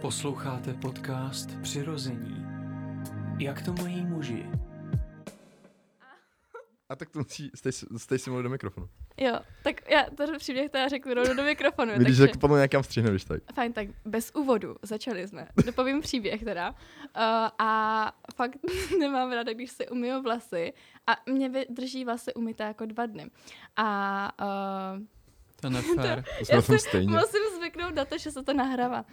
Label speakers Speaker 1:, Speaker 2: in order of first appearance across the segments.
Speaker 1: Posloucháte podcast Přirození. Jak to mají muži?
Speaker 2: A tak to musí, stej, stej si mluvit do mikrofonu.
Speaker 3: Jo, tak já ten příběh teda řeknu rovnou do mikrofonu.
Speaker 2: Vidíš,
Speaker 3: takže...
Speaker 2: že podle nějak kam vstřihne, když tak.
Speaker 3: Fajn, tak bez úvodu začali jsme. Dopovím příběh teda. Uh, a fakt nemám ráda, když si umyju vlasy. A mě vydrží vlasy umyté jako dva dny. A uh,
Speaker 1: To nefér.
Speaker 2: To jsme na
Speaker 3: Já
Speaker 2: tom stejně.
Speaker 3: musím zvyknout na to, že se to nahrává.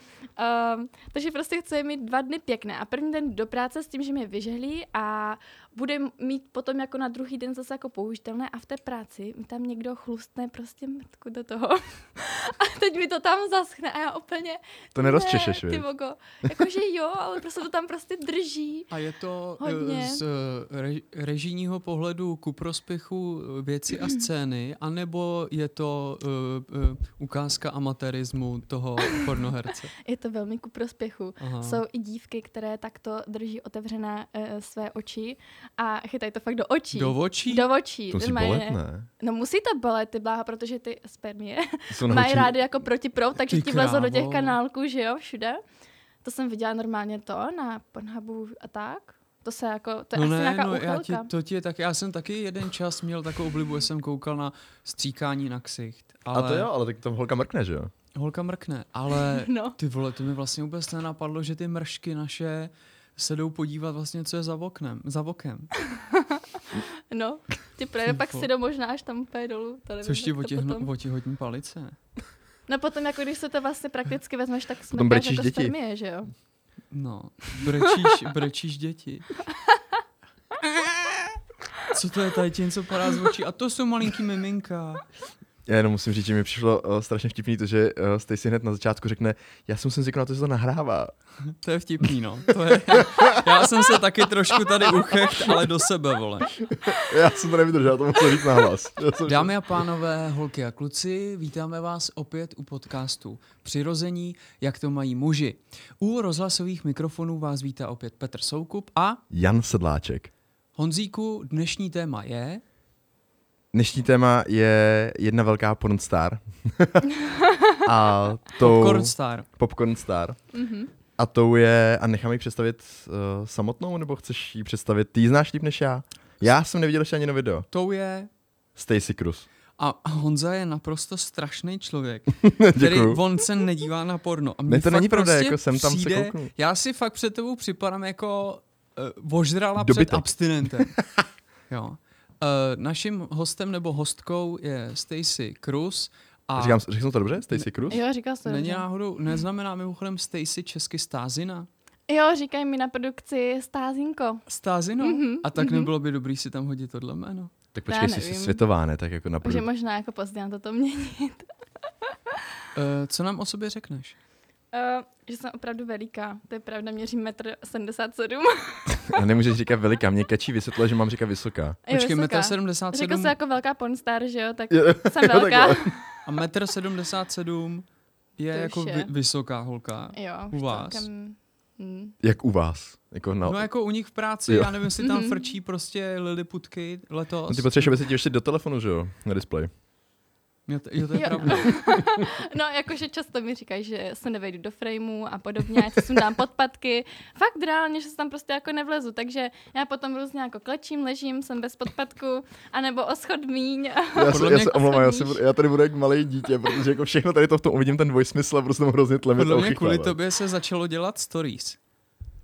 Speaker 3: Um, takže prostě chci je mít dva dny pěkné. A první den do práce s tím, že mě vyžehlí a bude mít potom jako na druhý den zase jako použitelné. A v té práci mi tam někdo chlustne prostě mrtku do toho. a teď mi to tam zaschne a já úplně...
Speaker 2: To nerozčešeš,
Speaker 3: ne, ty
Speaker 2: víš.
Speaker 3: vogo. Jakože jo, ale prostě to tam prostě drží.
Speaker 4: A je to eh,
Speaker 3: Hodně.
Speaker 4: z eh, rež- režijního pohledu ku prospěchu eh, věci a scény, anebo je to eh, eh, ukázka amatérismu toho pornoherce?
Speaker 3: Je to velmi ku prospěchu.
Speaker 2: No.
Speaker 4: Aha.
Speaker 3: Jsou i dívky, které takto drží otevřené eh, své oči a chytají to fakt do očí.
Speaker 4: Do očí?
Speaker 3: Do očí,
Speaker 2: To musí
Speaker 3: normálně.
Speaker 2: bolet, ne?
Speaker 3: No musí to bolet, ty bláha, protože ty spermie
Speaker 2: To Jsou
Speaker 3: mají
Speaker 2: naučený-
Speaker 3: rády jako protiprout, takže
Speaker 4: Ty
Speaker 3: ti vlezou do těch
Speaker 4: krávo.
Speaker 3: kanálků, že jo, všude. To jsem viděla normálně to na Pornhubu a tak. To se jako, to je
Speaker 4: no
Speaker 3: asi
Speaker 4: ne,
Speaker 3: nějaká
Speaker 4: no já ti,
Speaker 3: úchylka.
Speaker 4: to ti je tak, já jsem taky jeden čas měl takovou oblibu, že jsem koukal na stříkání na ksicht, ale
Speaker 2: A to jo, ale tak tam holka mrkne, že jo?
Speaker 4: holka mrkne, ale
Speaker 3: No.
Speaker 4: ty vole, to mi vlastně vůbec nenapadlo, že ty mršky naše se jdou podívat vlastně, co je za oknem, za okem.
Speaker 3: No, ty právě pak
Speaker 4: Tyfo.
Speaker 3: si do možná až tam úplně dolů. To nevím,
Speaker 4: Což ti
Speaker 3: jak to
Speaker 4: otihnu,
Speaker 3: potom.
Speaker 4: otihodní palice.
Speaker 3: No potom, jako když se to vlastně prakticky vezmeš, tak jsme
Speaker 2: brečíš
Speaker 3: jako
Speaker 2: děti.
Speaker 3: spermie, že jo.
Speaker 4: No, brečíš, brečíš děti. Co to je tady ti něco padá z očí? A to jsou malinký miminka.
Speaker 2: Já jenom musím říct, že mi přišlo uh, strašně vtipný to, že uh, Stacy hned na začátku řekne, já jsem si zvykl na to, že se to nahrává.
Speaker 4: To je vtipný, no. To je, já jsem se taky trošku tady uchecht, ale do sebe, vole.
Speaker 2: Já jsem to nevydržel, to musel říct na hlas. Já jsem-
Speaker 4: Dámy a pánové, holky a kluci, vítáme vás opět u podcastu Přirození, jak to mají muži. U rozhlasových mikrofonů vás vítá opět Petr Soukup a
Speaker 2: Jan Sedláček.
Speaker 4: Honzíku, dnešní téma je...
Speaker 2: Dnešní téma je jedna velká pornstar. a tou...
Speaker 4: Popcorn Star.
Speaker 2: Popcorn Star. Mm-hmm.
Speaker 4: Mhm.
Speaker 2: A tou je, a nechám ji představit uh, samotnou, nebo chceš ji představit? Ty ji znáš líp než já? Já jsem neviděl ještě ani jedno video.
Speaker 4: Tou je
Speaker 2: Stacy Cruz.
Speaker 4: A Honza je naprosto strašný člověk, který
Speaker 2: Děkuju.
Speaker 4: on se nedívá na porno. A mně
Speaker 2: Ne, to
Speaker 4: fakt
Speaker 2: není pravda,
Speaker 4: prostě
Speaker 2: jako jsem tam se
Speaker 4: přijde,
Speaker 2: kouknu.
Speaker 4: Já si fakt před tebou připadám jako uh, ožrala
Speaker 2: Dobytek.
Speaker 4: před abstinentem. jo. Uh, naším hostem nebo hostkou je Stacy Cruz. A
Speaker 2: Říkám, řekl jsem to dobře? Stacy Cruz?
Speaker 3: Jo, říkal jsem to.
Speaker 4: není
Speaker 3: dobře.
Speaker 4: náhodou, neznamená mimochodem Stacy česky stázina?
Speaker 3: Jo, říkají mi na produkci stázinko.
Speaker 4: Stázino? Mm-hmm, a tak mm-hmm. nebylo by dobrý si tam hodit tohle jméno?
Speaker 2: Tak
Speaker 3: Já
Speaker 2: počkej, jsi
Speaker 3: nevím.
Speaker 2: světová, ne? Tak jako na
Speaker 3: Že
Speaker 2: produ-
Speaker 3: možná jako pozdě na to to měnit.
Speaker 4: Uh, co nám o sobě řekneš?
Speaker 3: Uh, že jsem opravdu veliká, to je pravda, měřím 1,77 m.
Speaker 2: A nemůžeš říkat veliká. Mě kačí vysvětlila, že mám říkat vysoká.
Speaker 4: Počkej, 1,77
Speaker 3: Řekl jsi jako velká pornstar, že jo, tak
Speaker 2: Jo,
Speaker 3: jsem velká.
Speaker 4: A metr 77 je
Speaker 3: To už
Speaker 4: jako
Speaker 3: je.
Speaker 4: vy, vysoká holka.
Speaker 3: jo,
Speaker 4: U
Speaker 3: už
Speaker 4: vás?
Speaker 3: celkem- Hm.
Speaker 2: Jak u vás? Jako na...
Speaker 4: No jako u nich v práci,
Speaker 2: Jo.
Speaker 4: já nevím, si
Speaker 3: Mhm.
Speaker 4: tam frčí prostě liliputky letos.
Speaker 2: No ty potřebuješ, aby se ti ještě do telefonu, že jo? Na display.
Speaker 4: jo, to, jo, to je
Speaker 3: Jo.
Speaker 4: pravda.
Speaker 3: No, jakože často mi říkají, že se nevejdu do frameu a podobně, ať si sundám podpatky. Fakt reálně, že se tam prostě jako nevlezu, takže já potom různě jako klečím, ležím, jsem bez podpatku, anebo o schod míň.
Speaker 2: Já se,
Speaker 4: Podle
Speaker 2: já
Speaker 4: mě- jako
Speaker 2: se omlouvám, já, se,
Speaker 3: Víš?
Speaker 2: budu- já tady budu jak malé dítě, protože jako všechno tady to v tom uvidím ten dvojsmysl a prostě tam hrozně tlemit
Speaker 4: Podle
Speaker 2: a
Speaker 4: mě kvůli
Speaker 2: ochytávám.
Speaker 4: tobě se začalo dělat stories.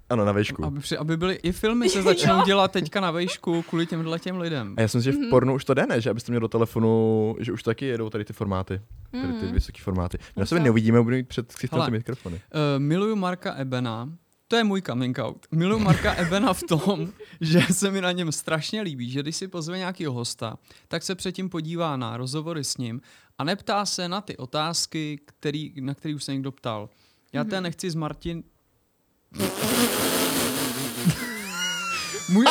Speaker 2: Ano, na vejšku.
Speaker 4: Aby, při, aby byly i filmy se začnou dělat teďka na vejšku kvůli těmhle těm lidem.
Speaker 2: A já jsem si,
Speaker 3: Mhm.
Speaker 2: že v pornu už to jde, ne? Že abyste měl do telefonu, že už taky jedou tady ty formáty. Tady
Speaker 3: Mm. Mhm.
Speaker 2: ty vysoké formáty. My na sebe
Speaker 3: Dobře.
Speaker 2: neuvidíme, budu mít před ksichtem ty
Speaker 4: Hele.
Speaker 2: mikrofony.
Speaker 4: Uh, miluju Marka Ebena. To je můj coming out. Miluju Marka Ebena v tom, že se mi na něm strašně líbí, že když si pozve nějakého hosta, tak se předtím podívá na rozhovory s ním a neptá se na ty otázky, který, na které už se někdo ptal. Já té nechci s Martin... Můj...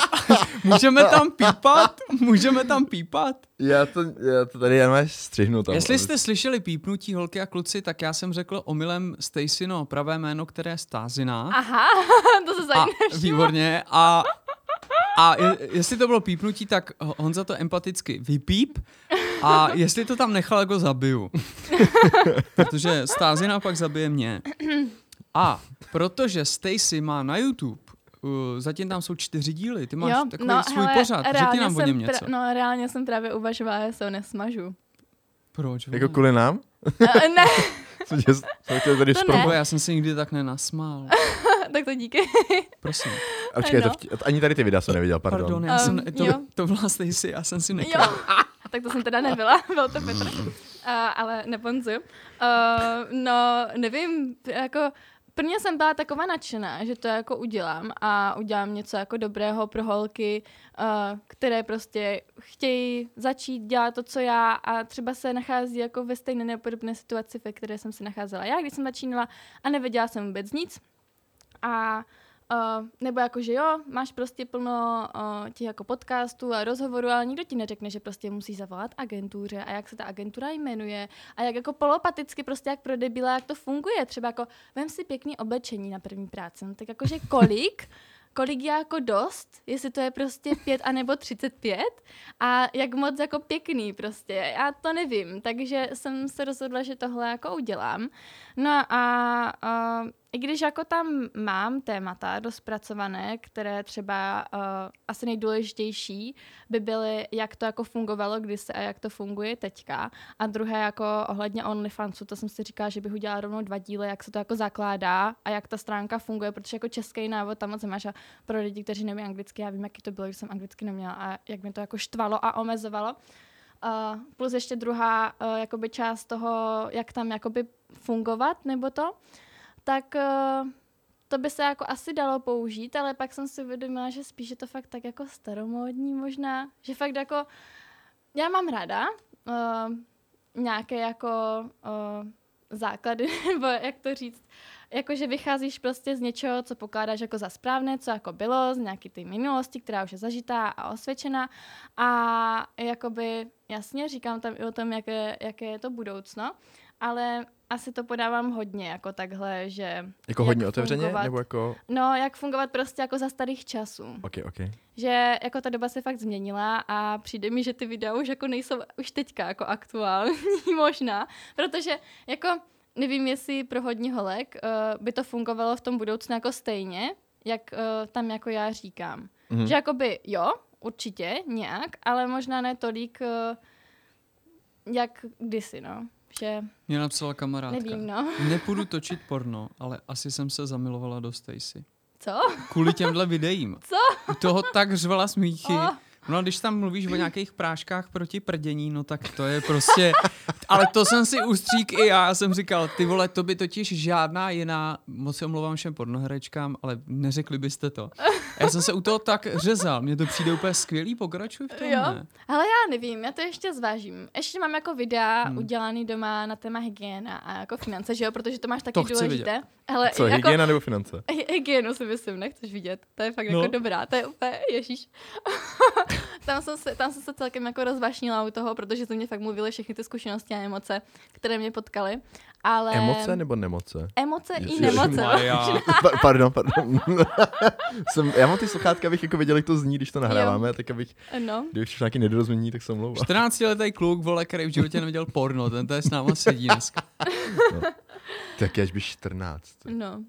Speaker 4: Můžeme tam pípat? Můžeme tam pípat?
Speaker 2: Já to, já to tady jen máš střihnu tam.
Speaker 4: Jestli jste slyšeli pípnutí holky a kluci, tak já jsem řekl omylem Stacino pravé jméno, které je Stázina.
Speaker 3: Aha, to se
Speaker 4: A,
Speaker 3: zajímá.
Speaker 4: výborně. A, a je, jestli to bylo pípnutí, tak Honza to empaticky vypíp. A jestli to tam nechal, jako zabiju. Protože stázina pak zabije mě. A protože Stacy má na YouTube, uh, zatím tam jsou čtyři díly, ty máš
Speaker 3: jo, no,
Speaker 4: takový svůj pořad, řekni
Speaker 3: reálně
Speaker 4: nám o
Speaker 3: jsem
Speaker 4: něm něco.
Speaker 3: Pra, no, reálně jsem právě uvažovala, že se ho nesmažu.
Speaker 4: Proč?
Speaker 2: Jako kvůli nám?
Speaker 3: Eh, ne,
Speaker 2: Co tě, co tě tady
Speaker 3: To ne.
Speaker 2: zprovo-
Speaker 4: Probo, já jsem se nikdy tak nenasmál.
Speaker 3: tak to díky.
Speaker 4: Prosím.
Speaker 2: A počkej, to
Speaker 3: No.
Speaker 2: vtip, ani tady ty videa jsem neviděl, pardon.
Speaker 4: Pardon, já
Speaker 3: Um,
Speaker 4: jsem, to,
Speaker 3: jo.
Speaker 4: to byla Stacy, já jsem si
Speaker 3: Jo.
Speaker 4: nekral.
Speaker 3: tak to jsem teda nebyla, byl to Petr. Uh, ale neponzuju. Uh, no, nevím, jako prvně jsem byla taková nadšená, že to jako udělám a udělám něco jako dobrého pro holky, uh, které prostě chtějí začít dělat to, co já a třeba se nachází jako ve stejné nepodobné situaci, ve které jsem se nacházela já, když jsem začínala a nevěděla jsem vůbec nic. A Uh, nebo jako, že jo, máš prostě plno uh, těch jako podcastů a rozhovorů, ale nikdo ti neřekne, že prostě musíš zavolat agentuře a jak se ta agentura jmenuje a jak jako polopaticky prostě jak pro debila, jak to funguje. Třeba jako vem si pěkný oblečení na první práci, no, tak jakože kolik, kolik je jako dost, jestli to je prostě pět anebo 35 a jak moc jako pěkný prostě, já to nevím, takže jsem se rozhodla, že tohle jako udělám. No a, a i když jako tam mám témata rozpracované, které třeba uh, asi nejdůležitější by byly, jak to jako fungovalo kdysi a jak to funguje teďka. A druhé jako ohledně OnlyFansu, to jsem si říkala, že bych udělala rovnou dva díly, jak se to jako zakládá a jak ta stránka funguje, protože jako český návod tam moc nemáš a pro lidi, kteří neumí anglicky, já vím, jaký to bylo, když jsem anglicky neměla a jak mě to jako štvalo a omezovalo. Uh, plus ještě druhá uh, jakoby část toho, jak tam jakoby fungovat nebo to, tak uh, to by se jako asi dalo použít, ale pak jsem si uvědomila, že spíš je to fakt tak jako staromódní možná, že fakt jako já mám ráda uh, nějaké jako uh, základy, nebo jak to říct, jako že vycházíš prostě z něčeho, co pokládáš jako za správné, co jako bylo, z nějaký ty minulosti, která už je zažitá a osvědčená a jakoby jasně říkám tam i o tom, jaké, jaké je to budoucno, ale asi to podávám hodně jako takhle, že...
Speaker 2: Jako
Speaker 3: jak
Speaker 2: hodně otevřeně?
Speaker 3: fungovat-
Speaker 2: Nebo jako...
Speaker 3: No, jak fungovat prostě jako za starých časů.
Speaker 2: Ok, ok.
Speaker 3: Že jako ta doba se fakt změnila a přijde mi, že ty videa už jako nejsou už teďka jako aktuální možná, protože jako nevím, jestli pro hodně holek uh, by to fungovalo v tom budoucnu jako stejně, jak uh, tam jako já říkám.
Speaker 2: Mhm.
Speaker 3: Že jakoby jo, určitě nějak, ale možná ne tolik uh, jak kdysi, no. Že
Speaker 4: Mě napsala kamarádka.
Speaker 3: nevím, no.
Speaker 4: Nepůjdu točit porno, ale asi jsem se zamilovala do Stacy.
Speaker 3: Co?
Speaker 4: Kvůli těmhle videím. Co? U toho tak řvala smíchy.
Speaker 3: Oh.
Speaker 4: No a když tam mluvíš o nějakých práškách proti prdění, no tak to je prostě... Ale to jsem si ustřík i já. Já jsem říkal, ty vole, to by totiž žádná jiná... Moc se omlouvám všem pornoherečkám, ale neřekli byste to. Já jsem se u toho tak řezal. Mně to přijde úplně skvělý, pokračuj v tom,
Speaker 3: Jo.
Speaker 4: ne?
Speaker 3: Ale já nevím, já to ještě zvážím. Ještě mám jako videa hmm. udělaný doma na téma hygiena a jako finance, že jo, protože to máš taky
Speaker 4: To chci
Speaker 3: důležité. Ale
Speaker 2: Co,
Speaker 3: jako
Speaker 2: hygiena nebo finance?
Speaker 3: hy- hygienu si myslím, nechceš vidět. To je fakt
Speaker 4: No.
Speaker 3: jako dobrá, to je úplně, ježíš. tam, jsem se, tam jsem se celkem jako rozvašnila u toho, protože to mě fakt mluvily všechny ty zkušenosti a emoce, které mě potkaly. Ale...
Speaker 2: Emoce nebo nemoce?
Speaker 3: Emoce i
Speaker 2: Ježiš.
Speaker 3: nemoce. no.
Speaker 4: Maria.
Speaker 2: Pa- pardon, pardon. jsem, já mám ty sluchátka, abych jako věděl, jak to zní, když to nahráváme, tak abych,
Speaker 3: No.
Speaker 2: kdyby přišlo nějaký nedorozumění, tak se omlouvám.
Speaker 4: 14-letý kluk, vole, který v životě neviděl porno, ten tady s náma sedí dneska.
Speaker 2: Tak jež by 14.
Speaker 3: No.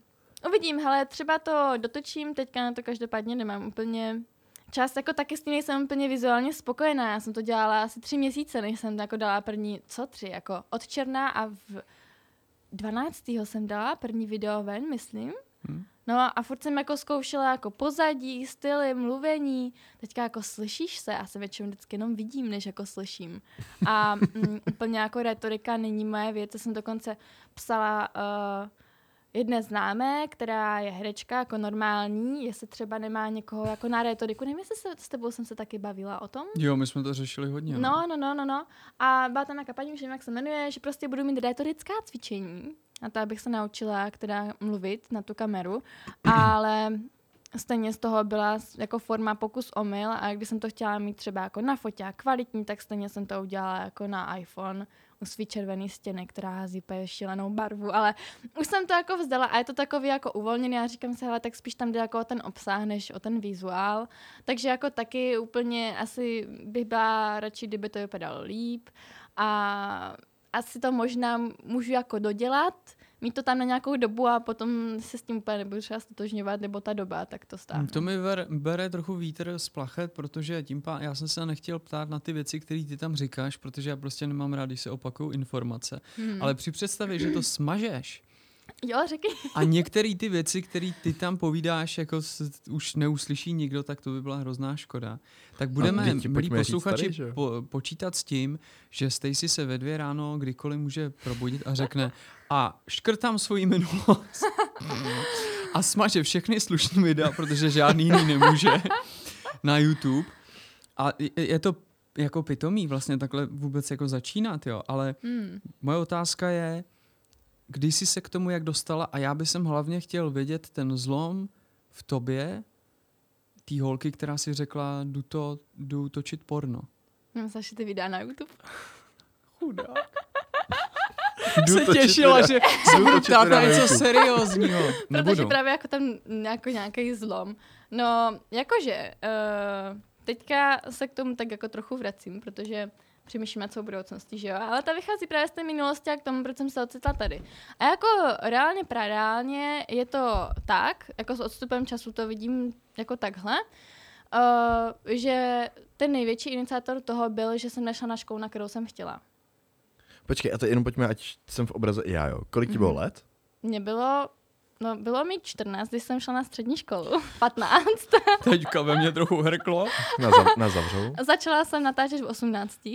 Speaker 3: Uvidím, hele, třeba to dotočím, teďka na to každopádně nemám úplně čas, jako taky s tím nejsem úplně vizuálně spokojená, já jsem to dělala asi tři měsíce, než jsem jako dala první, co tři, jako od června a v 12. jsem dala první video ven, myslím.
Speaker 4: Hmm.
Speaker 3: No a furt jsem jako zkoušela jako pozadí, styly, mluvení. Teďka jako slyšíš se, já se většinou vždycky jenom vidím, než jako slyším. A mm, úplně jako retorika není moje věc, já jsem dokonce psala uh, jedné známé, která je herečka jako normální, jestli třeba nemá někoho jako na retoriku. Nevím, jestli se, s tebou jsem se taky bavila o tom.
Speaker 4: Jo, my jsme to řešili hodně.
Speaker 3: No, no, no, no, no. A byla tam nějaká paní, už nevím, jak se jmenuje, že prostě budu mít retorická cvičení. A to, abych se naučila, jak teda mluvit na tu kameru. Ale stejně z toho byla s- jako forma pokus omyl a když jsem to chtěla mít třeba jako na fotě a kvalitní, tak stejně jsem to udělala jako na iPhone u svý červený stěny, která hází úplně šílenou barvu, ale už jsem to jako vzdala a je to takový jako uvolněný, já říkám si, hele, tak spíš tam jde jako o ten obsah, než o ten vizuál, takže jako taky úplně asi bych byla radši, kdyby to vypadalo líp a a asi to možná můžu jako dodělat, mít to tam na nějakou dobu a potom se s tím úplně nebudu třeba stotožňovat, nebo ta doba, tak to stáhnu.
Speaker 4: Hmm, To mi ver, bere trochu vítr z plachet, protože tím pádem já jsem se nechtěl ptát na ty věci, které ty tam říkáš, protože já prostě nemám rád, když se opakují informace. Hmm. Ale při představě, že to smažeš
Speaker 3: Jo, řekni.
Speaker 4: a některé ty věci, které ty tam povídáš, jako s, už neuslyší nikdo, tak to by byla hrozná škoda. Tak budeme,
Speaker 2: děti
Speaker 4: milí
Speaker 2: No, pojďme říct
Speaker 4: posluchači,
Speaker 2: tady, že jo?
Speaker 4: po, počítat s tím, že Stacy se ve dvě ráno kdykoliv může probudit a řekne a škrtám svoji minulost a smaže všechny slušné videa, protože žádný jiný nemůže na YouTube. A je, je to jako pitomý vlastně takhle vůbec jako začínat, jo, ale
Speaker 3: Hmm.
Speaker 4: Moje otázka je, kdy jsi se k tomu jak dostala a já bych hlavně chtěl vědět ten zlom v tobě, té holky, která si řekla, jdu, to, jdu točit porno.
Speaker 3: Mám zase ty videa na YouTube.
Speaker 4: Chudák.
Speaker 2: Jdu
Speaker 4: Se
Speaker 2: točit
Speaker 4: těšila,
Speaker 2: videa.
Speaker 4: že se
Speaker 2: Jdu
Speaker 4: budu
Speaker 2: točit
Speaker 4: ptát na
Speaker 2: videa na
Speaker 4: něco
Speaker 2: YouTube.
Speaker 4: seriózního.
Speaker 3: Protože
Speaker 4: Nebudu.
Speaker 3: právě jako tam jako nějaký zlom. No, jakože uh, teďka se k tomu tak jako trochu vracím, protože přemýšlím nad svou budoucností, že jo? Ale ta vychází právě z té minulosti a k tomu, proč jsem se ocitla tady. A jako reálně, prareálně je to tak, jako s odstupem času to vidím jako takhle, uh, že ten největší iniciátor toho byl, že jsem nešla na školu, na kterou jsem chtěla.
Speaker 2: Počkej, a to jenom pojďme, ať jsem v obraze i já, jo. Kolik ti bylo let?
Speaker 3: Mně bylo, no bylo mi 14, když jsem šla na střední školu, 15.
Speaker 4: Teďka ve mně trochu hrklo.
Speaker 2: Na, zav, na zavřou?
Speaker 3: Začala jsem natáčet v 18.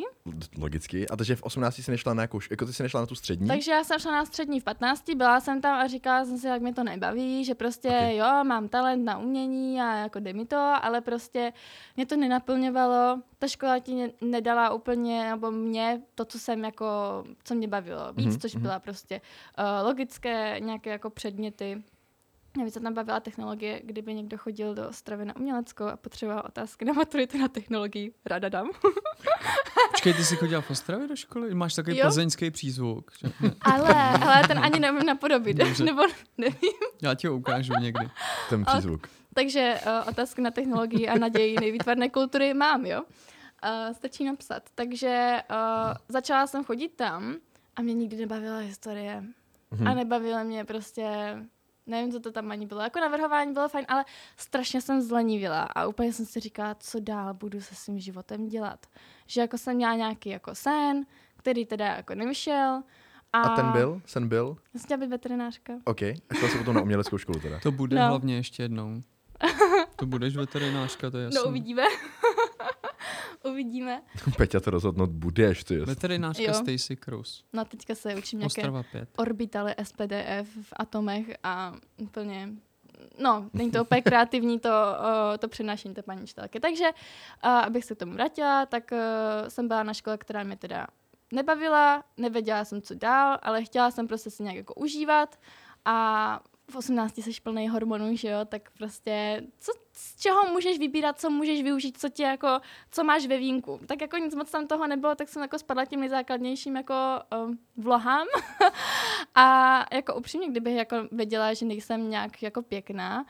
Speaker 2: Logicky. A takže v 18 jsi nešla na jakou, š- jako ty jsi nešla na tu střední?
Speaker 3: Takže já jsem šla na střední v 15. Byla jsem tam a říkala jsem si, jak mi to nebaví, že prostě
Speaker 2: Ok.
Speaker 3: okay. jo, mám talent na umění a jako jde mi to, ale prostě mě to nenaplňovalo. Ta škola ti ne- nedala úplně, nebo mě, to, co jsem jako, co mě bavilo víc,
Speaker 2: Mhm,
Speaker 3: mm-hmm. což
Speaker 2: mhm.
Speaker 3: byla prostě uh, logické nějaké jako předměty. Navíc se tam bavila technologie, kdyby někdo chodil do Ostravy na uměleckou a potřeboval otázky na maturitu na technologii, ráda dám.
Speaker 4: Počkej, ty jsi chodila v Ostravě do školy? Máš takový
Speaker 3: Jo.
Speaker 4: plzeňský přízvuk. že? Ne,
Speaker 3: Ale, ale ten ani nevím napodobit,
Speaker 4: Dobře.
Speaker 3: nebo nevím.
Speaker 4: Já ti ho ukážu někdy.
Speaker 2: Ten
Speaker 3: ale-
Speaker 2: přízvuk.
Speaker 3: Takže uh, otázky na technologii a naději nejvýtvarné kultury mám, jo? Uh, stačí napsat. Takže uh, začala jsem chodit tam a mě nikdy nebavila historie.
Speaker 2: Mhm.
Speaker 3: Hmm. A nebavila mě prostě, nevím, co to tam ani bylo. Jako navrhování bylo fajn, ale strašně jsem zlenivila a úplně jsem si říkala, co dál budu se svým životem dělat. Že jako jsem měla nějaký jako sen, který teda jako nevyšel. A,
Speaker 2: A ten byl? Sen byl?
Speaker 3: Já jsem chtěla být veterinářka.
Speaker 2: OK. A šla se potom na uměleckou školu teda.
Speaker 4: To bude
Speaker 3: No.
Speaker 4: hlavně ještě jednou. To budeš veterinářka, to je jasné.
Speaker 3: No uvidíme. uvidíme.
Speaker 2: Peťa to rozhodnout budeš, ty jest.
Speaker 4: Veterinářka
Speaker 3: Jo.
Speaker 4: Stacy Cruz.
Speaker 3: No a teďka se učím nějaké
Speaker 4: Ostrava 5.
Speaker 3: orbitaly SPDF v atomech a úplně, no, není to úplně kreativní to, eh, to přenášení té paní čitelky. Takže, eh, abych se k tomu vrátila, tak eh, jsem byla na škole, která mě teda nebavila, nevěděla jsem, co dál, ale chtěla jsem prostě si nějak jako užívat a v 18 jsi plný hormonů, že jo, tak prostě co, z čeho můžeš vybírat, co můžeš využít, co tě jako, co máš ve vínku. Tak jako nic moc tam toho nebylo, tak jsem jako spadla těm nejzákladnějším jako um, vlohám a jako upřímně, kdybych jako věděla, že nejsem nějak jako pěkná,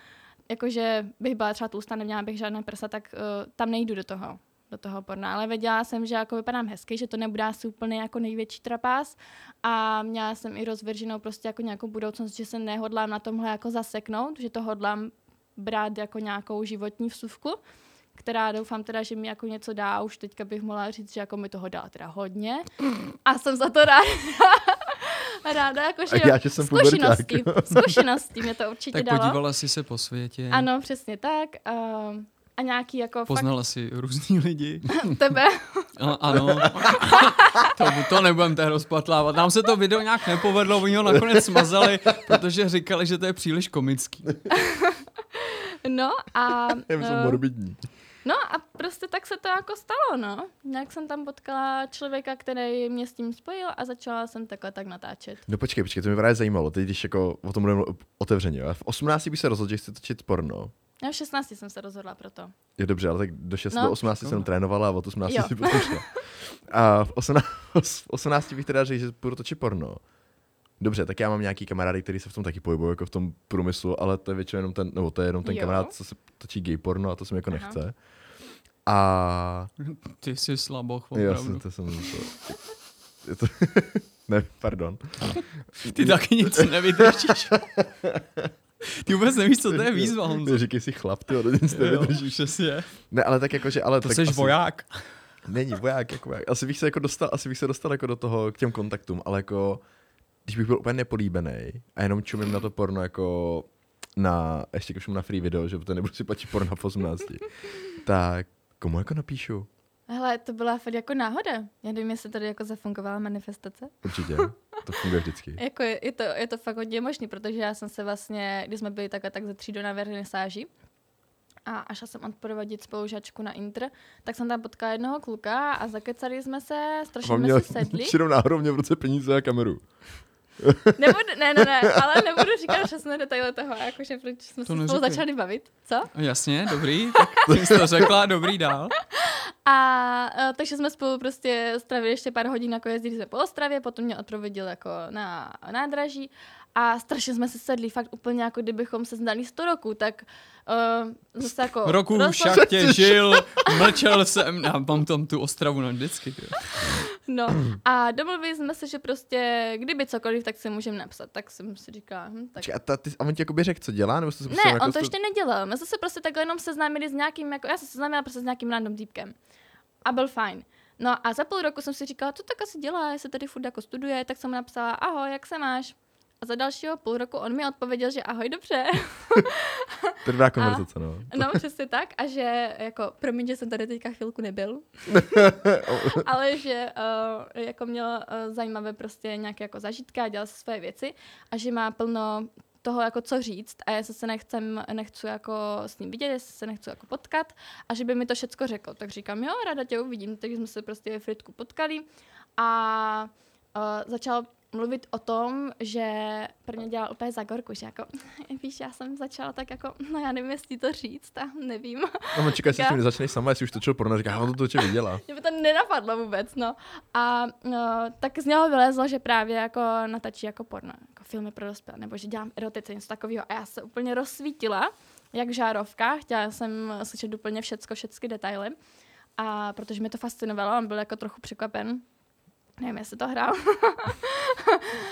Speaker 3: jakože bych byla třeba tlustá, neměla bych žádné prsa, tak uh, tam nejdu do toho do toho porna, ale věděla jsem, že jako vypadám hezky, že to nebude asi úplně jako největší trapás a měla jsem i rozvrženou prostě jako nějakou budoucnost, že se nehodlám na tomhle jako zaseknout, že to hodlám brát jako nějakou životní vsuvku, která doufám teda, že mi jako něco dá, už teďka bych mohla říct, že jako mi toho dá teda hodně a jsem za to ráda. ráda, jako že
Speaker 2: A já, že jsem
Speaker 3: zkušenosti,
Speaker 2: puberták.
Speaker 3: zkušenosti mě to určitě
Speaker 4: Tak
Speaker 3: dalo.
Speaker 4: podívala jsi se po světě,
Speaker 3: Ano, přesně tak. ehm, a nějaký jako
Speaker 4: poznala si různý lidi.
Speaker 3: fakt tebe.
Speaker 4: A, ano. to, to nebudem tady rozpatlávat. Nám se to video nějak nepovedlo, oni ho nakonec smazali, protože říkali, že to je příliš komický.
Speaker 3: No a,
Speaker 2: Já jsem
Speaker 3: eh,
Speaker 2: morbidní.
Speaker 3: no a prostě tak se to jako stalo, no. Nějak jsem tam potkala člověka, který mě s tím spojil a začala jsem takhle tak natáčet.
Speaker 2: No počkej, počkej, to mě právě zajímalo. Teď, když jako o tom budeme mluvit otevřeně, jo. V 18 bych se rozhodl, že chci točit porno.
Speaker 3: Já v 16 jsem se rozhodla pro to.
Speaker 2: Je dobře, ale tak do 6
Speaker 3: No.
Speaker 2: do 18 jsem
Speaker 4: Škoda.
Speaker 2: trénovala a od 18
Speaker 3: Jo.
Speaker 2: si potom šla. A v 18, v 18 bych teda řekl, že budu točit porno. Dobře, tak já mám nějaký kamarády, který se v tom taky pohybují, jako v tom průmyslu, ale to je většinou jenom ten, nebo to je jenom ten
Speaker 3: Jo.
Speaker 2: kamarád, co se točí gay porno a to se mi jako
Speaker 3: Aha.
Speaker 2: nechce. A
Speaker 4: Ty jsi slaboch,
Speaker 2: já jsem,
Speaker 4: opravdu.
Speaker 2: to jsem to, je to, ne, pardon.
Speaker 4: Ty taky nic nevydržíš. Ty vůbec nevíš, co to je výzva, Honzo.
Speaker 2: Říkej si chlap, ty vole, nic
Speaker 4: Jo,
Speaker 2: nevydržíš.
Speaker 4: přesně.
Speaker 2: Ne, ale tak jakože, ale
Speaker 4: To
Speaker 2: tak
Speaker 4: seš
Speaker 2: asi-
Speaker 4: voják.
Speaker 2: Není voják, jako voják. Asi bych se jako dostal, asi bych se dostal jako do toho, k těm kontaktům, ale jako, když bych byl úplně nepolíbený a jenom čumím na to porno jako na, ještě košum na free video, že to nebudu si platit porno v 18, tak komu jako napíšu?
Speaker 3: Hele, to byla fakt jako náhoda. Já nevím, jestli tady jako zafungovala manifestace.
Speaker 2: Určitě, to funguje vždycky.
Speaker 3: Jako je, je, to, je to fakt hodně možný, protože já jsem se vlastně, když jsme byli takhle tak ze třídu na vernisáži a, a šla jsem odprovodit spolužačku na Inter, tak jsem tam potkala jednoho kluka a zakecali jsme se, strašně
Speaker 2: Vám
Speaker 3: jsme si sedli.
Speaker 2: širou náhodou mě v ruce peníze a kameru.
Speaker 3: Nebudu, ne, ne, ne, ale nebudu říkat přesné detaily toho, jakože proč jsme
Speaker 4: To
Speaker 3: se spolu
Speaker 4: neříkej.
Speaker 3: začali bavit, co?
Speaker 4: Jasně, dobrý. Tak jsem jsi to řekla, dobrý dál.
Speaker 3: A e, takže jsme spolu prostě strávili ještě pár hodin, jako jezdili jsme po Ostravě, potom mě odprovodil jako na nádraží a strašně jsme se sedli, fakt úplně jako kdybychom se znali 100 roku, tak uh, zase jako...
Speaker 4: V roku
Speaker 3: rozlo-
Speaker 4: však tě žil, mlčel jsem, já mám tam tu ostravu na vždycky. Tyjo.
Speaker 3: No a domluvili jsme se, že prostě kdyby cokoliv, tak si můžeme napsat, tak jsem si říkala, hm, tak...
Speaker 2: Čekaj, a, ta, ty, a on ti jako by řekl, co dělá? Nebo jste se prostě
Speaker 3: Ne,
Speaker 2: jako
Speaker 3: on to
Speaker 2: sto-
Speaker 3: ještě nedělal. My jsme se prostě takhle jenom seznámili s nějakým, jako já jsem se seznámila prostě s nějakým random týpkem. A byl fajn. No a za půl roku jsem si říkala, co tak asi dělá, jestli tady furt jako studuje, tak jsem mu napsala, ahoj, jak se máš? A za dalšího půl roku on mi odpověděl, že ahoj, dobře.
Speaker 2: Tvrdá konverzace, no.
Speaker 3: No, přesně tak. A že, jako, promiň, že jsem tady teďka chvilku nebyl. Ale že uh, jako měl uh, zajímavé prostě nějaké jako zažitka, dělal si své věci a že má plno toho, jako co říct a já se se nechcem, nechci jako s ním vidět, já se se nechci jako potkat a že by mi to všecko řekl. Tak říkám, jo, ráda tě uvidím, takže jsme se prostě ve Fritku potkali a uh, začal mluvit o tom, že pro mě dělal úplně zagorku, že jako, víš, já jsem začala tak jako, no já nevím, jestli to říct a nevím.
Speaker 2: No, on čeká, jestli s
Speaker 3: Říká-
Speaker 2: tím nezačneš sama, jestli už točil porno, říká, on to točil viděla.
Speaker 3: Mě by to nenapadlo vůbec, no. A no, tak z něho vylezlo, že právě jako natačí jako porno, jako filmy pro dospělé, nebo že dělám erotice, něco takového. A já se úplně rozsvítila, jak žárovka, chtěla jsem slyšet úplně všecko, všechny detaily. A protože mě to fascinovalo, on byl jako trochu překvapen, nevím, jestli to hrál.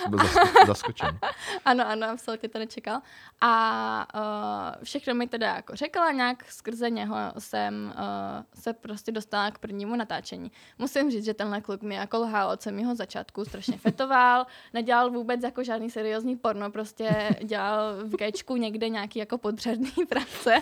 Speaker 2: Byl zasko- zaskočen.
Speaker 3: Ano, ano, absolutně to nečekal. A uh, všechno mi teda jako řekla, nějak skrze něho jsem uh, se prostě dostala k prvnímu natáčení. Musím říct, že tenhle kluk mi jako lhal od samého začátku, strašně fetoval, nedělal vůbec jako žádný seriózní porno, prostě dělal v gečku někde nějaký jako podřadný práce.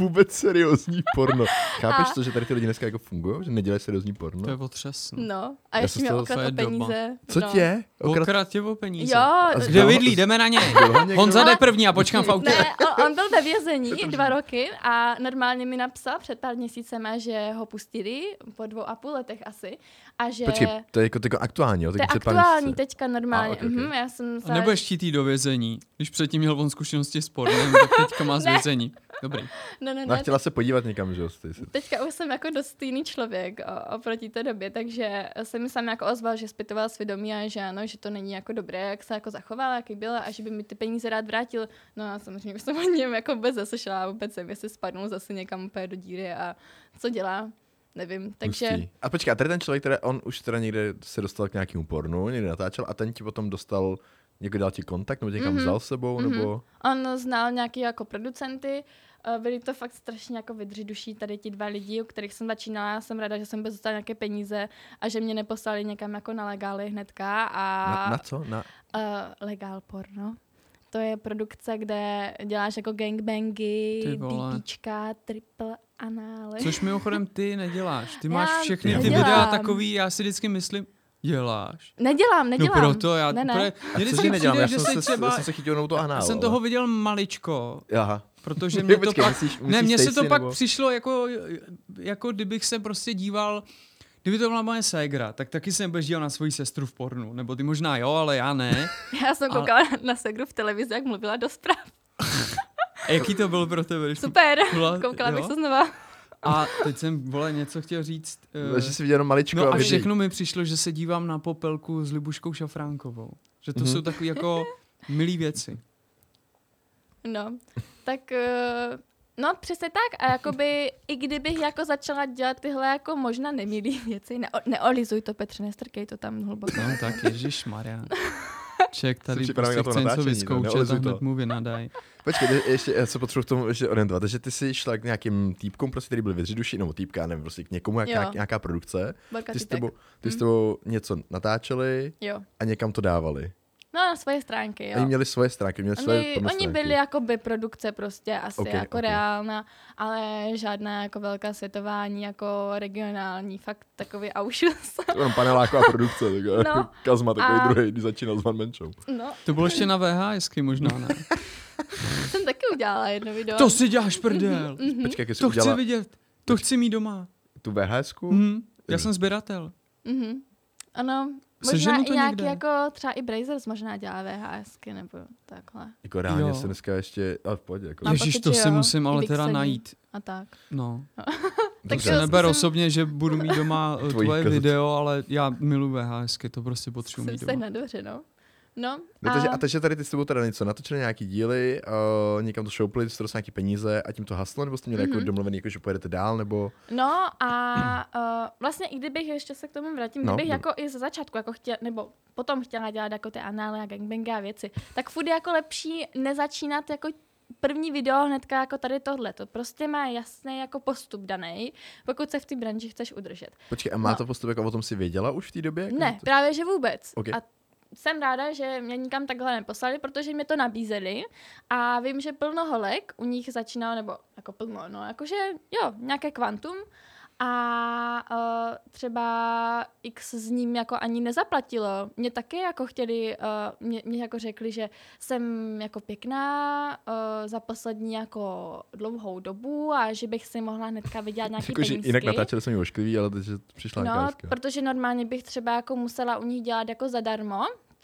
Speaker 2: vůbec seriózní porno. Chápeš to, že tady ty lidi dneska jako fungují, že nedělají seriózní
Speaker 4: To je
Speaker 2: porno?
Speaker 4: otřesný.
Speaker 3: No, a
Speaker 2: Já
Speaker 3: ještě
Speaker 2: jsem z
Speaker 3: mi
Speaker 2: toho-
Speaker 3: okradl
Speaker 4: to
Speaker 3: o
Speaker 4: je doba.
Speaker 3: peníze.
Speaker 2: Co
Speaker 3: no.
Speaker 2: tě? Okrat...
Speaker 4: Okrát tě o peníze.
Speaker 3: Jo,
Speaker 2: A z-
Speaker 4: Kde vidlí, jdeme na něj.
Speaker 2: Byl ho někdo?
Speaker 4: Honza jde první a počkám v autě.
Speaker 3: Ne, o- on byl ve vězení dva roky a normálně mi napsal před pár měsícema, že ho pustili po dvou a půl letech asi a že
Speaker 2: Počkej, to je jako, to je jako aktuální, jo?
Speaker 3: to je
Speaker 2: před pár
Speaker 3: aktuální
Speaker 2: měsíci.
Speaker 3: teďka normálně.
Speaker 2: A, ok, ok.
Speaker 3: Mhm, já jsem
Speaker 4: A nebudeš chtít jít do vězení. Když předtím měl on zkušenosti s pornem, tak teďka má z
Speaker 3: Ne.
Speaker 4: vězení. Dobrý.
Speaker 3: ne, ne,
Speaker 2: No a
Speaker 3: ne,
Speaker 2: chtěla se podívat někam, že jo? Stacey?
Speaker 3: teďka už jsem jako dost jiný člověk o, oproti té době, takže se mi sám jako ozval, že zpytoval svědomí a že ano, že to není jako dobré, jak se jako zachovala, jaký byla a že by mi ty peníze rád vrátil. No a samozřejmě už jsem o něm jako vůbec zaslyšela a vůbec jsem, jestli spadnul zase někam úplně do díry a co dělá, nevím. Takže
Speaker 2: Hustý. A počkej, a tady ten člověk, teda, on už teda někde se dostal k nějakému pornu, někde natáčel a ten ti potom dostal, někdo dal ti kontakt, nebo tě někam
Speaker 3: Mhm.
Speaker 2: vzal s sebou,
Speaker 3: Mhm.
Speaker 2: nebo...
Speaker 3: On znal nějaký jako producenty, eh, byli to fakt strašně jako vydřiduší tady ti dva lidi, u kterých jsem začínala. Já jsem ráda, že jsem vůbec dostala nějaké peníze a že mě neposlali někam jako na legály hnedka a
Speaker 2: Na, na co? Na...
Speaker 3: eh, legál porno. To je produkce, kde děláš jako gangbangy,
Speaker 4: Ty vole.
Speaker 3: DDčka, triple anály.
Speaker 4: Což mimochodem ty neděláš. Ty máš
Speaker 3: Já
Speaker 4: všechny ty
Speaker 3: nedělám.
Speaker 4: videa takový, já si vždycky myslím, děláš.
Speaker 3: Nedělám, nedělám.
Speaker 4: No proto já...
Speaker 3: ne, ne.
Speaker 4: Protože,
Speaker 2: A
Speaker 4: mě
Speaker 2: co
Speaker 4: vždycky
Speaker 2: jsi nedělám?
Speaker 4: přijde,
Speaker 2: Já
Speaker 4: že
Speaker 2: jsem
Speaker 4: si
Speaker 2: se,
Speaker 4: třeba-
Speaker 2: třeba... jsem se chytil jenom to
Speaker 4: Já
Speaker 2: anál.
Speaker 4: jsem toho
Speaker 2: ale-
Speaker 4: viděl maličko,
Speaker 2: Aha.
Speaker 4: protože mě to
Speaker 2: Počkej,
Speaker 4: pak...
Speaker 2: musíš-
Speaker 4: ne,
Speaker 2: musíš
Speaker 4: mně se to
Speaker 2: Stacey,
Speaker 4: pak
Speaker 2: nebo-
Speaker 4: přišlo jako, jako kdybych se prostě díval... Kdyby to byla moje ségra, tak taky jsem budeš díval na svoji sestru v pornu. Nebo ty možná jo, ale já ne.
Speaker 3: Já jsem
Speaker 4: A-
Speaker 3: koukala na, na segru v televizi, jak mluvila do zpráv.
Speaker 4: A jaký to byl pro tebe? když-
Speaker 3: Super,
Speaker 4: Byla-
Speaker 3: koukala bych
Speaker 4: jo.
Speaker 3: se znova.
Speaker 4: A teď jsem, vole, něco chtěl říct. eh,
Speaker 2: Že jsi viděl jenom maličko
Speaker 4: No a
Speaker 2: vidí.
Speaker 4: všechno mi přišlo, že se dívám na popelku s Libuškou Šafránkovou. Že to
Speaker 2: Mhm.
Speaker 4: jsou takové jako milý věci.
Speaker 3: No, tak eh, No přesně tak a jakoby i kdybych jako začala dělat tyhle jako možná nemilý věci, ne- neolizuj to Petře, nestrkej to tam hluboko.
Speaker 4: No tak Ježíš Maria. Ček
Speaker 2: Jsem
Speaker 4: tady
Speaker 2: připravený
Speaker 4: prostě
Speaker 2: na to
Speaker 4: chce něco
Speaker 2: natáčení, to
Speaker 4: vyzkoušet
Speaker 2: neolezuj
Speaker 4: a hned
Speaker 2: to.
Speaker 4: mu vynadaj.
Speaker 2: Počkej, je- ještě, já se potřebuji k tomu ještě orientovat. Takže ty jsi šla k nějakým týpkům, prostě, který byl věřiduši, nebo týpka, nevím, prostě k někomu, jak,
Speaker 3: Jo. Mhm.
Speaker 2: nějak, nějaká produkce.
Speaker 3: Borka
Speaker 2: Ty s,
Speaker 3: Typek.
Speaker 2: tebou, ty s tebou něco natáčeli
Speaker 3: Jo.
Speaker 2: a někam to dávali.
Speaker 3: No na svoje stránky,
Speaker 2: Jo. Oni
Speaker 3: jo.
Speaker 2: měli svoje stránky, měli svoje
Speaker 3: Oni,
Speaker 2: porno
Speaker 3: oni
Speaker 2: stránky.
Speaker 3: byli jako by produkce prostě asi
Speaker 2: Ok,
Speaker 3: okay, jako
Speaker 2: ok.
Speaker 3: okay. reálná, ale žádná jako velká světová, ani jako regionální, fakt takový aušus.
Speaker 2: Jenom paneláková produkce, tak no. jako
Speaker 3: No.
Speaker 2: Kazma takový
Speaker 3: A-
Speaker 2: druhý, když začínal s Van Menšou.
Speaker 3: No,
Speaker 4: To bylo ještě na VHSky možná, ne?
Speaker 3: jsem taky udělala jedno video.
Speaker 4: To si
Speaker 3: Mhm,
Speaker 4: děláš prdel.
Speaker 2: Počkej, jak jsi
Speaker 4: To chci
Speaker 2: udělala
Speaker 4: vidět. To chci mít doma.
Speaker 2: tu VHSku?
Speaker 4: Mhm. Já jsem sběratel.
Speaker 3: Mhm. Ano, možná
Speaker 4: Seženu to
Speaker 3: i nějaký
Speaker 4: někde.
Speaker 3: jako třeba i Brazers možná dělá VHSky nebo takhle.
Speaker 2: Jako reálně
Speaker 4: Jo.
Speaker 2: se dneska ještě, ale v pohodě. Jako.
Speaker 3: Mám Ježi-
Speaker 4: Ježíš,
Speaker 3: pocit,
Speaker 4: to
Speaker 3: že
Speaker 4: si
Speaker 3: jo.
Speaker 4: musím ale
Speaker 3: Vždyť
Speaker 4: teda
Speaker 3: sedí.
Speaker 4: najít.
Speaker 3: A tak.
Speaker 4: No.
Speaker 3: Tak
Speaker 2: Dobře.
Speaker 4: To
Speaker 3: jo,
Speaker 4: neber
Speaker 3: zkusím-
Speaker 4: osobně, že budu mít doma eh,
Speaker 2: Tvojí
Speaker 4: tvoje
Speaker 2: kazetu.
Speaker 4: video, ale já miluji VHSky, to prostě potřebuji
Speaker 3: Jsem
Speaker 4: mít
Speaker 3: se
Speaker 4: doma.
Speaker 3: na dobře, no. No,
Speaker 2: No, takže, a takže tady ty s tebou teda něco natočili nějaký díly, uh, někam to šoupli, jste dostali nějaký peníze a tím to haslo, nebo jste měli
Speaker 3: Mhm.
Speaker 2: mm-hmm. jako domluvený, jako, že pojedete dál, nebo...
Speaker 3: No a uh, vlastně i kdybych ještě se k tomu vrátím,
Speaker 2: No,
Speaker 3: no, kdybych
Speaker 2: dobře.
Speaker 3: jako i ze začátku jako chtěla, nebo potom chtěla dělat jako ty anály a gangbangy a věci, tak furt je jako lepší nezačínat jako první video hnedka jako tady tohle. To prostě má jasný jako postup daný, pokud se v té branži chceš udržet.
Speaker 2: Počkej, a má
Speaker 3: No.
Speaker 2: to postup, jako o tom si věděla už v té době? Jako,
Speaker 3: Ne,
Speaker 2: že to-
Speaker 3: právě že vůbec.
Speaker 2: Ok.
Speaker 3: A jsem ráda, že mě nikam takhle neposlali, protože mě to nabízeli a vím, že plno holek u nich začínalo, nebo jako plno, no jakože jo, nějaké kvantum a uh, třeba X s ním jako ani nezaplatilo. Mě taky jako chtěli, uh, mě, mě jako řekli, že jsem jako pěkná uh, za poslední jako dlouhou dobu a že bych si mohla hnedka vydělat nějaký
Speaker 2: Jako, že
Speaker 3: penízky.
Speaker 2: jinak natáčeli jsem ji ošklivý, ale takže přišla
Speaker 3: No,
Speaker 2: nějaká no,
Speaker 3: protože normálně bych třeba jako musela u nich dělat jako zadarmo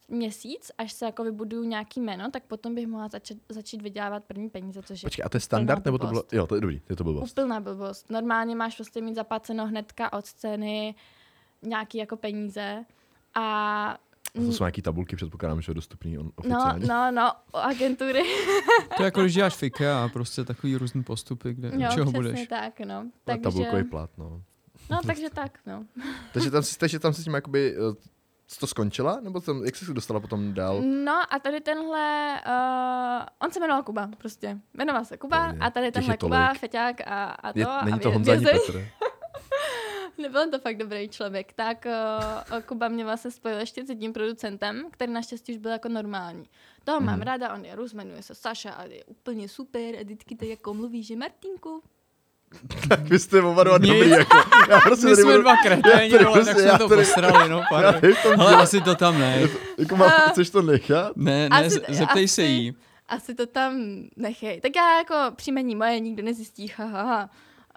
Speaker 3: měsíc, až se jako vybuduju nějaký jméno, tak potom bych mohla začít, začít vydělávat první peníze, což je
Speaker 2: Počkej, a to je standard,
Speaker 3: Úplná
Speaker 2: nebo to bylo...
Speaker 3: blbost.
Speaker 2: Jo, to je dobrý, to je to blbost.
Speaker 3: úplná blbost. Normálně máš prostě mít zaplaceno hnedka od scény nějaký jako peníze a
Speaker 2: A to jsou nějaký tabulky, předpokládám, že je dostupný on
Speaker 3: No,
Speaker 2: oficiálně.
Speaker 3: no, no, o agentury.
Speaker 4: To je jako, když děláš fike a prostě takový různý postupy, kde
Speaker 3: Jo,
Speaker 4: u čeho
Speaker 3: přesně
Speaker 4: budeš.
Speaker 3: tak, no.
Speaker 2: Ale
Speaker 3: Takže,
Speaker 2: Tabulkový plat, no.
Speaker 3: no, takže tak, no.
Speaker 2: Takže tam, si- takže tam se s tím jakoby, eh, jsi to skončila, nebo tam, jak jsi se dostala potom dál?
Speaker 3: No a tady tenhle, uh, on se jmenoval Kuba, prostě. Jmenoval se Kuba
Speaker 2: Pohodě.
Speaker 3: a tady
Speaker 2: Těch je
Speaker 3: tenhle Kuba,
Speaker 2: tolik.
Speaker 3: Feťák a, a to.
Speaker 2: Je,
Speaker 3: a
Speaker 2: není to
Speaker 3: vě-
Speaker 2: Honza ani
Speaker 3: vězeň.
Speaker 2: Petr.
Speaker 3: Nebyl to fakt dobrý člověk, tak uh, Kuba mě vlastně spojil ještě s jedním producentem, který naštěstí už byl jako normální. Toho mám
Speaker 2: Mhm.
Speaker 3: ráda, on je Rus, jmenuje se Saša a je úplně super a vždycky tak jako mluví, že Martinku.
Speaker 2: Tak vy jste oba dva
Speaker 4: Nic.
Speaker 2: dobrý, jako, já prostě
Speaker 4: My
Speaker 2: tady
Speaker 4: jsme
Speaker 2: budu-
Speaker 4: dva kreténi,
Speaker 2: tady
Speaker 4: ale tak
Speaker 2: prostě-
Speaker 4: jsme
Speaker 2: já
Speaker 4: to
Speaker 2: tady-
Speaker 4: posrali, no
Speaker 2: já
Speaker 4: pár.
Speaker 2: tady v tom
Speaker 4: Ale
Speaker 2: díle-
Speaker 4: asi to tam ne.
Speaker 2: Jako má,
Speaker 3: A-
Speaker 2: chceš to nechat?
Speaker 4: Ne, ne,
Speaker 3: Asi-
Speaker 4: z- zeptej se
Speaker 3: asi-
Speaker 4: jí.
Speaker 3: Asi to tam nechej. Tak já jako příjmení moje nikdo nezjistí, haha. Ha, ha.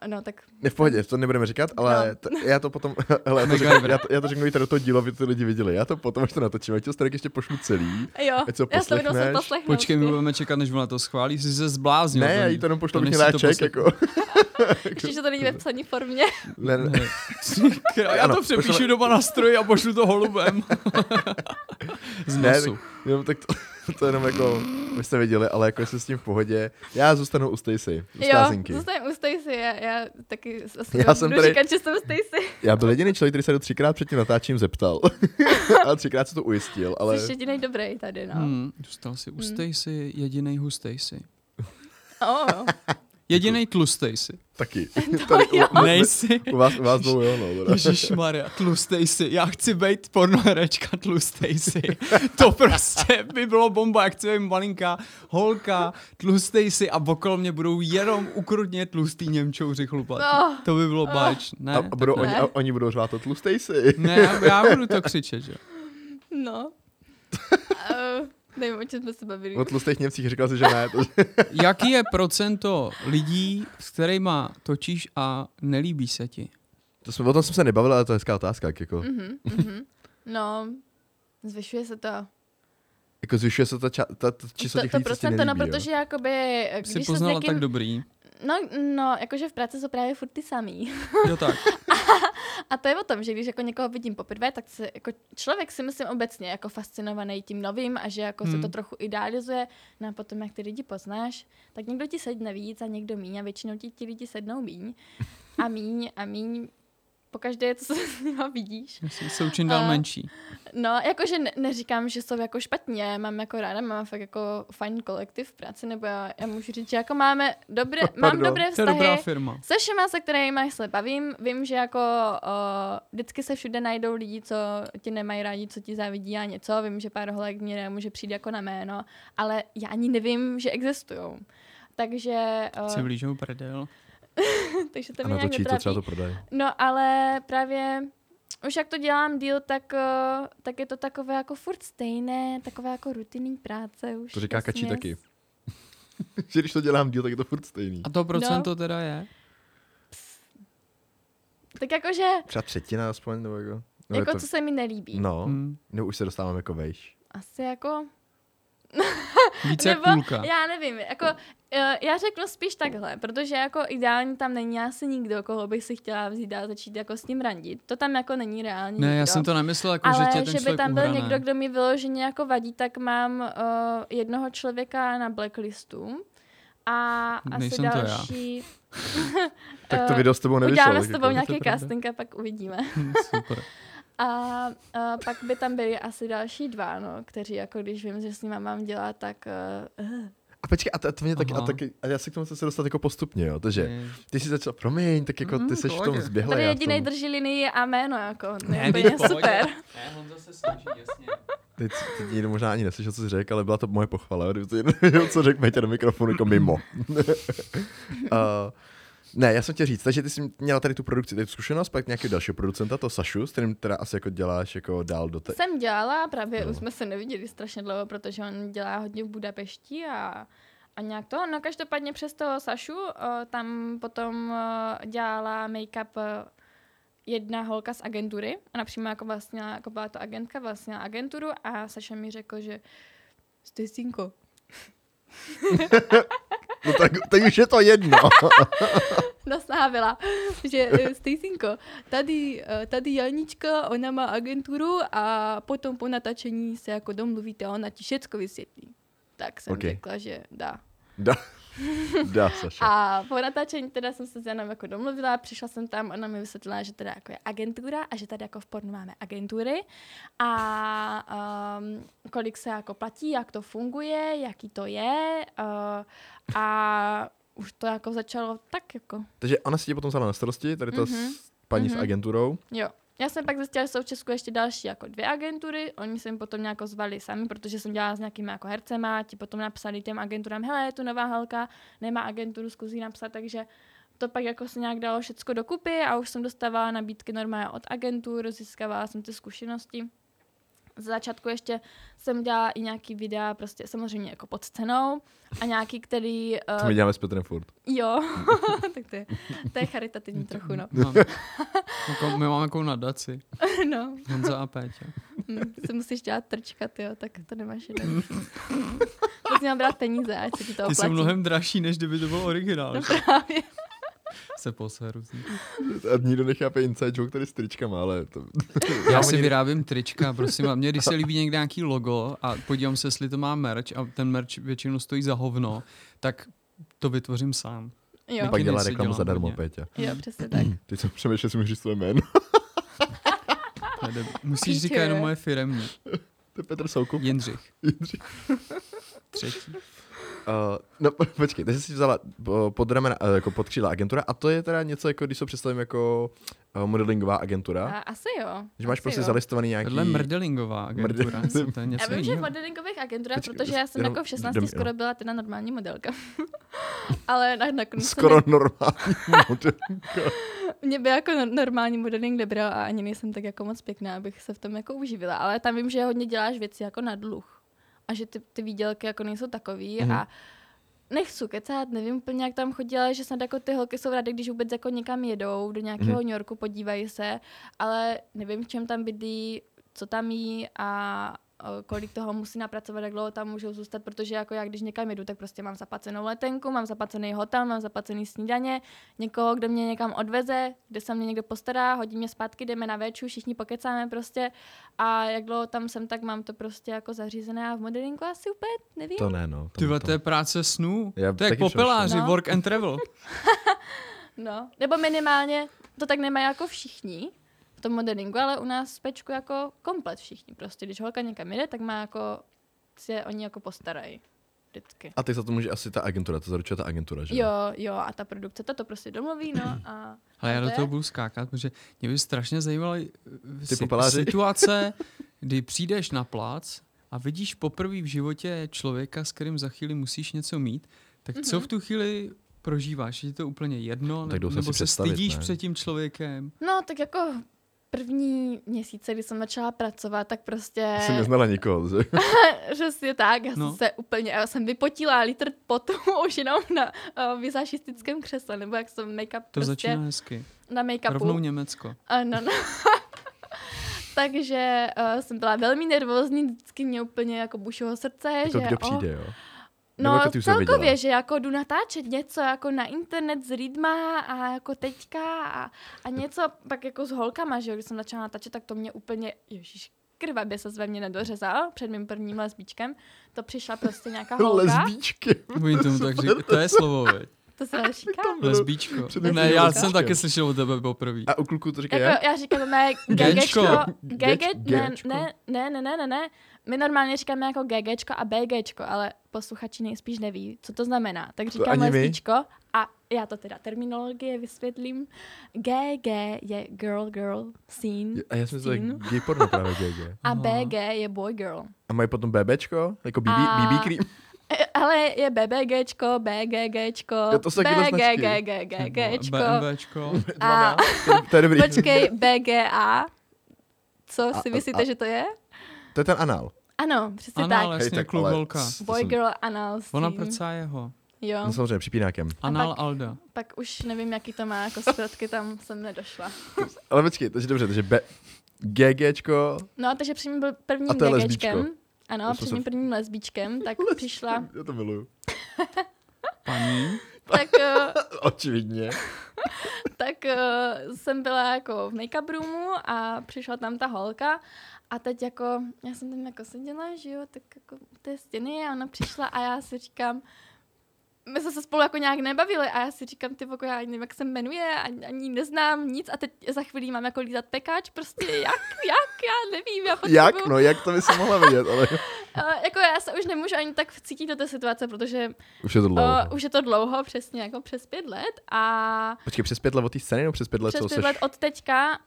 Speaker 3: No tak
Speaker 2: Ne, v pohodě, to nebudeme říkat, ale
Speaker 3: No.
Speaker 2: t- já to potom, hele, já to řeknu,
Speaker 4: MacGyver.
Speaker 2: já to, já to řeknu i tady do toho dílu, aby to lidi viděli. Já to potom, až to natočím, ať to Starek ještě pošlu celý.
Speaker 3: jo,
Speaker 2: Ať se ho
Speaker 3: já jsem jenom
Speaker 2: poslechneš.
Speaker 3: jsem poslechnout.
Speaker 4: Počkej, no, my budeme čekat, než ona to schválí, jsi se zbláznil.
Speaker 2: Ne, já jí to jenom pošlu, abych
Speaker 4: než
Speaker 2: měla
Speaker 4: si to
Speaker 2: ček,
Speaker 4: poslech-
Speaker 2: jako.
Speaker 3: Ještě, že to není ve psaní formě.
Speaker 2: Ne, ne,
Speaker 4: Ne. Ty krá- Já
Speaker 2: Ano,
Speaker 4: to
Speaker 2: pošle-
Speaker 4: přepíšu doma na stroj a pošlu to holubem. Z
Speaker 2: ne,
Speaker 4: nosu.
Speaker 2: tak, jenom tak to, to jenom jako, vy jste viděli, ale jako jsem s tím v pohodě. Já zůstanu u Stacy, u
Speaker 3: Jo,
Speaker 2: Stázinky.
Speaker 3: zůstaň u Stacy, já, já taky asi
Speaker 2: Já
Speaker 3: já
Speaker 2: jsem
Speaker 3: budu
Speaker 2: tady-
Speaker 3: říkat, že jsem Stacy.
Speaker 2: Já byl jediný člověk, který se to třikrát před tím natáčím zeptal. a třikrát se to ujistil, ale...
Speaker 3: Ale... Jsi jedinej dobrý tady, no. Hmm.
Speaker 4: Hmm, Dostal si ustej si, jedinej hustej si.
Speaker 3: Oh,
Speaker 4: Jedinej tlustej si.
Speaker 2: Taky. Tady, u, u,
Speaker 4: Nejsi.
Speaker 2: u, vás, u vás dvou, jo, no. Teda.
Speaker 4: Maria, tlustej si. Já chci být pornoherečka, tlustej si. To prostě by bylo bomba, jak chci být malinká holka, tlustej si a okolo mě budou jenom ukrutně tlustý Němčouři chlupat.
Speaker 3: No.
Speaker 4: To by bylo báč. Ne,
Speaker 2: A, a budou,
Speaker 4: tak ne.
Speaker 2: oni, a, oni budou řvát to tlustej si.
Speaker 4: Ne, já, já budu to křičet, že? jo.
Speaker 3: no. uh, nevím, o čem jsme se bavili.
Speaker 2: O tlustých Němcích říkal si, že ne. To,
Speaker 4: Jaký je procento lidí, s kterými točíš a nelíbí se ti?
Speaker 2: to jsme, o tom jsem se nebavil, ale to je hezká otázka. jak
Speaker 3: Mm.
Speaker 2: Jako,
Speaker 3: Mhm, No, zvyšuje se to.
Speaker 2: jako zvyšuje se ta, ča, ta, ta číslo těch
Speaker 3: to, to
Speaker 2: lidí, co se ti
Speaker 3: procento,
Speaker 2: nelíbí,
Speaker 3: no,
Speaker 2: jo.
Speaker 3: protože jakoby, když
Speaker 4: Jsi
Speaker 3: se s
Speaker 4: poznala
Speaker 3: někým...
Speaker 4: tak dobrý.
Speaker 3: No, no, jakože v práci jsou právě furt ty samý.
Speaker 4: Jo tak.
Speaker 3: A to je o tom, že když jako někoho vidím poprvé, tak se jako člověk si myslím obecně jako fascinovaný tím novým a že jako hmm. se
Speaker 4: Hmm.
Speaker 3: to trochu idealizuje. No a potom, jak ty lidi poznáš, tak někdo ti sedne víc a někdo míň a většinou ti ti lidi sednou míň a míň a míň pokaždé, co se s nima vidíš.
Speaker 4: Jasně, jsou čím dál
Speaker 3: A-
Speaker 4: menší.
Speaker 3: No, jakože ne- neříkám, že jsou jako špatně, já mám jako ráda, mám fakt jako fajn kolektiv v práci, nebo já, já můžu říct, že jako máme dobré, mám
Speaker 2: Pardon.
Speaker 3: dobré
Speaker 4: To je dobrá
Speaker 3: vztahy,
Speaker 4: firma.
Speaker 3: se všema, se kterými se bavím, vím, že jako uh, vždycky se všude najdou lidi, co ti nemají rádi, co ti závidí a něco. Vím, že pár holek mě nemůže přijít jako na jméno, ale já ani nevím, že existují. Takže,
Speaker 4: Se
Speaker 3: uh,
Speaker 4: vlížou prdel.
Speaker 3: takže to
Speaker 2: A
Speaker 3: mě nějak
Speaker 2: natočí to,
Speaker 3: netrápí.
Speaker 2: třeba to prodají.
Speaker 3: No ale právě už jak to dělám díl, tak, eh, tak je to takové jako furt stejné, takové jako rutinní práce už.
Speaker 2: To říká
Speaker 3: vesměs.
Speaker 2: Kačí taky. že když to dělám díl, tak je to furt stejný.
Speaker 4: A to procento no. teda je?
Speaker 3: Tak jakože,
Speaker 2: Třeba třetina aspoň, nebo jako... No,
Speaker 3: jako
Speaker 2: je to,
Speaker 3: co se mi nelíbí.
Speaker 2: no,
Speaker 4: Hmm.
Speaker 2: no už se dostávám jako vejš.
Speaker 3: Asi jako
Speaker 4: Více
Speaker 3: Nebo,
Speaker 4: jak půlka.
Speaker 3: já nevím, jako, eh, já řeknu spíš takhle, protože jako ideální tam není asi nikdo, koho bych si chtěla vzít a začít jako s ním randit. To tam jako není reálně
Speaker 4: Ne, já
Speaker 3: nikdo.
Speaker 4: jsem to nemyslel, jako,
Speaker 3: Ale
Speaker 4: že tě ten
Speaker 3: že by
Speaker 4: člověk
Speaker 3: tam byl
Speaker 4: uhrané.
Speaker 3: někdo, kdo mi vyloženě jako vadí, tak mám uh, jednoho člověka na blacklistu a
Speaker 4: Nejsem to
Speaker 3: asi
Speaker 4: já.
Speaker 3: další.
Speaker 2: Tak to
Speaker 3: Eh,
Speaker 2: video s tebou nevyšlo.
Speaker 3: Uděláme
Speaker 2: tak
Speaker 3: s
Speaker 2: jako-
Speaker 3: tebou nějaký
Speaker 4: pravda.
Speaker 3: casting a pak uvidíme.
Speaker 4: Hm, Super.
Speaker 3: A uh, pak by tam byli asi další dva, no, kteří jako když vím, že s nima mám dělat, tak uh,
Speaker 2: A počkej, a to, a to mě taky, a
Speaker 4: Aha.
Speaker 2: taky, a já se k tomu chci se dostat jako postupně, jo, takže
Speaker 4: Je-
Speaker 2: ty jsi začal, promiň, tak jako ty
Speaker 4: Mm,
Speaker 2: seš v tom
Speaker 4: pohodě.
Speaker 2: zběhla.
Speaker 3: tady
Speaker 2: já v
Speaker 3: jediný
Speaker 2: tom-
Speaker 3: drží linii a jméno, jako, to
Speaker 4: Ne,
Speaker 3: je
Speaker 4: teď
Speaker 3: úplně
Speaker 4: v pohodě.
Speaker 3: super.
Speaker 4: Ne, Honza se snaží, jasně.
Speaker 2: Teď, teď nikdo možná ani neslyšel, co jsi řekl, ale byla to moje pochvala, kdyby to jedno, co řekl Peťa do mikrofonu jako mimo. uh, ne, já jsem tě říct, takže ty jsi měla tady tu produkci, tady tu zkušenost, pak nějakého dalšího producenta, to Sašu, s kterým teda asi jako děláš jako dál do té...
Speaker 3: Jsem dělala, právě
Speaker 2: No.
Speaker 3: už jsme se neviděli strašně dlouho, protože on dělá hodně v Budapešti a, a nějak to. No každopádně přes toho Sašu, uh, tam potom uh, dělala make-up eh, jedna holka z agentury. Ona přímo jako vlastnila, jako byla to agentka, vlastnila agenturu a Saša mi řekl, že jste synko.
Speaker 2: No tak, teď už je to jedno.
Speaker 3: naslávila, že eh, Stasinko, tady, eh, tady Janička, ona má agenturu a potom po natačení se jako domluvíte a ona ti všecko vysvětlí. Tak jsem
Speaker 2: Ok.
Speaker 3: okay. řekla, že dá.
Speaker 2: Dá, dá Saša.
Speaker 3: A po natáčení teda jsem se s Janem jako domluvila, přišla jsem tam, ona mi vysvětlila, že teda jako je agentura a že tady jako v pornu máme agentury a um, kolik se jako platí, jak to funguje, jaký to je uh, a už to jako začalo tak jako
Speaker 2: Takže ona si tě potom vzala na starosti, tady ta
Speaker 3: Mhm,
Speaker 2: s- paní s
Speaker 3: mhm.
Speaker 2: agenturou.
Speaker 3: Jo. Já jsem pak zjistila, že jsou v Česku ještě další jako dvě agentury, oni se mi potom nějak zvali sami, protože jsem dělala s nějakými jako hercema, ti potom napsali těm agenturám, hele, je tu nová holka, nemá agenturu, zkus jí napsat, takže to pak jako se nějak dalo všecko dokupy a už jsem dostávala nabídky normálně od agentur, získávala jsem ty zkušenosti. Z začátku ještě jsem dělala i nějaký videa, prostě samozřejmě jako pod cenou a nějaký, který...
Speaker 2: To
Speaker 3: Uh,
Speaker 2: my děláme s Petrem furt.
Speaker 3: jo, tak to je, to je charitativní trochu, no.
Speaker 4: No. Jako, my máme jako nadaci.
Speaker 3: no.
Speaker 4: Honza a Péťa.
Speaker 3: Hmm, ty musíš dělat trčkat, jo, tak to nemáš jeden. to si mám brát peníze, ať se ti to
Speaker 4: Ty
Speaker 3: oplatí.
Speaker 4: jsou mnohem dražší, než kdyby to bylo originál.
Speaker 3: No
Speaker 4: že?
Speaker 3: právě.
Speaker 4: Se poseru. z nich.
Speaker 2: A nikdo nechápe inside joke tady s tričkama, ale to...
Speaker 4: Já si vyrábím trička, prosím. A mně, když se líbí někde nějaký logo a podívám se, jestli to má merch a ten merch většinou stojí za hovno, tak to vytvořím sám.
Speaker 3: Jo,
Speaker 2: Pak
Speaker 4: Taky
Speaker 2: dělá
Speaker 4: něco
Speaker 2: reklamu
Speaker 4: dělám
Speaker 2: zadarmo,
Speaker 4: hodně.
Speaker 2: Peťa.
Speaker 3: jo, přesně tak.
Speaker 2: Teď jsem přemýšlel, jestli můžu říct své jméno.
Speaker 4: To je deb- Musíš
Speaker 3: Píče.
Speaker 4: říkat jenom moje firemní.
Speaker 2: To je Petr Soukup.
Speaker 4: Jindřich.
Speaker 2: Jindřich.
Speaker 4: Třetí.
Speaker 2: Uh, no po- počkej, takže jsi vzala uh, pod, ramena, uh, jako pod křídla agentura a to je teda něco, jako když se představím jako uh, modelingová agentura,
Speaker 3: A, asi jo.
Speaker 2: že máš
Speaker 3: asi
Speaker 2: prostě
Speaker 3: jo.
Speaker 2: zalistovaný nějaký...
Speaker 4: Tohle je mrdelingová agentura.
Speaker 2: Mrdeling-
Speaker 4: To je něco
Speaker 3: Já vím, že v
Speaker 4: jiného.
Speaker 3: modelingových agenturách,
Speaker 2: Počkej,
Speaker 3: protože já jsem
Speaker 2: jenom
Speaker 3: jako v 16
Speaker 2: jdem-
Speaker 3: skoro byla teda normální modelka. Ale na, nakonec jsem-
Speaker 2: Skoro normální model.
Speaker 3: mě by jako no- normální modeling nebral a ani nejsem tak jako moc pěkná, abych se v tom jako uživila. Ale tam vím, že hodně děláš věci jako na dluh. A že ty, ty výdělky jako nejsou takový
Speaker 2: Mhm.
Speaker 3: mm-hmm. a nechci kecat, nevím úplně, jak tam chodila, ale že snad jako ty holky jsou rády, když vůbec jako někam jedou, do nějakého New Yorku, podívají se, ale nevím, v čem tam bydlí, co tam jí a eh, kolik toho musí napracovat, jak dlouho tam můžou zůstat, protože jako já, když někam jedu, tak prostě mám zaplacenou letenku, mám zaplacený hotel, mám zaplacený snídaně, někoho, kdo mě někam odveze, kde se mě někdo postará, hodí mě zpátky, jdeme na veču, všichni pokecáme prostě a jak dlouho tam jsem, tak mám to prostě jako zařízené a v modelinku asi úplně nevím.
Speaker 2: To ne, no.
Speaker 4: Ty vole, to je práce snů.
Speaker 2: Já
Speaker 4: to je jak
Speaker 2: taky přemýšlím.
Speaker 4: popeláři,
Speaker 3: No.
Speaker 4: work and travel.
Speaker 3: No, nebo minimálně to tak nemají jako všichni v tom modelingu, ale u nás pečku jako komplet všichni prostě. Když holka někam jde, tak má jako, se oni jako postarají vždycky.
Speaker 2: A ty za to může asi ta agentura, to zaručuje ta agentura, že?
Speaker 3: Jo, jo, a ta produkce to, to prostě domluví, no a...
Speaker 4: Ale já
Speaker 3: a
Speaker 4: do
Speaker 3: je-
Speaker 4: toho budu skákat, protože mě by strašně zajímala eh, si-
Speaker 2: popeláři.
Speaker 4: situace, kdy přijdeš na plac a vidíš poprvé v životě člověka, s kterým za chvíli musíš něco mít, tak co
Speaker 3: Mhm.
Speaker 4: v tu chvíli prožíváš? Je ti to úplně jedno?
Speaker 2: No,
Speaker 4: Ne-
Speaker 2: tak jdou se
Speaker 4: nebo
Speaker 2: si
Speaker 4: se
Speaker 2: představit,
Speaker 4: stydíš
Speaker 2: ne?
Speaker 4: před tím člověkem?
Speaker 3: No, tak jako první měsíce, kdy jsem začala pracovat, tak prostě...
Speaker 2: Jsem neznala nikoho, že?
Speaker 3: Přesně tak, já jsem
Speaker 4: No.
Speaker 3: se úplně, já jsem vypotila litr potu už jenom na uh, vizažistickém křesle, nebo jak jsem make-up
Speaker 4: To
Speaker 3: prostě
Speaker 4: začíná hezky.
Speaker 3: na make-upu.
Speaker 4: Rovnou Německo.
Speaker 3: Ano, no. Takže uh, jsem byla velmi nervózní, vždycky mě úplně jako bušilo srdce,
Speaker 2: To
Speaker 3: že
Speaker 2: kdo
Speaker 3: oh,
Speaker 2: přijde, jo?
Speaker 3: No
Speaker 2: jako ty už to viděla?
Speaker 3: celkově, že jako jdu natáčet něco jako na internet s lidma a jako teďka a, a něco pak jako s holkama, že jo, když jsem začala natáčet, tak to mě úplně, ježíš, krvavě se ve mě nedořezal před mým prvním lesbíčkem. To přišla prostě nějaká holka.
Speaker 2: Lesbíčky.
Speaker 4: Oni tomu tak říkají. To je slovo, veď.
Speaker 3: To se říká?
Speaker 4: Lesbíčko.
Speaker 2: Před
Speaker 4: Ne, já
Speaker 2: lesbíčkem.
Speaker 4: jsem taky slyšel od tebe poprvé.
Speaker 2: A u kluků to říká jak?
Speaker 3: Jako, já říkám, ne,
Speaker 4: Géčko.
Speaker 3: gegečko,
Speaker 2: Geč-
Speaker 3: gege, ne,
Speaker 2: géčko.
Speaker 3: ne, ne, ne, ne, ne, ne, my normálně říkáme jako gegečko a bgčko, ale posluchači nejspíš neví, co to znamená, tak říkám
Speaker 2: ani my.
Speaker 3: lesbičko a já to teda terminologie vysvětlím, gg je girl, girl, scene,
Speaker 2: A já jsem to
Speaker 3: Stín.
Speaker 2: gay porno právě GG.
Speaker 3: a
Speaker 4: Aha.
Speaker 3: bg je boy, girl.
Speaker 2: A mají potom bebečko? Jako BB,
Speaker 3: A-
Speaker 2: BB cream?
Speaker 3: E, Ale je BBGčko, BGGčko,
Speaker 2: Jo, to jsou taky ty značky.
Speaker 3: E, BGGGGčko
Speaker 4: BMWčko.
Speaker 3: a
Speaker 2: To- To je dobrý.
Speaker 3: počkej, BGA, co
Speaker 2: A-
Speaker 3: si
Speaker 2: a-
Speaker 3: myslíte,
Speaker 2: a-
Speaker 3: že to je?
Speaker 2: To je ten anal.
Speaker 3: Ano, přesně
Speaker 4: Ano,
Speaker 3: tak.
Speaker 4: ale-
Speaker 2: Hej,
Speaker 4: Jasně,
Speaker 2: tak
Speaker 4: kluk
Speaker 2: ale-
Speaker 4: holka.
Speaker 2: s- to
Speaker 3: Boy
Speaker 2: jsem-
Speaker 3: girl anal s
Speaker 4: Ona
Speaker 3: tím.
Speaker 4: prcá jeho.
Speaker 3: Jo,
Speaker 2: No samozřejmě, připínákem.
Speaker 4: Anal
Speaker 3: pak-
Speaker 4: Alda.
Speaker 3: pak už nevím, jaký to má, jako zpětky tam jsem nedošla.
Speaker 2: Ale počkej, takže dobře, takže be, GGčko,
Speaker 3: No, takže před mým byl prvním
Speaker 2: A to je
Speaker 3: gegečkem.
Speaker 2: lesbičko.
Speaker 3: Ano,
Speaker 2: Já jsem
Speaker 3: před
Speaker 2: se-
Speaker 3: mým prvním lesbičkem, tak přišla,
Speaker 2: já to miluju.
Speaker 4: Paní.
Speaker 3: tak, eh,
Speaker 2: Očividně.
Speaker 3: tak eh, jsem byla jako v make-up roomu a přišla tam ta holka a teď jako, já jsem tam jako seděla, že jo, tak jako u té stěny a ona přišla a já si říkám, my jsme se spolu jako nějak nebavili a já si říkám, ty voko, já ani nevím, jak se jmenuje, ani, ani ji neznám nic a teď za chvíli mám jako lízat pekáč, prostě jak, jak, já nevím, já potřebuju.
Speaker 2: Jak? No jak to by se mohla vědět, ale
Speaker 3: Eh, jako já se už nemůžu ani tak vcítit do té situace, protože
Speaker 2: už je to dlouho.
Speaker 3: uh, už je to dlouho, přesně jako přes pět let a
Speaker 2: Počkej, přes pět let od té scény, nebo přes pět let,
Speaker 3: přes
Speaker 2: co
Speaker 3: pět
Speaker 2: seš?
Speaker 3: let od teďka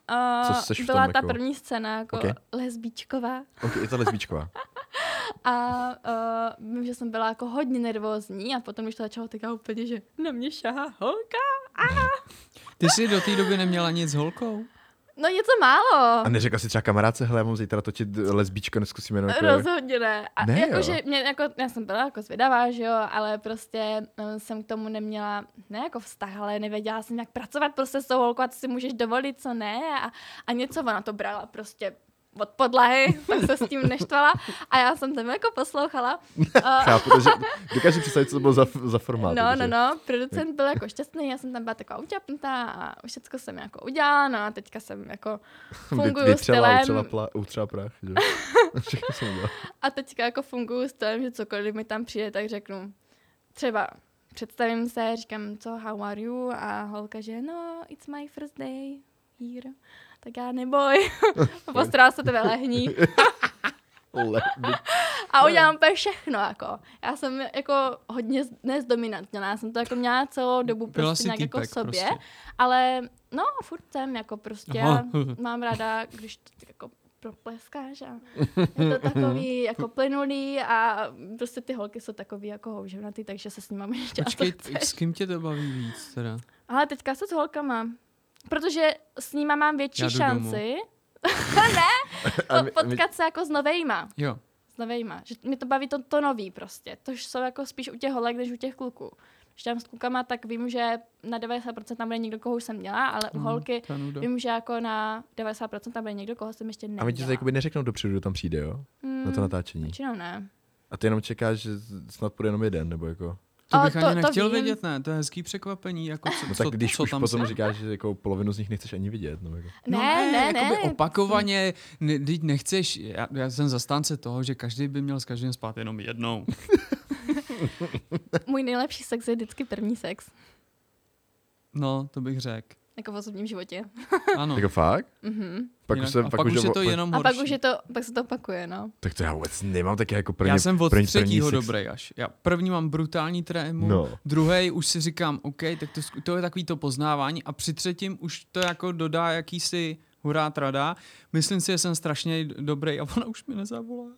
Speaker 2: Co
Speaker 3: uh,
Speaker 2: seš v
Speaker 3: byla
Speaker 2: tom
Speaker 3: ta
Speaker 2: jako?
Speaker 3: první scéna jako
Speaker 2: Ok.
Speaker 3: lesbíčková
Speaker 2: Ok, je to lesbičková.
Speaker 3: a uh, vím, že jsem byla jako hodně nervózní a potom už to začalo teďka úplně, že na mě šahá holka.
Speaker 4: Ty jsi do té doby neměla nic s holkou?
Speaker 3: No něco málo.
Speaker 2: A neřekla si třeba kamarádce, hele, já mám zítra točit lesbičko, neskusíme jenom jako...
Speaker 3: Rozhodně ne. A
Speaker 2: Ne,
Speaker 3: ne, jako,
Speaker 2: jo.
Speaker 3: že mě, jako, já jsem byla jako zvědavá, že jo, ale prostě um, jsem k tomu neměla, ne jako vztah, ale nevěděla jsem, jak pracovat prostě s tou holkou a co si můžeš dovolit, co ne. A, a něco ona to brala prostě od podlahy, tak se s tím neštvala a já jsem tam jako poslouchala. A-
Speaker 2: Chápu, takže dokážu představit, co to bylo za, za formát.
Speaker 3: No, no,
Speaker 2: takže-
Speaker 3: no, producent byl jako šťastný, já jsem tam byla taková uťapnutá a všechno jsem jako udělala, no a teďka jsem jako
Speaker 2: Vy-
Speaker 3: funguju
Speaker 2: Vytřela,
Speaker 3: stylem,
Speaker 2: utřela, pla, utřela prach, že? Všechno jsem udělal.
Speaker 3: A teďka jako funguju s tím, že cokoliv mi tam přijde, tak řeknu třeba představím se, říkám, co, how are you? A holka, že no, it's my first day here. Tak já neboj. Postará se to velehní.
Speaker 2: Lesbička.
Speaker 3: A udělám úplně všechno, jako. Já jsem jako hodně z- nezdominantněná, já jsem to jako měla celou dobu
Speaker 4: Byla
Speaker 3: prostě
Speaker 4: jsi
Speaker 3: nějak jako
Speaker 4: týpek
Speaker 3: sobě.
Speaker 4: prostě.
Speaker 3: Ale no, furt jsem jako prostě,
Speaker 4: Aha.
Speaker 3: já mám ráda, když to tak jako propleskáš a je to takový jako plynulý a prostě ty holky jsou takový jako houževnatý, takže se s nimi můžeš dělat,
Speaker 4: Počkej,
Speaker 3: co chceš.
Speaker 4: s kým tě to baví víc teda?
Speaker 3: jako Ale teďka se s holkama, protože s nima mám
Speaker 4: Já
Speaker 3: větší
Speaker 4: jdu
Speaker 3: šanci
Speaker 2: A
Speaker 3: po-
Speaker 2: my- my-
Speaker 3: potkat se jako s novejma.
Speaker 4: Jo.
Speaker 3: S novejma. Že mě to baví to, to nový prostě. To jsou jako spíš u těch holek, než u těch kluků. Když tam s klukama, tak vím, že na 90% tam bude někdo, koho už jsem měla, ale
Speaker 4: Mhm.
Speaker 3: u holky
Speaker 4: no, Ta nuda.
Speaker 3: Vím, že jako na 90% tam bude někdo, koho jsem ještě neměla.
Speaker 2: A my ti to jakoby neřeknou dopředu, kdo tam přijde, jo?
Speaker 3: Mm, Mm,
Speaker 2: na to natáčení.
Speaker 3: Většinou ne.
Speaker 2: A ty jenom čekáš, že snad půjde jenom jeden, nebo jako...
Speaker 4: To
Speaker 3: A
Speaker 4: bych
Speaker 3: to-
Speaker 4: ani
Speaker 3: to
Speaker 4: nechtěl
Speaker 3: vím.
Speaker 4: vědět, ne? To je hezký překvapení. Jako co,
Speaker 2: No tak
Speaker 4: co,
Speaker 2: když
Speaker 4: co
Speaker 2: už
Speaker 4: tam
Speaker 2: potom
Speaker 4: se-
Speaker 2: říkáš, že jako polovinu z nich nechceš ani vidět, no jako...
Speaker 3: Ne, ne, ne.
Speaker 4: jakoby opakovaně, ne, teď nechceš, já, já jsem zastánce toho, že každý by měl s každým spát jenom jednou.
Speaker 3: Můj nejlepší sex je vždycky první sex.
Speaker 4: No, to bych řekl.
Speaker 3: Jako v osobním životě.
Speaker 4: Ano.
Speaker 2: Jako fakt?
Speaker 3: Mhm.
Speaker 2: Pak
Speaker 4: Hm. Jinak-
Speaker 2: už jsem,
Speaker 4: a pak už
Speaker 2: že-
Speaker 4: je to jenom
Speaker 3: A
Speaker 4: horší.
Speaker 3: pak už je to, pak se to opakuje, no.
Speaker 2: Tak to já vůbec nemám, tak já jako první...
Speaker 4: já jsem od
Speaker 2: první,
Speaker 4: třetího
Speaker 2: první sex-
Speaker 4: dobrý až. Já první mám brutální trému,
Speaker 2: No.
Speaker 4: druhý už si říkám, OK, tak to, zku- to je takový to poznávání a při třetím už to jako dodá jakýsi hurá trada. Myslím si, že jsem strašně dobrý a ona už mi nezavolá.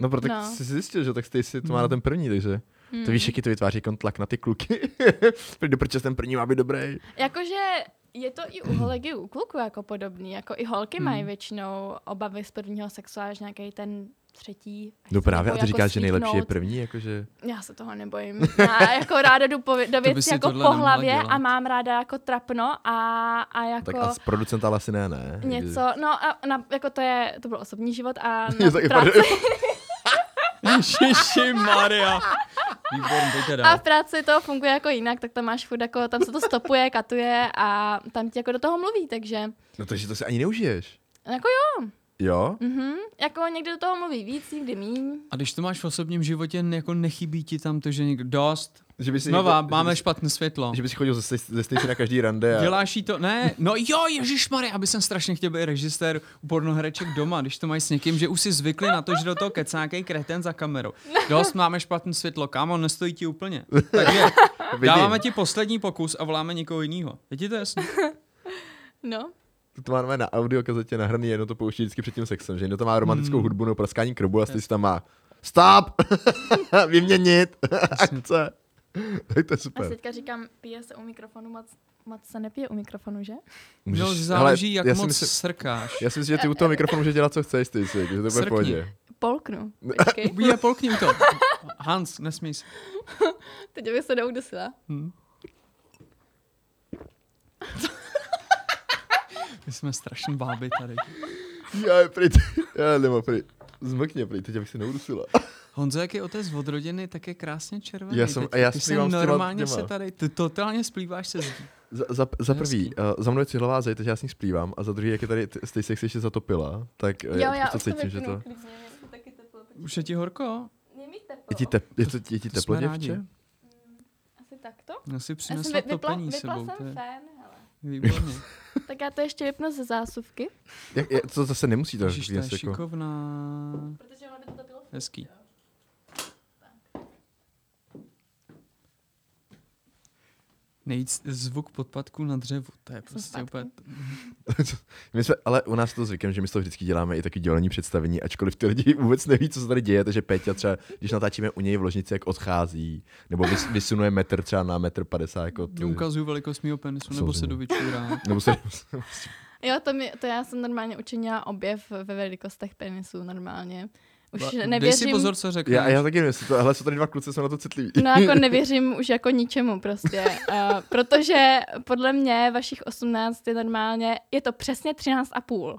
Speaker 2: No, protože
Speaker 3: No.
Speaker 2: no. jsi zjistil, že tak Stacy to má na ten první, takže...
Speaker 3: Hmm.
Speaker 2: Mm. To víš, jaký to vytváří jako tlak na ty kluky. Protože proč ten první má být dobrý?
Speaker 3: Hmm. Jakože je to i u holek, i u kluků jako podobný. Jako i holky
Speaker 2: Hmm.
Speaker 4: Mhm.
Speaker 3: mají většinou obavy z prvního sexu až nějaký ten třetí. až
Speaker 2: No
Speaker 3: se jako
Speaker 2: právě, a
Speaker 3: bojí
Speaker 2: ty říkáš, že nejlepší je
Speaker 3: stýchnout.
Speaker 2: první, jakože...
Speaker 3: Já se toho nebojím. Já jako ráda jdu po, do
Speaker 4: by si
Speaker 3: věcí jako
Speaker 4: tohle
Speaker 3: po
Speaker 4: neměla
Speaker 3: hlavě
Speaker 4: dělat.
Speaker 3: a mám ráda jako trapno a, a jako...
Speaker 2: Tak a z producenta ale asi ne, ne?
Speaker 3: Něco, no a na, jako to je, to byl osobní život a na
Speaker 2: Jo, tak-
Speaker 3: práci,
Speaker 4: Ježiši Maria. Výborný, pojďte
Speaker 3: a
Speaker 4: dál.
Speaker 3: v práci to funguje jako jinak, tak tam máš furt jako, tam se to stopuje, katuje a tam ti jako do toho mluví, takže
Speaker 2: No takže to si ani neužiješ.
Speaker 3: jako jo,
Speaker 2: Jo?
Speaker 3: mhm, jako někdy do toho mluví víc, někdy míň.
Speaker 4: A když to máš v osobním životě, ne- jako nechybí ti tam to, že někdo dost.
Speaker 2: Že bys
Speaker 4: Znova,
Speaker 2: někdo-
Speaker 4: máme
Speaker 2: že bys-
Speaker 4: špatné světlo.
Speaker 2: Že bys chodil ze, Stacy- ze Stacy na každý rande a...
Speaker 4: Děláš jí to? Ne, no jo, Ježíš Maria, aby jsem strašně chtěl být režisér u pornohereček doma, když to mají s někým, že už si zvykli na to, že do toho kecá nějaký kreten za kamerou. Dost máme špatné světlo, kámo, nestojí ti úplně. Takže
Speaker 2: Vidím.
Speaker 4: dáváme ti poslední pokus a voláme někoho jiného. Je ti to jasné?
Speaker 3: No,
Speaker 2: To máme na audio kazetě nahraný, jedno to pouští vždycky před tím sexem, že jedno to má romantickou hmm. hudbu nebo praskání krbu a Stacy tam má Stop! Vyměnit! Akce! Tak to je
Speaker 3: a
Speaker 2: super.
Speaker 3: teďka říkám, pije se u mikrofonu, moc, moc se nepije u mikrofonu, že?
Speaker 4: Můžeš,
Speaker 2: Hele,
Speaker 4: záleží, jak
Speaker 2: já si
Speaker 4: moc
Speaker 2: myslím-
Speaker 4: srkáš.
Speaker 2: Já si myslím, že ty u toho mikrofonu můžeš dělat, co chceš, ty si, že to bude v
Speaker 4: Srkni.
Speaker 2: pohodě.
Speaker 3: Polknu, počkej,
Speaker 4: Je, polkni to. Hans, nesmíš.
Speaker 3: teď bych se neudusila.
Speaker 4: My jsme strašný báby tady.
Speaker 2: Já, prý, já nemám prý. Zmrkně prý, teď abych se neudusila.
Speaker 4: Honzo, jak je otec od rodiny, tak je krásně červený.
Speaker 2: Já jsem-
Speaker 4: Teď-
Speaker 2: a já
Speaker 4: ty se
Speaker 2: splývám s těma
Speaker 4: normálně
Speaker 2: děma.
Speaker 4: se tady, ty totálně splýváš se zdí.
Speaker 2: Za, za, za prvý,
Speaker 4: Hezký.
Speaker 2: uh, za mnou je cihlová zeď, takže já s ní splývám. A za druhý, jak je tady t- Stacey, jak se ještě zatopila, tak uh,
Speaker 3: Jo,
Speaker 2: já,
Speaker 3: já
Speaker 2: to
Speaker 3: už
Speaker 4: prostě
Speaker 3: to
Speaker 2: cítím, že
Speaker 3: vypnu,
Speaker 2: to...
Speaker 3: klidně, mě je taky teplo. počkej.
Speaker 4: Už je ti horko?
Speaker 3: Je mi
Speaker 2: Je ti,
Speaker 3: teplo,
Speaker 2: tep, je to, je ti
Speaker 4: To
Speaker 2: teplo,
Speaker 4: jsme rádi.
Speaker 2: děvče?
Speaker 3: asi takto.
Speaker 4: Já si
Speaker 3: Já
Speaker 4: přinesla
Speaker 3: jsem vy- vypla,
Speaker 4: topení
Speaker 3: vypla
Speaker 4: sebou,
Speaker 3: jsem
Speaker 4: to je
Speaker 3: fén, hele.
Speaker 4: výborně.
Speaker 3: Tak já to ještě vypnu ze zásuvky.
Speaker 2: Jak, je, to zase nemusí to,
Speaker 4: Ježiš, to je
Speaker 2: víc, jako,
Speaker 4: šikovná.
Speaker 3: Protože ono by to bylo
Speaker 4: Hezký. Nejvíc zvuk podpadku na dřevu, to je prostě
Speaker 3: zpátky.
Speaker 4: úplně...
Speaker 2: my jsme, ale u nás to zvykem, že my z toho vždycky děláme i taky dělení představení, ačkoliv ty lidi vůbec neví, co se tady děje, takže Peťa třeba, když natáčíme u něj v ložnici, jak odchází, nebo vys, vysunuje metr třeba na metr padesát, jako
Speaker 4: Mě
Speaker 2: to,
Speaker 4: ukazuju velikost mýho penisu, nebo se
Speaker 2: Samozřejmě.
Speaker 4: do vyčůrá.
Speaker 2: nebo se,
Speaker 3: Jo, to, mi, to já jsem normálně učinila objev ve velikostech penisů normálně. Už
Speaker 4: Ba- Dej si
Speaker 3: nevěřím,
Speaker 4: pozor, co řekneš.
Speaker 2: já, já taky nevím, jestli to, hele, jsou tady dva kluci, jsou na to citliví.
Speaker 3: no jako nevěřím už jako ničemu prostě, uh, protože podle mě vašich 18 je normálně, je to přesně 13,5.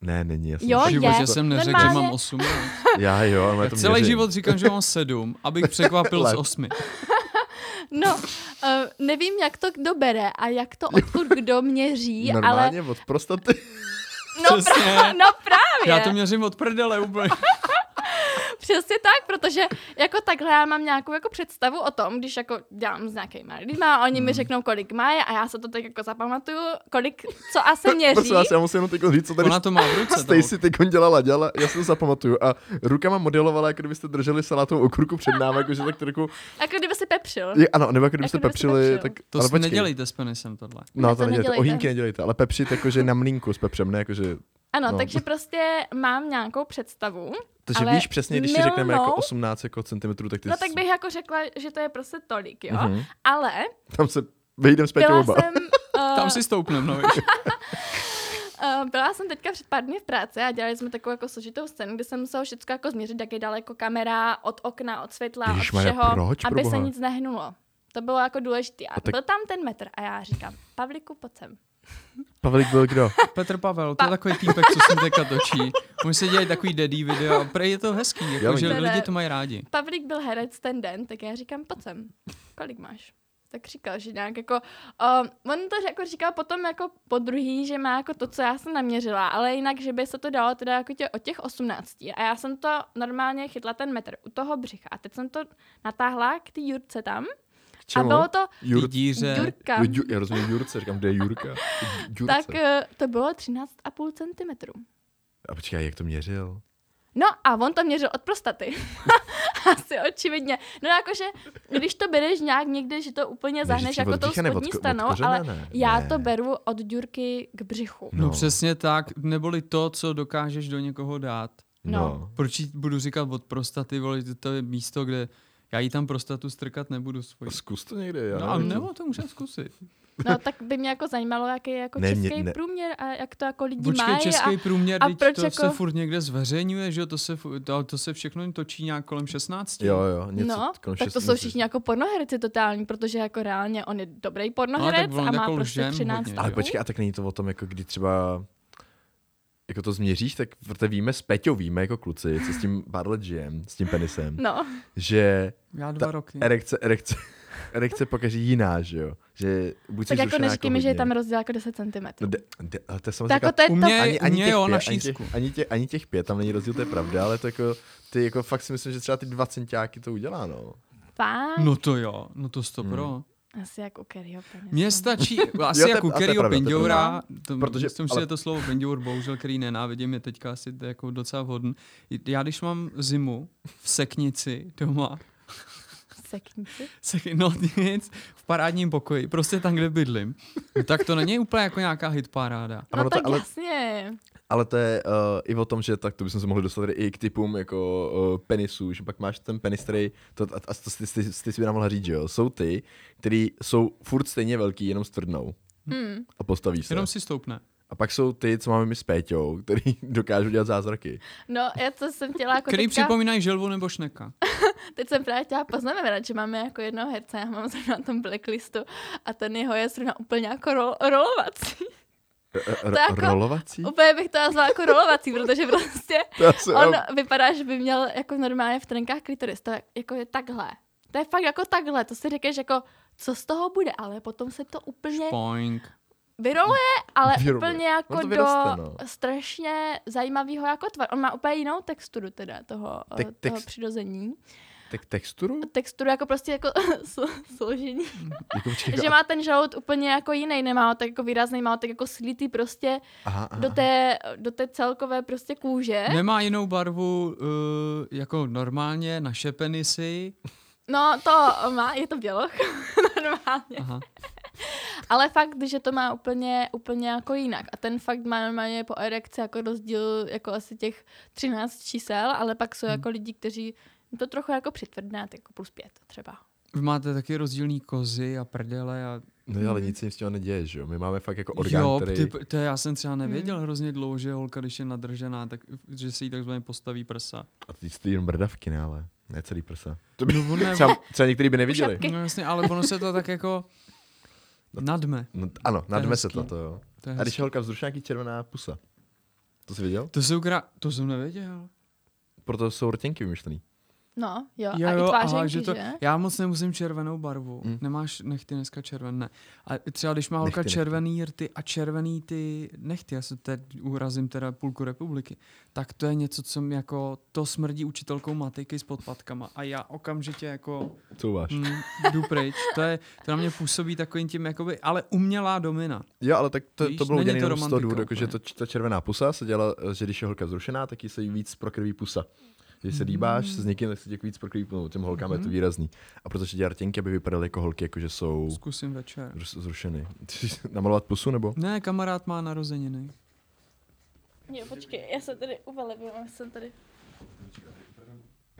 Speaker 2: Ne, není, já jsem
Speaker 3: Jo,
Speaker 4: v životě
Speaker 3: je.
Speaker 4: jsem neřekl, že
Speaker 3: Normálně.
Speaker 4: mám 8 let.
Speaker 2: Já jo, ale
Speaker 4: Já
Speaker 2: to
Speaker 4: celý
Speaker 2: měřím.
Speaker 4: život říkám, že mám 7, abych překvapil z
Speaker 2: Let.
Speaker 4: 8.
Speaker 3: No, uh, nevím, jak to kdo bere a jak to odkud kdo měří, ale...
Speaker 2: Normálně od prostaty.
Speaker 3: No,
Speaker 4: Přesně.
Speaker 3: no právě.
Speaker 4: Já to měřím od prdele úplně.
Speaker 3: Přesně tak, protože jako takhle já mám nějakou jako představu o tom, když jako dělám s nějakýma lidma a oni
Speaker 2: Hmm.
Speaker 3: mi řeknou, kolik mají a já se to tak jako zapamatuju, kolik, co asi měří.
Speaker 2: Prosím vás, já musím jenom teď říct, co tady
Speaker 4: Ona to má v ruce. ta
Speaker 2: Stacy teď dělala, dělala, já si to zapamatuju. A rukama modelovala, jako kdybyste drželi salátovou okurku před námi, jakože tak trochu.
Speaker 3: Jako kdyby si pepřil.
Speaker 2: Je, ano, nebo jako kdybyste
Speaker 3: Jako kdyby si
Speaker 2: pepřili,
Speaker 3: pepřil.
Speaker 2: tak.
Speaker 4: To
Speaker 2: ale
Speaker 4: si
Speaker 2: počkej.
Speaker 4: nedělejte s penisem tohle.
Speaker 2: No,
Speaker 3: Ne,
Speaker 2: to
Speaker 3: to
Speaker 2: nedělejte.
Speaker 3: nedělejte.
Speaker 2: Ohýnky nedělejte, ale pepřit jakože na mlínku s pepřem, ne jakože.
Speaker 3: Ano,
Speaker 2: No.
Speaker 3: takže prostě mám nějakou představu.
Speaker 2: Takže
Speaker 3: Ale
Speaker 2: víš přesně, když si řekneme jako
Speaker 3: milnou-
Speaker 2: 18 jako centimetrů, tak ty.
Speaker 3: No
Speaker 2: s-
Speaker 3: tak bych jako řekla, že to je prostě tolik, jo.
Speaker 2: Mhm.
Speaker 3: Ale
Speaker 2: Tam se vyjdem s Peťou
Speaker 3: byla
Speaker 2: oba.
Speaker 3: jsem... Uh,
Speaker 4: Tam si stoupnem, no víš.
Speaker 3: Uh, byla jsem teďka před pár dny v práci a dělali jsme takovou jako složitou scénu, kde jsem musela všechno jako změřit, jak je daleko kamera od okna, od světla, od
Speaker 2: Ježišmarja,
Speaker 3: všeho,
Speaker 2: proč,
Speaker 3: aby se
Speaker 2: proboha?
Speaker 3: nic nehnulo. To bylo jako důležité. A
Speaker 2: tak-
Speaker 3: tak... byl tam ten metr a já říkám, Pavliku, pojď sem.
Speaker 2: Pavlík byl kdo?
Speaker 4: Petr Pavel, to je takový týpek, co si teďka točí. Oni se dělají takový daddy video a prej je to hezký, jako,
Speaker 2: Jo,
Speaker 4: že
Speaker 3: vidím.
Speaker 4: lidi to mají rádi.
Speaker 3: Pavlík byl herec ten den, tak já říkám, pojď sem, kolik máš? Tak říkal, že nějak jako, um, on to jako říkal potom jako po druhý, že má jako to, co já jsem naměřila, ale jinak, že by se to dalo teda jako tě od těch 18. A já jsem to normálně chytla ten metr u toho břicha a teď jsem to natáhla k té jurce tam
Speaker 2: K čemu?
Speaker 3: a bylo to
Speaker 2: Jur...
Speaker 4: Vidíře.
Speaker 3: jurka.
Speaker 2: Jo, Ju- já rozumím Jurce, říkám, kde je Jurka? Jurce.
Speaker 3: tak eh, to bylo 13,5 cm.
Speaker 2: A počkej, jak to měřil?
Speaker 3: No a on to měřil od prostaty. Asi očividně. No jakože, když to bereš nějak někde, že to úplně zahneš
Speaker 2: si
Speaker 3: jako
Speaker 2: od
Speaker 3: tou
Speaker 2: břicha nebo od
Speaker 3: spodní
Speaker 2: ko- od
Speaker 3: stanou,
Speaker 2: kořene,
Speaker 3: ale
Speaker 2: ne?
Speaker 3: já
Speaker 2: Ne.
Speaker 3: to beru od dňurky k břichu.
Speaker 2: No.
Speaker 4: No. no přesně tak, neboli to, co dokážeš do někoho dát.
Speaker 3: No.
Speaker 4: Proč jí budu říkat od prostaty, vole, to- to je místo, kde já jí tam prostatu strkat nebudu svoji.
Speaker 2: Zkus to někde, já
Speaker 4: No a
Speaker 2: nevím.
Speaker 4: nebo to můžeme zkusit.
Speaker 3: No tak by mě jako zajímalo, jaký je jako
Speaker 2: Ne, mě-
Speaker 3: český
Speaker 2: ne.
Speaker 3: průměr a jak to jako lidi
Speaker 4: Počkej,
Speaker 3: mají.
Speaker 4: český
Speaker 3: A...
Speaker 4: průměr,
Speaker 3: a
Speaker 4: teď
Speaker 3: proč
Speaker 4: to
Speaker 3: jako-
Speaker 4: se furt někde zveřejňuje, že jo, to se, fu- to, to se všechno točí nějak kolem 16.
Speaker 2: Jo, jo, něco
Speaker 3: No,
Speaker 2: kolem
Speaker 3: tak to
Speaker 2: 16.
Speaker 3: jsou všichni jako pornoherci totální, protože jako reálně on je dobrý
Speaker 4: Ale
Speaker 3: pornoherec
Speaker 4: tak on
Speaker 3: a má
Speaker 4: jako
Speaker 3: prostě
Speaker 4: lžem
Speaker 3: 13.
Speaker 4: hodně,
Speaker 2: Ale
Speaker 4: Jo.
Speaker 2: počkej, a tak není to o tom, jako kdy třeba jako to změříš, tak protože víme s Peťou, víme jako kluci, co s tím pár let žijem, s tím penisem,
Speaker 3: No,
Speaker 2: že
Speaker 4: Já dva
Speaker 2: ta
Speaker 4: roky.
Speaker 2: erekce, erekce, erekce pokaží jiná, že jo? Že buď jsi
Speaker 3: tak jako
Speaker 2: zrušená
Speaker 3: neříkej mi, že je
Speaker 2: hodně.
Speaker 3: tam rozdíl jako 10 cm.
Speaker 2: No, de, de, ale to je samozřejmě
Speaker 3: Tak
Speaker 2: jako
Speaker 3: jako to je
Speaker 4: U
Speaker 3: to
Speaker 4: mě-
Speaker 2: ani, ani,
Speaker 4: mě
Speaker 2: těch
Speaker 4: jo, na
Speaker 2: pět, ani, těch,
Speaker 4: šířku.
Speaker 2: ani, tě, ani těch pět, tam není rozdíl, to je pravda, ale to jako, ty jako fakt si myslím, že třeba ty dva centiáky to udělá, no.
Speaker 3: fakt
Speaker 4: No to jo, no to stop pro.
Speaker 3: asi jak u Kerryho peněz. no.
Speaker 4: Mně stačí,
Speaker 2: Hmm. Jo,
Speaker 4: asi
Speaker 2: to je-
Speaker 4: jako
Speaker 2: a
Speaker 4: u
Speaker 2: to je
Speaker 4: Kerryho
Speaker 2: pravda, to je
Speaker 4: Pindoura, to,
Speaker 2: Protože-
Speaker 4: protože, myslím si,
Speaker 2: ale-
Speaker 4: že to slovo Pindour, bohužel, který nenávidím, je teďka asi jako docela vhodný. Já když mám zimu v seknici doma,
Speaker 3: Seknici.
Speaker 4: se- no nic, v parádním pokoji, prostě tam, kde bydlím, no tak to není úplně jako nějaká hitparáda.
Speaker 2: A
Speaker 3: No
Speaker 2: ono to-
Speaker 3: tak
Speaker 2: ale-
Speaker 3: jasně.
Speaker 2: Ale to je uh, i o tom, že tak to bychom se mohli dostat tady i k typům jako uh, penisů, že pak máš ten penis, který, to, a, a to ty, ty, ty si by nám mohla říct, že jo, jsou ty, který jsou furt stejně velký, jenom stvrdnou
Speaker 3: Hmm.
Speaker 2: a postaví se.
Speaker 4: Jenom si stoupne.
Speaker 2: A pak jsou ty, co máme my s Péťou, který dokážou dělat zázraky.
Speaker 3: No, já to jsem chtěla jako
Speaker 4: Který
Speaker 3: teďka,
Speaker 4: připomínají želvu nebo šneka.
Speaker 3: teď jsem právě chtěla poznamenat, že máme jako jednoho herce, já mám zrovna na tom blacklistu a ten jeho je zrovna úplně jako rol, rolovací.
Speaker 2: R-
Speaker 3: To je jako-
Speaker 2: rolovací?
Speaker 3: Úplně bych to nazvala jako rolovací, protože prostě
Speaker 2: Hm? To já se-
Speaker 3: on vypadá, že by měl jako normálně v trenkách klitoris, to je- jako je takhle. To je fakt jako takhle, to si řekneš jako, co z toho bude, ale potom se to úplně
Speaker 4: Poink.
Speaker 3: vyroluje, ale
Speaker 2: Vyroluje.
Speaker 3: úplně jako
Speaker 2: Ono to
Speaker 3: do
Speaker 2: vyroste, no.
Speaker 3: strašně zajímavého jako tvar. On má úplně jinou texturu teda toho,
Speaker 2: Te-
Speaker 3: eh, toho
Speaker 2: text-
Speaker 3: přirození.
Speaker 2: Tak texturu?
Speaker 3: texturu jako prostě jako slo- složení.
Speaker 2: Jako, počkej, jako,
Speaker 3: Že má ten žalud úplně jako jiný, nemá ho tak jako výrazný, má ho tak jako slitý prostě
Speaker 2: aha, aha.
Speaker 3: do té, do té celkové prostě kůže.
Speaker 4: Nemá jinou barvu uh, jako normálně naše penisy.
Speaker 3: No to má, je to běloch normálně.
Speaker 4: Aha.
Speaker 3: Ale fakt, že to má úplně, úplně jako jinak. A ten fakt má normálně po erekci jako rozdíl jako asi těch 13 čísel, ale pak jsou jako lidi, kteří to trochu jako přitvrdná, tak jako plus pět třeba.
Speaker 4: Vy máte taky rozdílný kozy a prdele a
Speaker 2: No ale nic s tím neděje, že jo? My máme fakt jako orgán,
Speaker 4: jo,
Speaker 2: který...
Speaker 4: ty, to já jsem třeba nevěděl hmm. hrozně dlouho, že holka, když je nadržená, tak, že si jí takzvaně postaví prsa.
Speaker 2: A ty jsi jenom brdavky, ne, ale ne celý prsa.
Speaker 4: To by... No, ne,
Speaker 2: Třeba, třeba některý by neviděli.
Speaker 3: Šapky.
Speaker 4: no jasně, ale ono se to tak jako nadme.
Speaker 2: No, t- ano,
Speaker 4: je
Speaker 2: nadme se
Speaker 4: hezký.
Speaker 2: to, to jo.
Speaker 4: To, je
Speaker 2: A když
Speaker 4: hezký.
Speaker 2: je holka vzrušená, jak je červená pusa. To jsi viděl?
Speaker 4: to, jsou krá... to jsem nevěděl.
Speaker 2: Proto jsou rtěnky vymyšlený.
Speaker 3: No, jo, jo a i tvářenky, aha, že? To... že?
Speaker 4: Já moc nemusím červenou barvu.
Speaker 2: Mm.
Speaker 4: Hmm. Nemáš nechty dneska červené. A třeba když má
Speaker 2: Nechty,
Speaker 4: holka
Speaker 2: nechty.
Speaker 4: červený rty a červený ty nechty, já se teď urazím teda půlku republiky, tak to je něco, co mi jako, to smrdí učitelkou matiky s podpatkama. A já okamžitě jako
Speaker 2: Co váš?
Speaker 4: mm, jdu pryč. To, je, to na mě působí takovým tím, jakoby, ale umělá domina.
Speaker 2: Jo, ale tak to,
Speaker 4: Víš,
Speaker 2: to bylo
Speaker 4: není
Speaker 2: udělané
Speaker 4: to
Speaker 2: jenom z toho
Speaker 4: romantika
Speaker 2: důvodu, jako, že
Speaker 4: úplně.
Speaker 2: to, ta červená pusa se dělala, eh, že když je holka vzrušená, tak jí se jí víc prokrví pusa. Když se líbáš s někým, tak se tě víc prokrví, no, těm holkám je to výrazný. A protože dělá rtěnky, aby vypadaly jako holky, jako že jsou
Speaker 4: Zkusím večer.
Speaker 2: zru- zrušeny. Chceš Namalovat pusu nebo?
Speaker 4: Ne, kamarád má narozeniny.
Speaker 3: Jo, počkej, já se tady uvelebím, já jsem tady...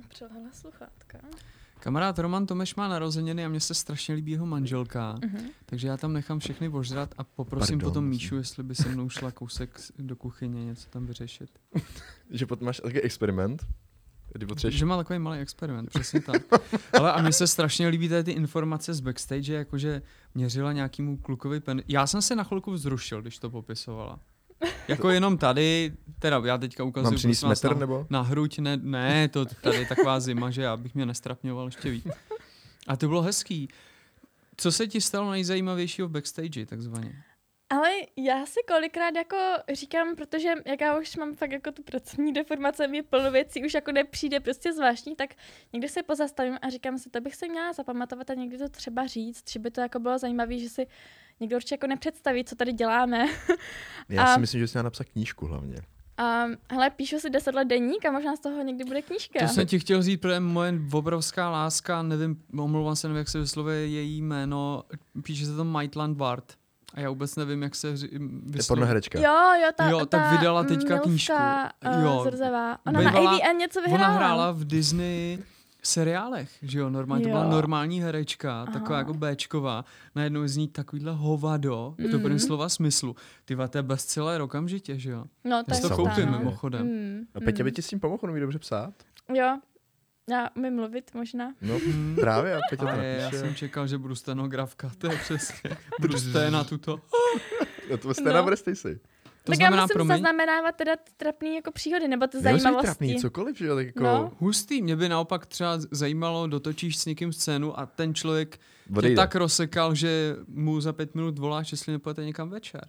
Speaker 3: Přelhala sluchátka.
Speaker 4: Kamarád Roman Tomeš má narozeniny a mně se strašně líbí jeho manželka.
Speaker 3: Mhm.
Speaker 4: Takže já tam nechám všechny ožrat a poprosím
Speaker 2: Pardon,
Speaker 4: Pardon, potom
Speaker 2: myslím.
Speaker 4: Míšu, jestli by se mnou šla kousek s- do kuchyně něco tam vyřešit.
Speaker 2: Že potom máš takový experiment, Kdy potřebuješ...
Speaker 4: Že má takový malý experiment, přesně tak. Ale a mně se strašně líbí tady ty informace z backstage, jakože měřila nějakému klukovi pen. Já jsem se na chvilku vzrušil, když to popisovala. Jako jenom tady, teda já teďka ukazuju
Speaker 2: Mám přinést
Speaker 4: prosím vás
Speaker 2: metr
Speaker 4: na,
Speaker 2: nebo?
Speaker 4: na hruď, ne, ne, to tady je taková zima, že já bych mě nestrapňoval ještě víc. A to bylo hezký. Co se ti stalo nejzajímavějšího v backstage, takzvaně?
Speaker 3: Ale já si kolikrát jako říkám, protože jak já už mám fakt jako tu pracovní deformace, mě plno věcí už jako nepřijde prostě zvláštní, tak někdy se pozastavím a říkám si, to bych se měla zapamatovat a někdy to třeba říct, že by to jako bylo zajímavé, že si někdo určitě jako nepředstaví, co tady děláme.
Speaker 2: Já
Speaker 3: A-
Speaker 2: si myslím, že jsi měla napsat knížku hlavně.
Speaker 3: A hele, píšu si 10 let deník a možná z toho někdy bude knížka.
Speaker 4: To jsem ti chtěl říct, protože moje obrovská láska, nevím, omlouvám se, nevím, jak se vyslovuje její jméno, píše se to Maitland Ward. A já vůbec nevím, jak se ři-
Speaker 2: Je
Speaker 4: vyslovuje.
Speaker 2: pornoherečka.
Speaker 3: Jo, jo, ta, ta
Speaker 4: Jo, tak vydala
Speaker 3: mm,
Speaker 4: teďka knížku.
Speaker 3: Milka, eh,
Speaker 4: Jo.
Speaker 3: Zrzavá. Ona na
Speaker 4: Bývala-
Speaker 3: AVN něco vyhrála.
Speaker 4: Ona hrála v Disney seriálech, že jo, normálně, to byla
Speaker 3: Jo.
Speaker 4: normální herečka,
Speaker 3: Aha.
Speaker 4: taková jako Bčková, najednou z ní takovýhle hovado, v
Speaker 3: Mm.
Speaker 4: dobrém slova smyslu. Ty va, to je bestseller okamžitě, že jo.
Speaker 3: No,
Speaker 4: Já
Speaker 3: tak
Speaker 4: si to
Speaker 2: je
Speaker 3: tak,
Speaker 4: koupím
Speaker 2: tak.
Speaker 3: no.
Speaker 4: mimochodem.
Speaker 3: Mm,
Speaker 2: No Peťa
Speaker 3: mm.
Speaker 2: by ti s tím pomohl, umí dobře psát.
Speaker 3: Jo, já umím mluvit možná.
Speaker 2: No,
Speaker 4: Mm.
Speaker 2: právě, a Peťa to
Speaker 4: A je, já
Speaker 2: napíše.
Speaker 4: jsem čekal, že budu stenografka, to je přesně. Budu sténa tuto.
Speaker 2: No, To jste
Speaker 3: No.
Speaker 2: na si.
Speaker 4: To
Speaker 3: tak já
Speaker 4: znamená,
Speaker 3: musím
Speaker 4: promiň,
Speaker 3: zaznamenávat teda ty trapný jako příhody, nebo ty
Speaker 2: Nemusí být
Speaker 3: zajímavosti.
Speaker 2: trapný, cokoliv, že jo, tak jako...
Speaker 3: No.
Speaker 4: Hustý, mě by naopak třeba zajímalo, dotočíš s někým scénu a ten člověk tě
Speaker 2: Odejde.
Speaker 4: tak rozsekal, že mu za pět minut voláš, jestli nepojete někam večer.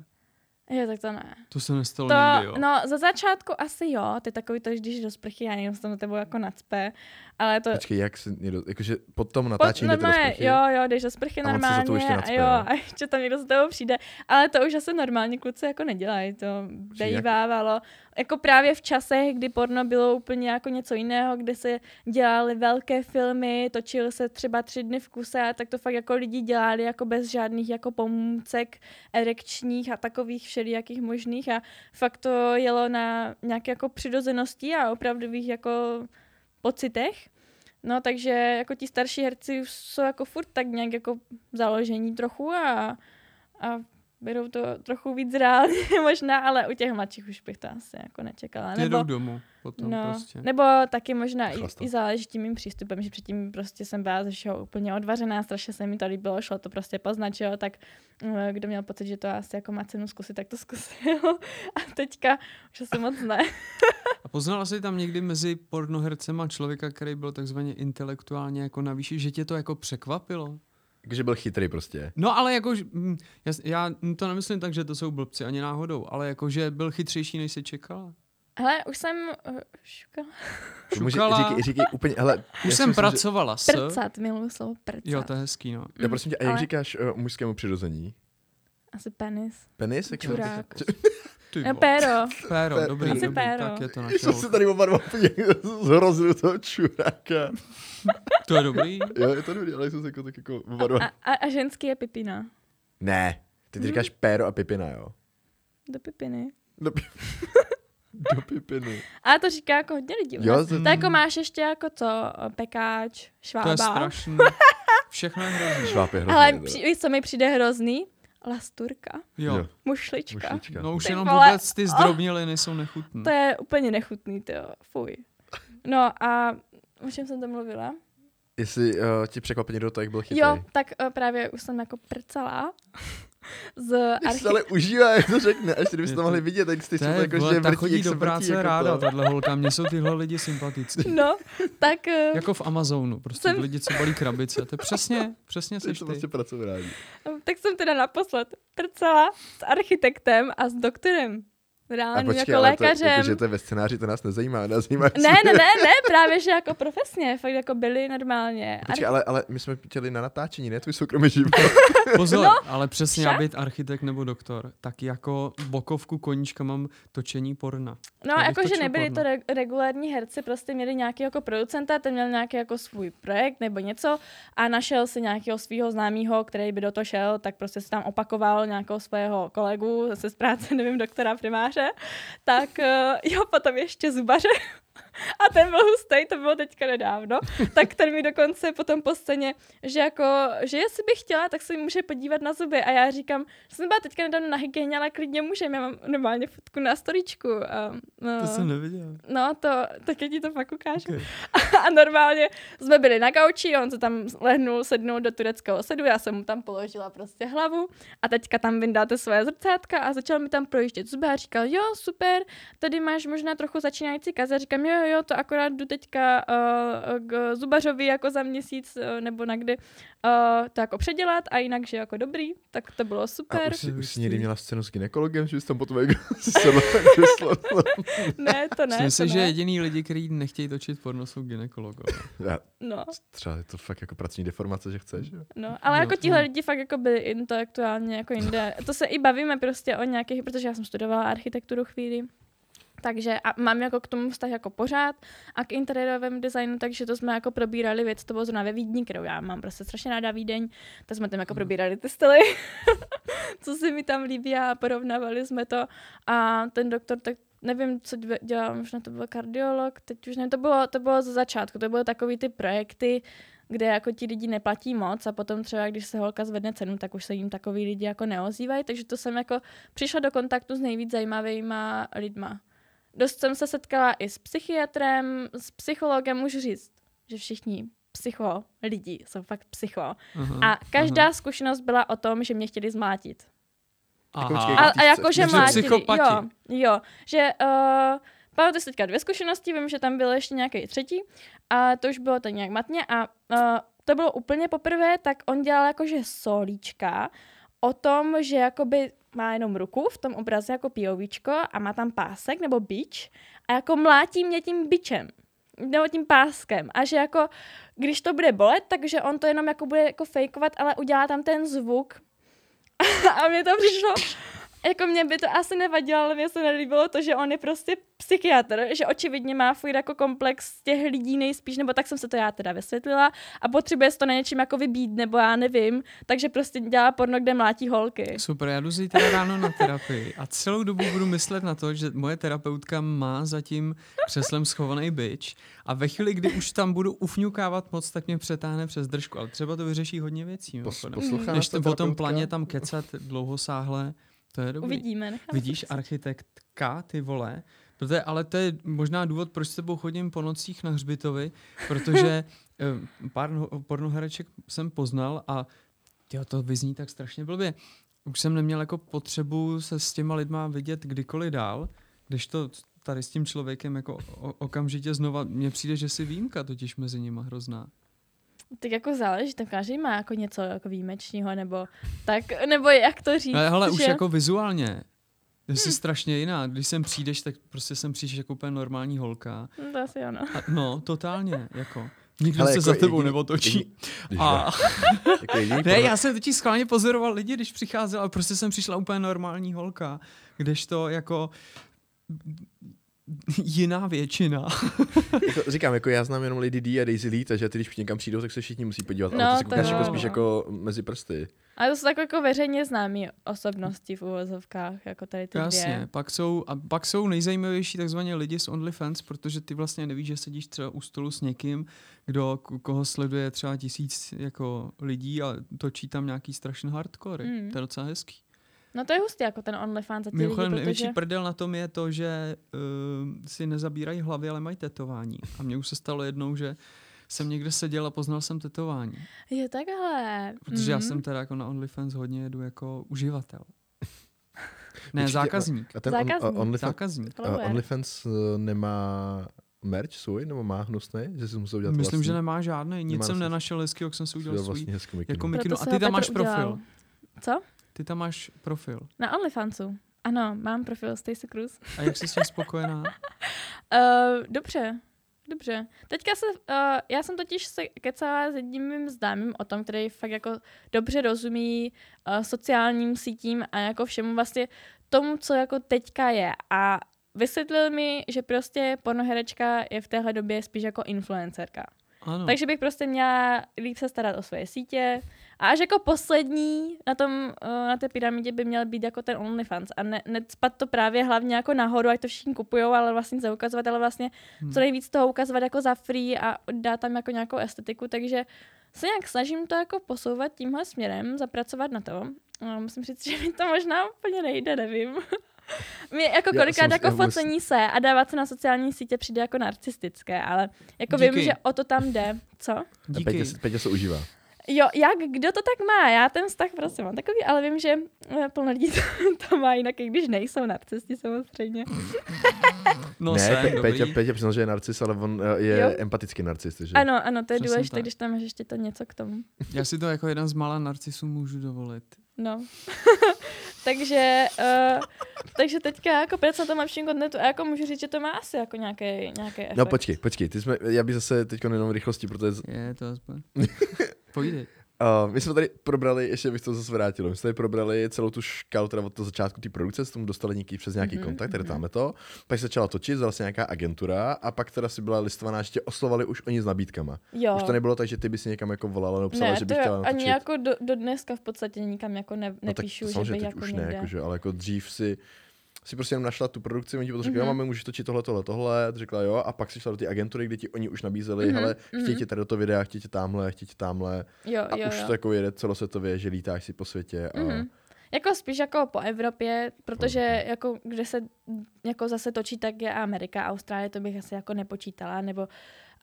Speaker 3: Jo, tak to ne.
Speaker 4: To se nestalo
Speaker 3: To,
Speaker 4: nikdy, jo.
Speaker 3: no, za začátku asi jo, ty takový to, že když do sprchy, já jenom se na tebou jako nacpe, ale to...
Speaker 2: eh, Počkej, jak se někdo, jakože po tom natáčení jdete do
Speaker 3: normálně,
Speaker 2: sprchy.
Speaker 3: Jo, jo, jdeš do sprchy
Speaker 2: A on se za to
Speaker 3: normálně
Speaker 2: ještě
Speaker 3: a
Speaker 2: nacpe,
Speaker 3: jo,
Speaker 2: jo.
Speaker 3: a ještě tam někdo z toho přijde. Ale to už asi normálně kluci jako nedělají, to
Speaker 2: jak-
Speaker 3: bejvávalo. Jako právě v časech, kdy porno bylo úplně jako něco jiného, kde se dělali velké filmy, točil se třeba tři dny v kuse, tak to fakt jako lidi dělali jako bez žádných jako pomůcek erekčních a takových všelijakých možných a fakt to jelo na nějaké jako přirozenosti a opravdových jako pocitech. No, takže jako ti starší herci už jsou jako furt tak nějak jako založení trochu a, a berou to trochu víc reálně možná, ale u těch mladších už bych to asi jako nečekala.
Speaker 4: Ty jdou
Speaker 3: Nebo,
Speaker 4: domů potom
Speaker 3: no,
Speaker 4: prostě.
Speaker 3: nebo taky možná i,
Speaker 2: Chlasta.
Speaker 3: i záleží tím mým přístupem, že předtím prostě jsem byla ze všeho úplně odvařená, strašně se mi to líbilo, šlo to prostě poznat, že jo, tak mm, kdo měl pocit, že to asi jako má cenu zkusit, tak to zkusil. A teďka už asi moc ne.
Speaker 4: A poznala jsi tam někdy mezi pornohercema člověka, který byl takzvaně intelektuálně jako na výši, že tě to jako překvapilo?
Speaker 2: Jakože byl chytrý prostě.
Speaker 4: No ale jako, že- mm, já, s- já to nemyslím tak, že to jsou blbci ani náhodou, ale jako, že byl chytřejší, než se čekala.
Speaker 3: Ale už jsem uh, šukala.
Speaker 2: To Může,
Speaker 4: Šukala.
Speaker 2: říkej, říkej úplně, hele. já si
Speaker 4: Už
Speaker 2: myslím,
Speaker 4: jsem
Speaker 2: že-
Speaker 4: pracovala s...
Speaker 3: Prcat, miluju slovo prcat.
Speaker 4: Jo, to je hezký, no.
Speaker 2: Já prosím tě, a jak
Speaker 3: ale-
Speaker 2: říkáš uh, mužskému přirození?
Speaker 3: Asi penis.
Speaker 2: Penis? Jak se-
Speaker 3: Čurák.
Speaker 4: Ty
Speaker 3: No,
Speaker 4: vole.
Speaker 3: péro.
Speaker 4: Péro, dobrý,
Speaker 2: Asi
Speaker 4: dobrý,
Speaker 3: péro.
Speaker 4: tak je to
Speaker 2: Jsem
Speaker 4: naše.
Speaker 2: se tady oba dva úplně zhrozil toho čuráka.
Speaker 4: To je dobrý.
Speaker 2: Jo, je to dobrý, ale jsem se jako tak jako oba dva.
Speaker 3: A, a, a ženský je pipina.
Speaker 2: Ne, ty, ty
Speaker 3: Mhm.
Speaker 2: říkáš péro a pipina, jo.
Speaker 3: Do pipiny.
Speaker 2: Do, pi- do pipiny.
Speaker 3: Ale to říká jako hodně lidí. u
Speaker 2: Jo,
Speaker 3: nás.
Speaker 2: to-
Speaker 3: to jako máš ještě jako co, pekáč,
Speaker 4: To je
Speaker 3: švába.
Speaker 4: strašný. Všechno je hrozný.
Speaker 2: Šláp je hrozný.
Speaker 3: Ale
Speaker 2: teda.
Speaker 3: při, víš, co mi přijde hrozný? Lasturka,
Speaker 4: Jo.
Speaker 2: Jo.
Speaker 3: mušlička.
Speaker 2: Mušlička.
Speaker 4: No už
Speaker 3: Ty
Speaker 4: jenom
Speaker 3: vole.
Speaker 4: vůbec ty zdrobněliny jsou nechutné.
Speaker 3: To je úplně nechutný, to jo. Fuj. No a o čem jsem to mluvila?
Speaker 2: Jestli uh, ti překvapil někdo to, jak byl chytrý.
Speaker 3: Jo, tak eh, právě už jsem jako prcala z
Speaker 2: Ty
Speaker 3: archi...
Speaker 2: se ale užívá, jak to řekne, až kdybyste to
Speaker 4: Je to-
Speaker 2: mohli vidět, jak jste
Speaker 4: To
Speaker 2: četl,
Speaker 4: je,
Speaker 2: jako, že
Speaker 4: vole,
Speaker 2: vrtí,
Speaker 4: ta
Speaker 2: jak
Speaker 4: chodí
Speaker 2: se
Speaker 4: do
Speaker 2: vrtí,
Speaker 4: práce
Speaker 2: jako
Speaker 4: ráda,
Speaker 2: to.
Speaker 4: tahle holka, mně jsou tyhle lidi sympatický.
Speaker 3: No, tak... eh,
Speaker 4: Jako v Amazonu, prostě
Speaker 3: Jsem-
Speaker 4: lidi, co balí krabice, to je přesně, přesně
Speaker 2: Ty
Speaker 4: seš
Speaker 2: to
Speaker 4: ty.
Speaker 2: prostě pracovat rádi.
Speaker 3: No, Tak jsem teda naposled prcala s architektem a s doktorem.
Speaker 2: A
Speaker 3: Reálně
Speaker 2: počkej,
Speaker 3: jako
Speaker 2: ale to,
Speaker 3: lékařem.
Speaker 2: jako, že to je ve scénáři, to nás nezajímá, nás zajímá.
Speaker 3: Ne, ne, ne, ne, právě že jako profesně, fakt jako byli normálně.
Speaker 2: Počkej, ale, ale my jsme chtěli na natáčení, ne tvůj soukromý život.
Speaker 4: Pozor,
Speaker 3: No.
Speaker 4: ale přesně já být architekt nebo doktor, tak jako bokovku koníčka mám točení porna.
Speaker 3: No,
Speaker 4: já bych
Speaker 3: jakože
Speaker 4: točil
Speaker 3: nebyli to
Speaker 4: porno.
Speaker 3: re- regulární herci, prostě měli nějaký jako producenta, ten měl nějaký jako svůj projekt nebo něco a našel si nějakého svého známého, který by do toho šel, tak prostě si tam opakoval nějakého svého kolegu, zase z práce, nevím, doktora primáře, tak eh, jo, potom ještě zubaře. a ten byl hustý, to bylo teďka nedávno, tak ten mi dokonce potom po scéně, že jako, že jestli bych chtěla, tak se mi může podívat na zuby a já říkám, že jsem byla teďka nedávno na hygieně, ale klidně můžeme, já mám normálně fotku na storičku. A, no,
Speaker 4: To jsem neviděl.
Speaker 3: no, to, tak já ti to pak ukážu.
Speaker 4: Okay.
Speaker 3: A normálně jsme byli na gauči, on se tam lehnul, sednul do tureckého sedu, já jsem mu tam položila prostě hlavu a teďka tam vyndáte svoje zrcátka a začal mi tam projíždět zuby a říkal, jo, super, tady máš možná trochu začínající kaze. Říkám, jo, jo, to akorát jdu teďka uh, k zubařovi jako za měsíc uh, nebo na kdy uh, to jako předělat a jinak, že jako dobrý, tak to bylo
Speaker 2: A
Speaker 3: super.
Speaker 2: už,
Speaker 3: Už...
Speaker 2: jsi- už jsi
Speaker 4: Hustý.
Speaker 2: někdy měla scénu s ginekologem, že jsi tam potom jako si se nakreslila.
Speaker 3: Ne, to ne,
Speaker 4: Myslím
Speaker 3: to
Speaker 4: si, že
Speaker 3: ne.
Speaker 4: jediný lidi, kteří nechtějí točit porno, jsou gynekologové.
Speaker 2: Já-
Speaker 3: No.
Speaker 2: Třeba je to fakt jako pracovní deformace, že chceš. jo?
Speaker 3: No, ale
Speaker 4: Jo,
Speaker 3: jako
Speaker 4: to-
Speaker 3: tihle lidi fakt jako byli intelektuálně jako jinde. To se i bavíme prostě o nějakých, protože já jsem studovala architekturu chvíli. Takže a mám jako k tomu vztah jako pořád a k interiérovému designu, takže to jsme jako probírali věc, to bylo zrovna ve Vídni, kterou já mám prostě strašně ráda Vídeň, tak jsme tam jako probírali ty styly, co se mi tam líbí a porovnávali jsme to a ten doktor tak nevím, co dve- dělal, možná to byl kardiolog, teď už nevím, to bylo, to bylo ze začátku, to byly takový ty projekty, kde jako ti lidi neplatí moc a potom třeba, když se holka zvedne cenu, tak už se jim takový lidi jako neozývají, takže to jsem jako přišla do kontaktu s nejvíc zajímavýma lidma. Dost jsem se setkala i s psychiatrem, s psychologem, můžu říct, že všichni psycho lidi jsou fakt psycho.
Speaker 4: Mhm.
Speaker 3: A každá zkušenost byla o tom, že mě chtěli zmlátit.
Speaker 2: počkej,
Speaker 3: A,
Speaker 2: Jak
Speaker 3: a
Speaker 2: ty
Speaker 3: jako,
Speaker 2: chceš,
Speaker 3: že
Speaker 4: takže
Speaker 3: mlátili.
Speaker 4: psychopati.
Speaker 3: Jo, jo. Že, uh, pamatuju si teďka dvě zkušenosti, vím, že tam byl ještě nějaký třetí a to už bylo tak nějak matně a uh, to bylo úplně poprvé, tak on dělal jakože solíčka o tom, že jakoby má jenom ruku v tom obraze jako píovíčko a má tam pásek nebo bič a jako mlátí mě tím bičem nebo tím páskem a že jako když to bude bolet, takže on to jenom jako bude jako fejkovat, ale udělá tam ten zvuk a mě to přišlo, jako mě by to asi nevadilo, ale mě se nelíbilo to, že on je prostě psychiatr, že očividně má furt jako komplex těch lidí nejspíš, nebo tak jsem se to já teda vysvětlila a potřebuje se to na něčím jako vybít, nebo já nevím, takže prostě dělá porno, kde mlátí holky.
Speaker 4: Super, já jdu zítra ráno na terapii a celou dobu budu myslet na to, že moje terapeutka má zatím křeslem schovaný byč a ve chvíli, kdy už tam budu ufňukávat moc, tak mě přetáhne přes držku, ale třeba to vyřeší hodně věcí.
Speaker 2: Pos,
Speaker 4: mimochodem.
Speaker 2: poslouchá
Speaker 4: Než
Speaker 2: nás ta
Speaker 4: to o tom
Speaker 2: terapeutka?
Speaker 4: planě tam kecat dlouhosáhle, to je dobrý.
Speaker 3: Uvidíme. necháme
Speaker 4: Vidíš,
Speaker 3: to prostě.
Speaker 4: architektka, ty vole. Protože, ale to je možná důvod, proč s tebou chodím po nocích na hřbitovy, protože eh, pár no- pornohereček jsem poznal a tyjo, to vyzní tak strašně blbě. Už jsem neměl jako potřebu se s těma lidma vidět kdykoliv dál, když to tady s tím člověkem jako o, okamžitě znova, mně přijde, že si výjimka totiž mezi nima hrozná.
Speaker 3: tak jako záleží, tak každý má jako něco jako výjimečného, nebo tak, nebo jak to říct.
Speaker 4: Ale hele, už
Speaker 3: že- Hm.
Speaker 4: jako vizuálně, ty jsi strašně jiná. Když sem přijdeš, tak prostě sem přijdeš jako úplně normální holka.
Speaker 3: No, To asi ano.
Speaker 4: A- No, totálně, jako. Nikdo
Speaker 2: Hele,
Speaker 4: se
Speaker 2: jako
Speaker 4: za tebou
Speaker 2: jediný-
Speaker 4: neotočí.
Speaker 2: jediný- Když
Speaker 4: A,
Speaker 2: ne, jako jediný
Speaker 4: ne,
Speaker 2: porno-
Speaker 4: já jsem totiž schválně pozoroval lidi, když přicházela, a prostě jsem přišla úplně normální holka, kdežto jako jiná většina.
Speaker 2: jako, říkám, jako já znám jenom Lady D a Daisy Lee, takže ty, když někam přijdou, tak se všichni musí podívat.
Speaker 3: No,
Speaker 2: ale to si
Speaker 3: to
Speaker 2: koukáš
Speaker 4: jo.
Speaker 2: jako spíš jako mezi prsty.
Speaker 3: Ale to jsou tak jako veřejně známé osobnosti v uvozovkách, jako tady ty
Speaker 4: Jasně,
Speaker 3: dvě.
Speaker 4: pak jsou, a pak jsou nejzajímavější takzvaně lidi z OnlyFans, protože ty vlastně nevíš, že sedíš třeba u stolu s někým, kdo, k- koho sleduje třeba tisíc jako lidí a točí tam nějaký strašný hardcore.
Speaker 3: Mm.
Speaker 4: Mm. To je docela hezký.
Speaker 3: No to je hustý, jako ten OnlyFans za ty lidi,
Speaker 4: Mimochodem,
Speaker 3: protože...
Speaker 4: největší prdel na tom je to, že uh, si nezabírají hlavy, ale mají tetování. A mně už se stalo jednou, že jsem někde seděl a poznal jsem tetování.
Speaker 3: Je takhle.
Speaker 4: Protože mm. já
Speaker 3: Mhm.
Speaker 4: jsem teda jako na OnlyFans hodně jedu jako uživatel. Ne,
Speaker 2: Určitě-
Speaker 4: zákazník.
Speaker 2: A ten on,
Speaker 3: Zákazník.
Speaker 2: a OnlyFans,
Speaker 4: Zákazník.
Speaker 2: a
Speaker 3: Follower.
Speaker 2: OnlyFans eh, nemá merch svůj, nebo má hnusný, že si musel udělat
Speaker 4: Myslím,
Speaker 2: vlastní,
Speaker 4: že nemá žádný. Nic
Speaker 2: Nemá
Speaker 4: jsem
Speaker 2: vlastní.
Speaker 4: nenašel hezký, jak jsem si
Speaker 2: si
Speaker 4: udělal svůj.
Speaker 2: vlastní hezkou mikinu.
Speaker 4: Jako
Speaker 3: Proto
Speaker 4: mikinu. A
Speaker 3: si
Speaker 4: ty
Speaker 3: ho
Speaker 4: tam máš
Speaker 3: Petr udělal.
Speaker 4: profil.
Speaker 3: Co?
Speaker 4: Ty tam máš profil.
Speaker 3: Na OnlyFansu. Ano, mám profil Stacey Cruz.
Speaker 4: A jak jsi s tím spokojená?
Speaker 3: Uh, dobře, dobře. Teďka se, uh, já jsem totiž se kecala s jedním mým známým o tom, který fakt jako dobře rozumí uh, sociálním sítím a jako všemu vlastně tomu, co jako teďka je. A vysvětlil mi, že prostě pornoherečka je v téhle době spíš jako influencerka.
Speaker 4: Ano.
Speaker 3: Takže bych prostě měla líp se starat o svoje sítě A až jako poslední na, tom, eh, na té pyramidě by měl být jako ten OnlyFans. A ne, necpat to právě hlavně jako nahoru, ať to všichni kupují, ale vlastně nic neukazovat, ale vlastně
Speaker 2: Hmm.
Speaker 3: co nejvíc toho ukazovat jako za free a dát tam jako nějakou estetiku. Takže se nějak snažím to jako posouvat tímhle směrem, zapracovat na to. A musím říct, že mi to možná úplně nejde, nevím. Mě jako
Speaker 2: Já
Speaker 3: kolikrát
Speaker 2: jsem-
Speaker 3: jako
Speaker 2: já vůbec-
Speaker 3: focení se a dávat se na sociální sítě přijde jako narcistické, ale jako vím,
Speaker 4: Díky.
Speaker 3: že o to tam jde. Co?
Speaker 2: A
Speaker 4: Díky.
Speaker 2: Petě, se- Petě se užívá.
Speaker 3: Jo, jak, kdo to tak má? Já ten vztah prostě mám takový, ale vím, že eh, plno lidí to, to má jinak, i když nejsou narcisti samozřejmě.
Speaker 4: No
Speaker 2: ne,
Speaker 4: jsem,
Speaker 2: Pe-
Speaker 4: dobrý.
Speaker 2: Petě, Petě přiznal, že je narcis, ale on eh, je
Speaker 3: Jo.
Speaker 2: empatický narcis. Že?
Speaker 3: Ano, ano, to je
Speaker 4: Přesně
Speaker 3: důležité,
Speaker 4: tak.
Speaker 3: když tam máš ještě to něco k tomu.
Speaker 4: Já si to jako jeden z mála narcisů můžu dovolit.
Speaker 3: No. takže, uh, takže teďka jako pracuji na tom lepším kontentu a jako můžu říct, že to má asi jako nějaký, nějaký efekt.
Speaker 2: No počkej, počkej, ty jsme, já bych zase teď jenom v rychlosti, protože
Speaker 4: Je to aspoň. Pojde.
Speaker 2: Uh, my jsme tady probrali, ještě bych to zase vrátil, my jsme tady probrali celou tu škálu teda od toho začátku té produkce, jsme tomu dostali něký přes nějaký
Speaker 3: Mhm,
Speaker 2: mm-hmm, kontakt, tady dáme to, pak se začala točit, zala se nějaká agentura a pak teda si byla listovaná, že tě oslovali už oni s nabídkama.
Speaker 3: jo.
Speaker 2: Už to nebylo tak, že ty bys někam jako volala nebo psala,
Speaker 3: ne,
Speaker 2: že
Speaker 3: to
Speaker 2: bych chtěla
Speaker 3: jo,
Speaker 2: natočit.
Speaker 3: ani jako do, do, dneska v podstatě nikam jako ne, nepíšu,
Speaker 2: no, tak,
Speaker 3: že
Speaker 2: samozřejmě
Speaker 3: bych
Speaker 2: teď
Speaker 3: jako
Speaker 2: už
Speaker 3: někde.
Speaker 2: ne, jako, že, ale jako dřív si si prostě jenom našla tu produkci, oni ti potom řekli,
Speaker 3: Mhm.
Speaker 2: mm-hmm. jo, máme, můžeš točit tohle, tohle, tohle, řekla jo, a pak si šla do té agentury, kde ti oni už nabízeli,
Speaker 3: Mhm,
Speaker 2: mm-hmm. hele, chtějí tě tady do toho videa, chtějí tě tamhle, chtějí tě tamhle,
Speaker 3: Jo,
Speaker 2: a
Speaker 3: jo,
Speaker 2: už
Speaker 3: jo.
Speaker 2: to jako jede celosvětově, že lítáš si po světě a
Speaker 3: Mhm. Jako spíš jako po Evropě, protože jako kde se jako zase točí, tak je Amerika, Austrálie, to bych asi jako nepočítala, nebo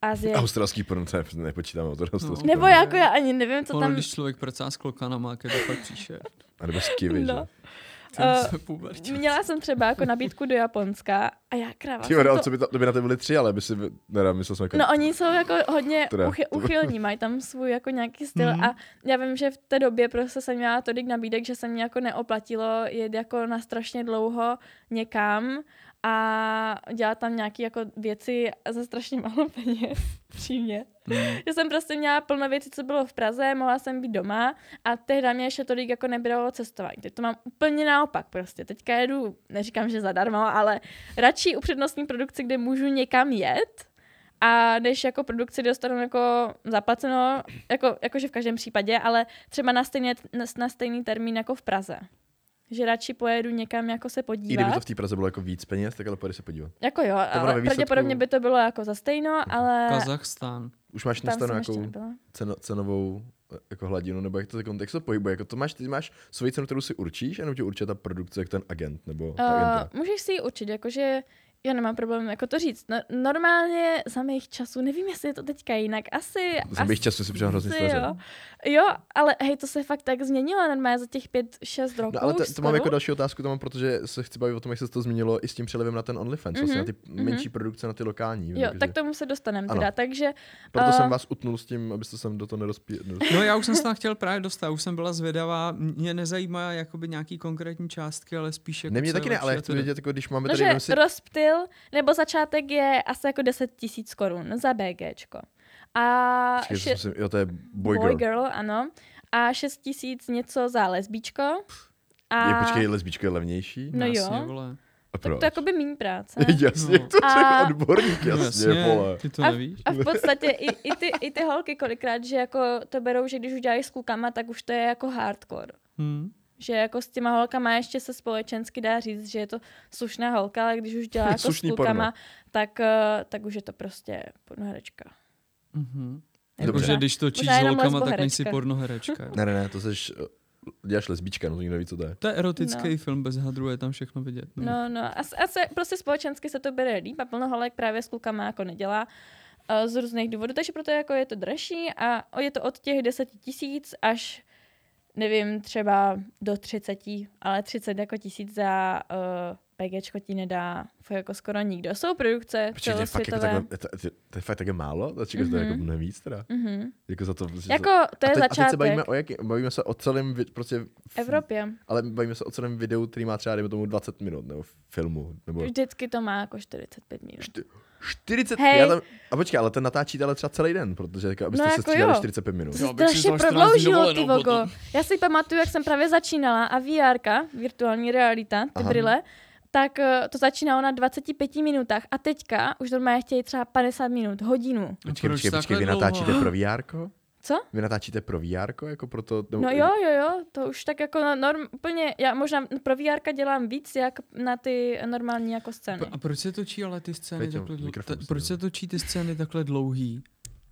Speaker 3: Azie.
Speaker 2: australský porno, to ne- nepočítáme od australský
Speaker 3: Nebo
Speaker 2: porno.
Speaker 3: jako já ani nevím, co
Speaker 4: Ono,
Speaker 3: tam...
Speaker 4: když člověk pracá s klokanama, kde to pak příše.
Speaker 2: A nebo z kivy,
Speaker 3: No.
Speaker 2: že?
Speaker 4: Ty
Speaker 3: Eh,
Speaker 4: se pubertě.
Speaker 3: Měla jsem třeba jako nabídku do Japonska a já kráva.
Speaker 2: Ty
Speaker 3: jsem
Speaker 2: vole, ale
Speaker 3: to-
Speaker 2: co by, ta, to by na to byly tři, ale by si, teda myslel jsem jako,
Speaker 3: No oni jsou jako hodně
Speaker 2: Teda,
Speaker 3: uchy,
Speaker 2: to-
Speaker 3: uchylní, mají tam svůj jako nějaký styl
Speaker 4: Mhm.
Speaker 3: a já vím, že v té době prostě jsem měla tolik nabídek, že se mě jako neoplatilo jet jako na strašně dlouho někam a dělat tam nějaké jako věci za strašně málo peněz, přímě. Že jsem prostě měla plno věcí, co bylo v Praze, mohla jsem být doma a tehdy mě ještě tolik jako nebralo cestování. Teď to mám úplně naopak prostě. Teďka jedu, neříkám, že zadarmo, ale radši upřednostní produkci, kde můžu někam jet, a než jako produkci dostanu jako zaplaceno, jako, jakože v každém případě, ale třeba na, stejné, na, na stejný termín jako v Praze. Že radši pojedu někam jako se
Speaker 2: i kdyby
Speaker 3: podívat.
Speaker 2: to v té Praze bylo jako víc peněz, tak ale pojď se podívat.
Speaker 3: Jako jo, ale
Speaker 2: ono ve výsledku-
Speaker 3: pravděpodobně by to bylo jako za stejno, ale
Speaker 4: Kazachstán.
Speaker 2: Už máš
Speaker 3: tam
Speaker 2: nastavenou
Speaker 3: jsem ještě
Speaker 2: nějakou
Speaker 3: nebyla.
Speaker 2: ceno, cenovou eh, jako hladinu, nebo jak to jako, jak se to pohybuje, jako to máš, ty máš svoji cenu, kterou si určíš, a nebo ti určuje ta produkce, jak ten agent, nebo ta agenta.
Speaker 3: Uh, můžeš si ji určit, jakože já nemám problém jako to říct. No, normálně za mých časů, nevím, jestli je to teďka jinak, asi...
Speaker 2: Za mých časů si přišel hrozně
Speaker 3: asi
Speaker 2: staře.
Speaker 3: jo. jo, ale hej, to se fakt tak změnilo normálně za těch pět, šest roků.
Speaker 2: No ale to,
Speaker 3: už
Speaker 2: to mám
Speaker 3: skoro.
Speaker 2: jako další otázku, to mám, protože se chci bavit o tom, jak se to změnilo i s tím přelivem na ten OnlyFans, mm-hmm, vlastně na ty menší produkce, na ty lokální.
Speaker 3: Mhm, Jo,
Speaker 2: jakože-
Speaker 3: tak tomu se dostaneme
Speaker 2: Ano.
Speaker 3: teda, takže
Speaker 2: Proto
Speaker 3: Eh,
Speaker 2: jsem vás utnul s tím, abyste sem do toho nerozpí... nerozpí-
Speaker 4: No já už jsem se tam chtěl právě dostat, už jsem byla zvědavá, mě nezajímá jakoby nějaký konkrétní částky, ale spíš jako...
Speaker 2: Ne, mě
Speaker 4: co je
Speaker 2: taky ne,
Speaker 4: lepší
Speaker 2: ale
Speaker 4: a
Speaker 2: já chci
Speaker 4: tedy.
Speaker 2: vědět, jako když máme
Speaker 3: no,
Speaker 2: tady...
Speaker 3: že
Speaker 2: vem si...
Speaker 3: rozptyl nebo začátek je asi jako 10 tisíc korun za BGčko. A
Speaker 2: Počkej,
Speaker 3: še-
Speaker 2: že jsem si- Jo, to je boy girl.
Speaker 3: girl, ano. A 6 tisíc něco za lesbíčko. A...
Speaker 2: Je, počkej, lesbička je levnější?
Speaker 3: No
Speaker 4: Jasně,
Speaker 3: jo.
Speaker 4: vole.
Speaker 2: A
Speaker 3: tak
Speaker 2: proč?
Speaker 3: to jako by méně práce.
Speaker 2: Jasně,
Speaker 4: No.
Speaker 2: to je
Speaker 3: A-
Speaker 2: odborník,
Speaker 4: No
Speaker 2: jasně, vole.
Speaker 4: ty to
Speaker 3: A-
Speaker 4: nevíš.
Speaker 3: A v podstatě i, i, ty, i ty holky kolikrát, že jako to berou, že když už dělají s klukama, tak už to je jako hardcore.
Speaker 4: Hm.
Speaker 3: Že jako s těma holkama ještě se společensky dá říct, že je to slušná holka, ale když už dělá jako s
Speaker 2: Slušný
Speaker 3: klukama, tak, eh, tak už je to prostě pornoherečka.
Speaker 4: Mhm.
Speaker 2: Dobře.
Speaker 4: Jakože když točíš
Speaker 3: Možná
Speaker 4: s
Speaker 3: jenom
Speaker 4: holkama, tak nejsi
Speaker 3: lesboherečka.
Speaker 4: pornoherečka. jo.
Speaker 2: Ne, ne, ne, to seš... eh, Děláš lesbička, no to nikdo neví, co to je.
Speaker 4: To je erotický
Speaker 3: No.
Speaker 4: film bez hadru, je tam všechno vidět. No.
Speaker 2: Hmm.
Speaker 3: No, no, a, s- a se, prostě společensky se to bere líp a plno holek právě s klukama jako nedělá eh, z různých důvodů, takže proto jako je to dražší a o- je to od těch 10 tisíc až nevím, třeba do 30, ale 30 jako tisíc za uh, PGčko ti nedá fakt jako skoro nikdo. Jsou produkce
Speaker 2: Počkej, to je fakt jako
Speaker 3: celosvětové.
Speaker 2: takhle, to, to, to je fakt také málo? Začíká to je jako
Speaker 3: Mhm.
Speaker 2: mnohem víc teda?
Speaker 3: Mhm.
Speaker 2: Jako za to... prostě-
Speaker 3: Jako to
Speaker 2: a
Speaker 3: je
Speaker 2: teď, A teď se
Speaker 3: začátek
Speaker 2: bavíme o jaký, bavíme se o celém, vi- prostě... v-
Speaker 3: Evropě.
Speaker 2: Ale bavíme se o celém videu, který má třeba, dejme tomu, 20 minut, nebo filmu, nebo...
Speaker 3: Vždycky to má jako 45 minut.
Speaker 2: 40
Speaker 3: Hej.
Speaker 2: já tam, A počkej, ale ten natáčíte ale třeba celý den, protože jako, abyste
Speaker 3: No
Speaker 2: se
Speaker 3: jako
Speaker 2: střídali
Speaker 3: jo.
Speaker 2: 45 minut.
Speaker 4: Jo,
Speaker 3: se
Speaker 4: abych si
Speaker 3: strašně
Speaker 4: vzal 14 dní
Speaker 3: prodloužilo, ty
Speaker 4: dovolenou
Speaker 3: vogo.
Speaker 4: no, potom.
Speaker 3: Já si pamatuju, jak jsem právě začínala a VR, virtuální realita, ty
Speaker 2: Aha.
Speaker 3: brýle, tak eh, to začínalo na 25 minutách a teďka už normálně chtějí třeba 50 minut, hodinu.
Speaker 4: A
Speaker 2: Počkej,
Speaker 4: proč
Speaker 2: počkej, počkej,
Speaker 4: takhle
Speaker 2: vy
Speaker 4: dlouho?
Speaker 2: natáčíte pro VR?
Speaker 3: Co?
Speaker 2: Vy natáčíte pro VR, jako pro to?
Speaker 3: No jo, jo, jo, to už tak jako na norm, úplně, já možná pro VR dělám víc, jak na ty normální jako scény.
Speaker 4: A proč se točí ale ty scény
Speaker 2: Peťo,
Speaker 4: takhle dlou...
Speaker 2: mikrofon
Speaker 4: ta-
Speaker 2: si
Speaker 4: Proč
Speaker 2: dal.
Speaker 4: se točí ty scény takhle dlouhý?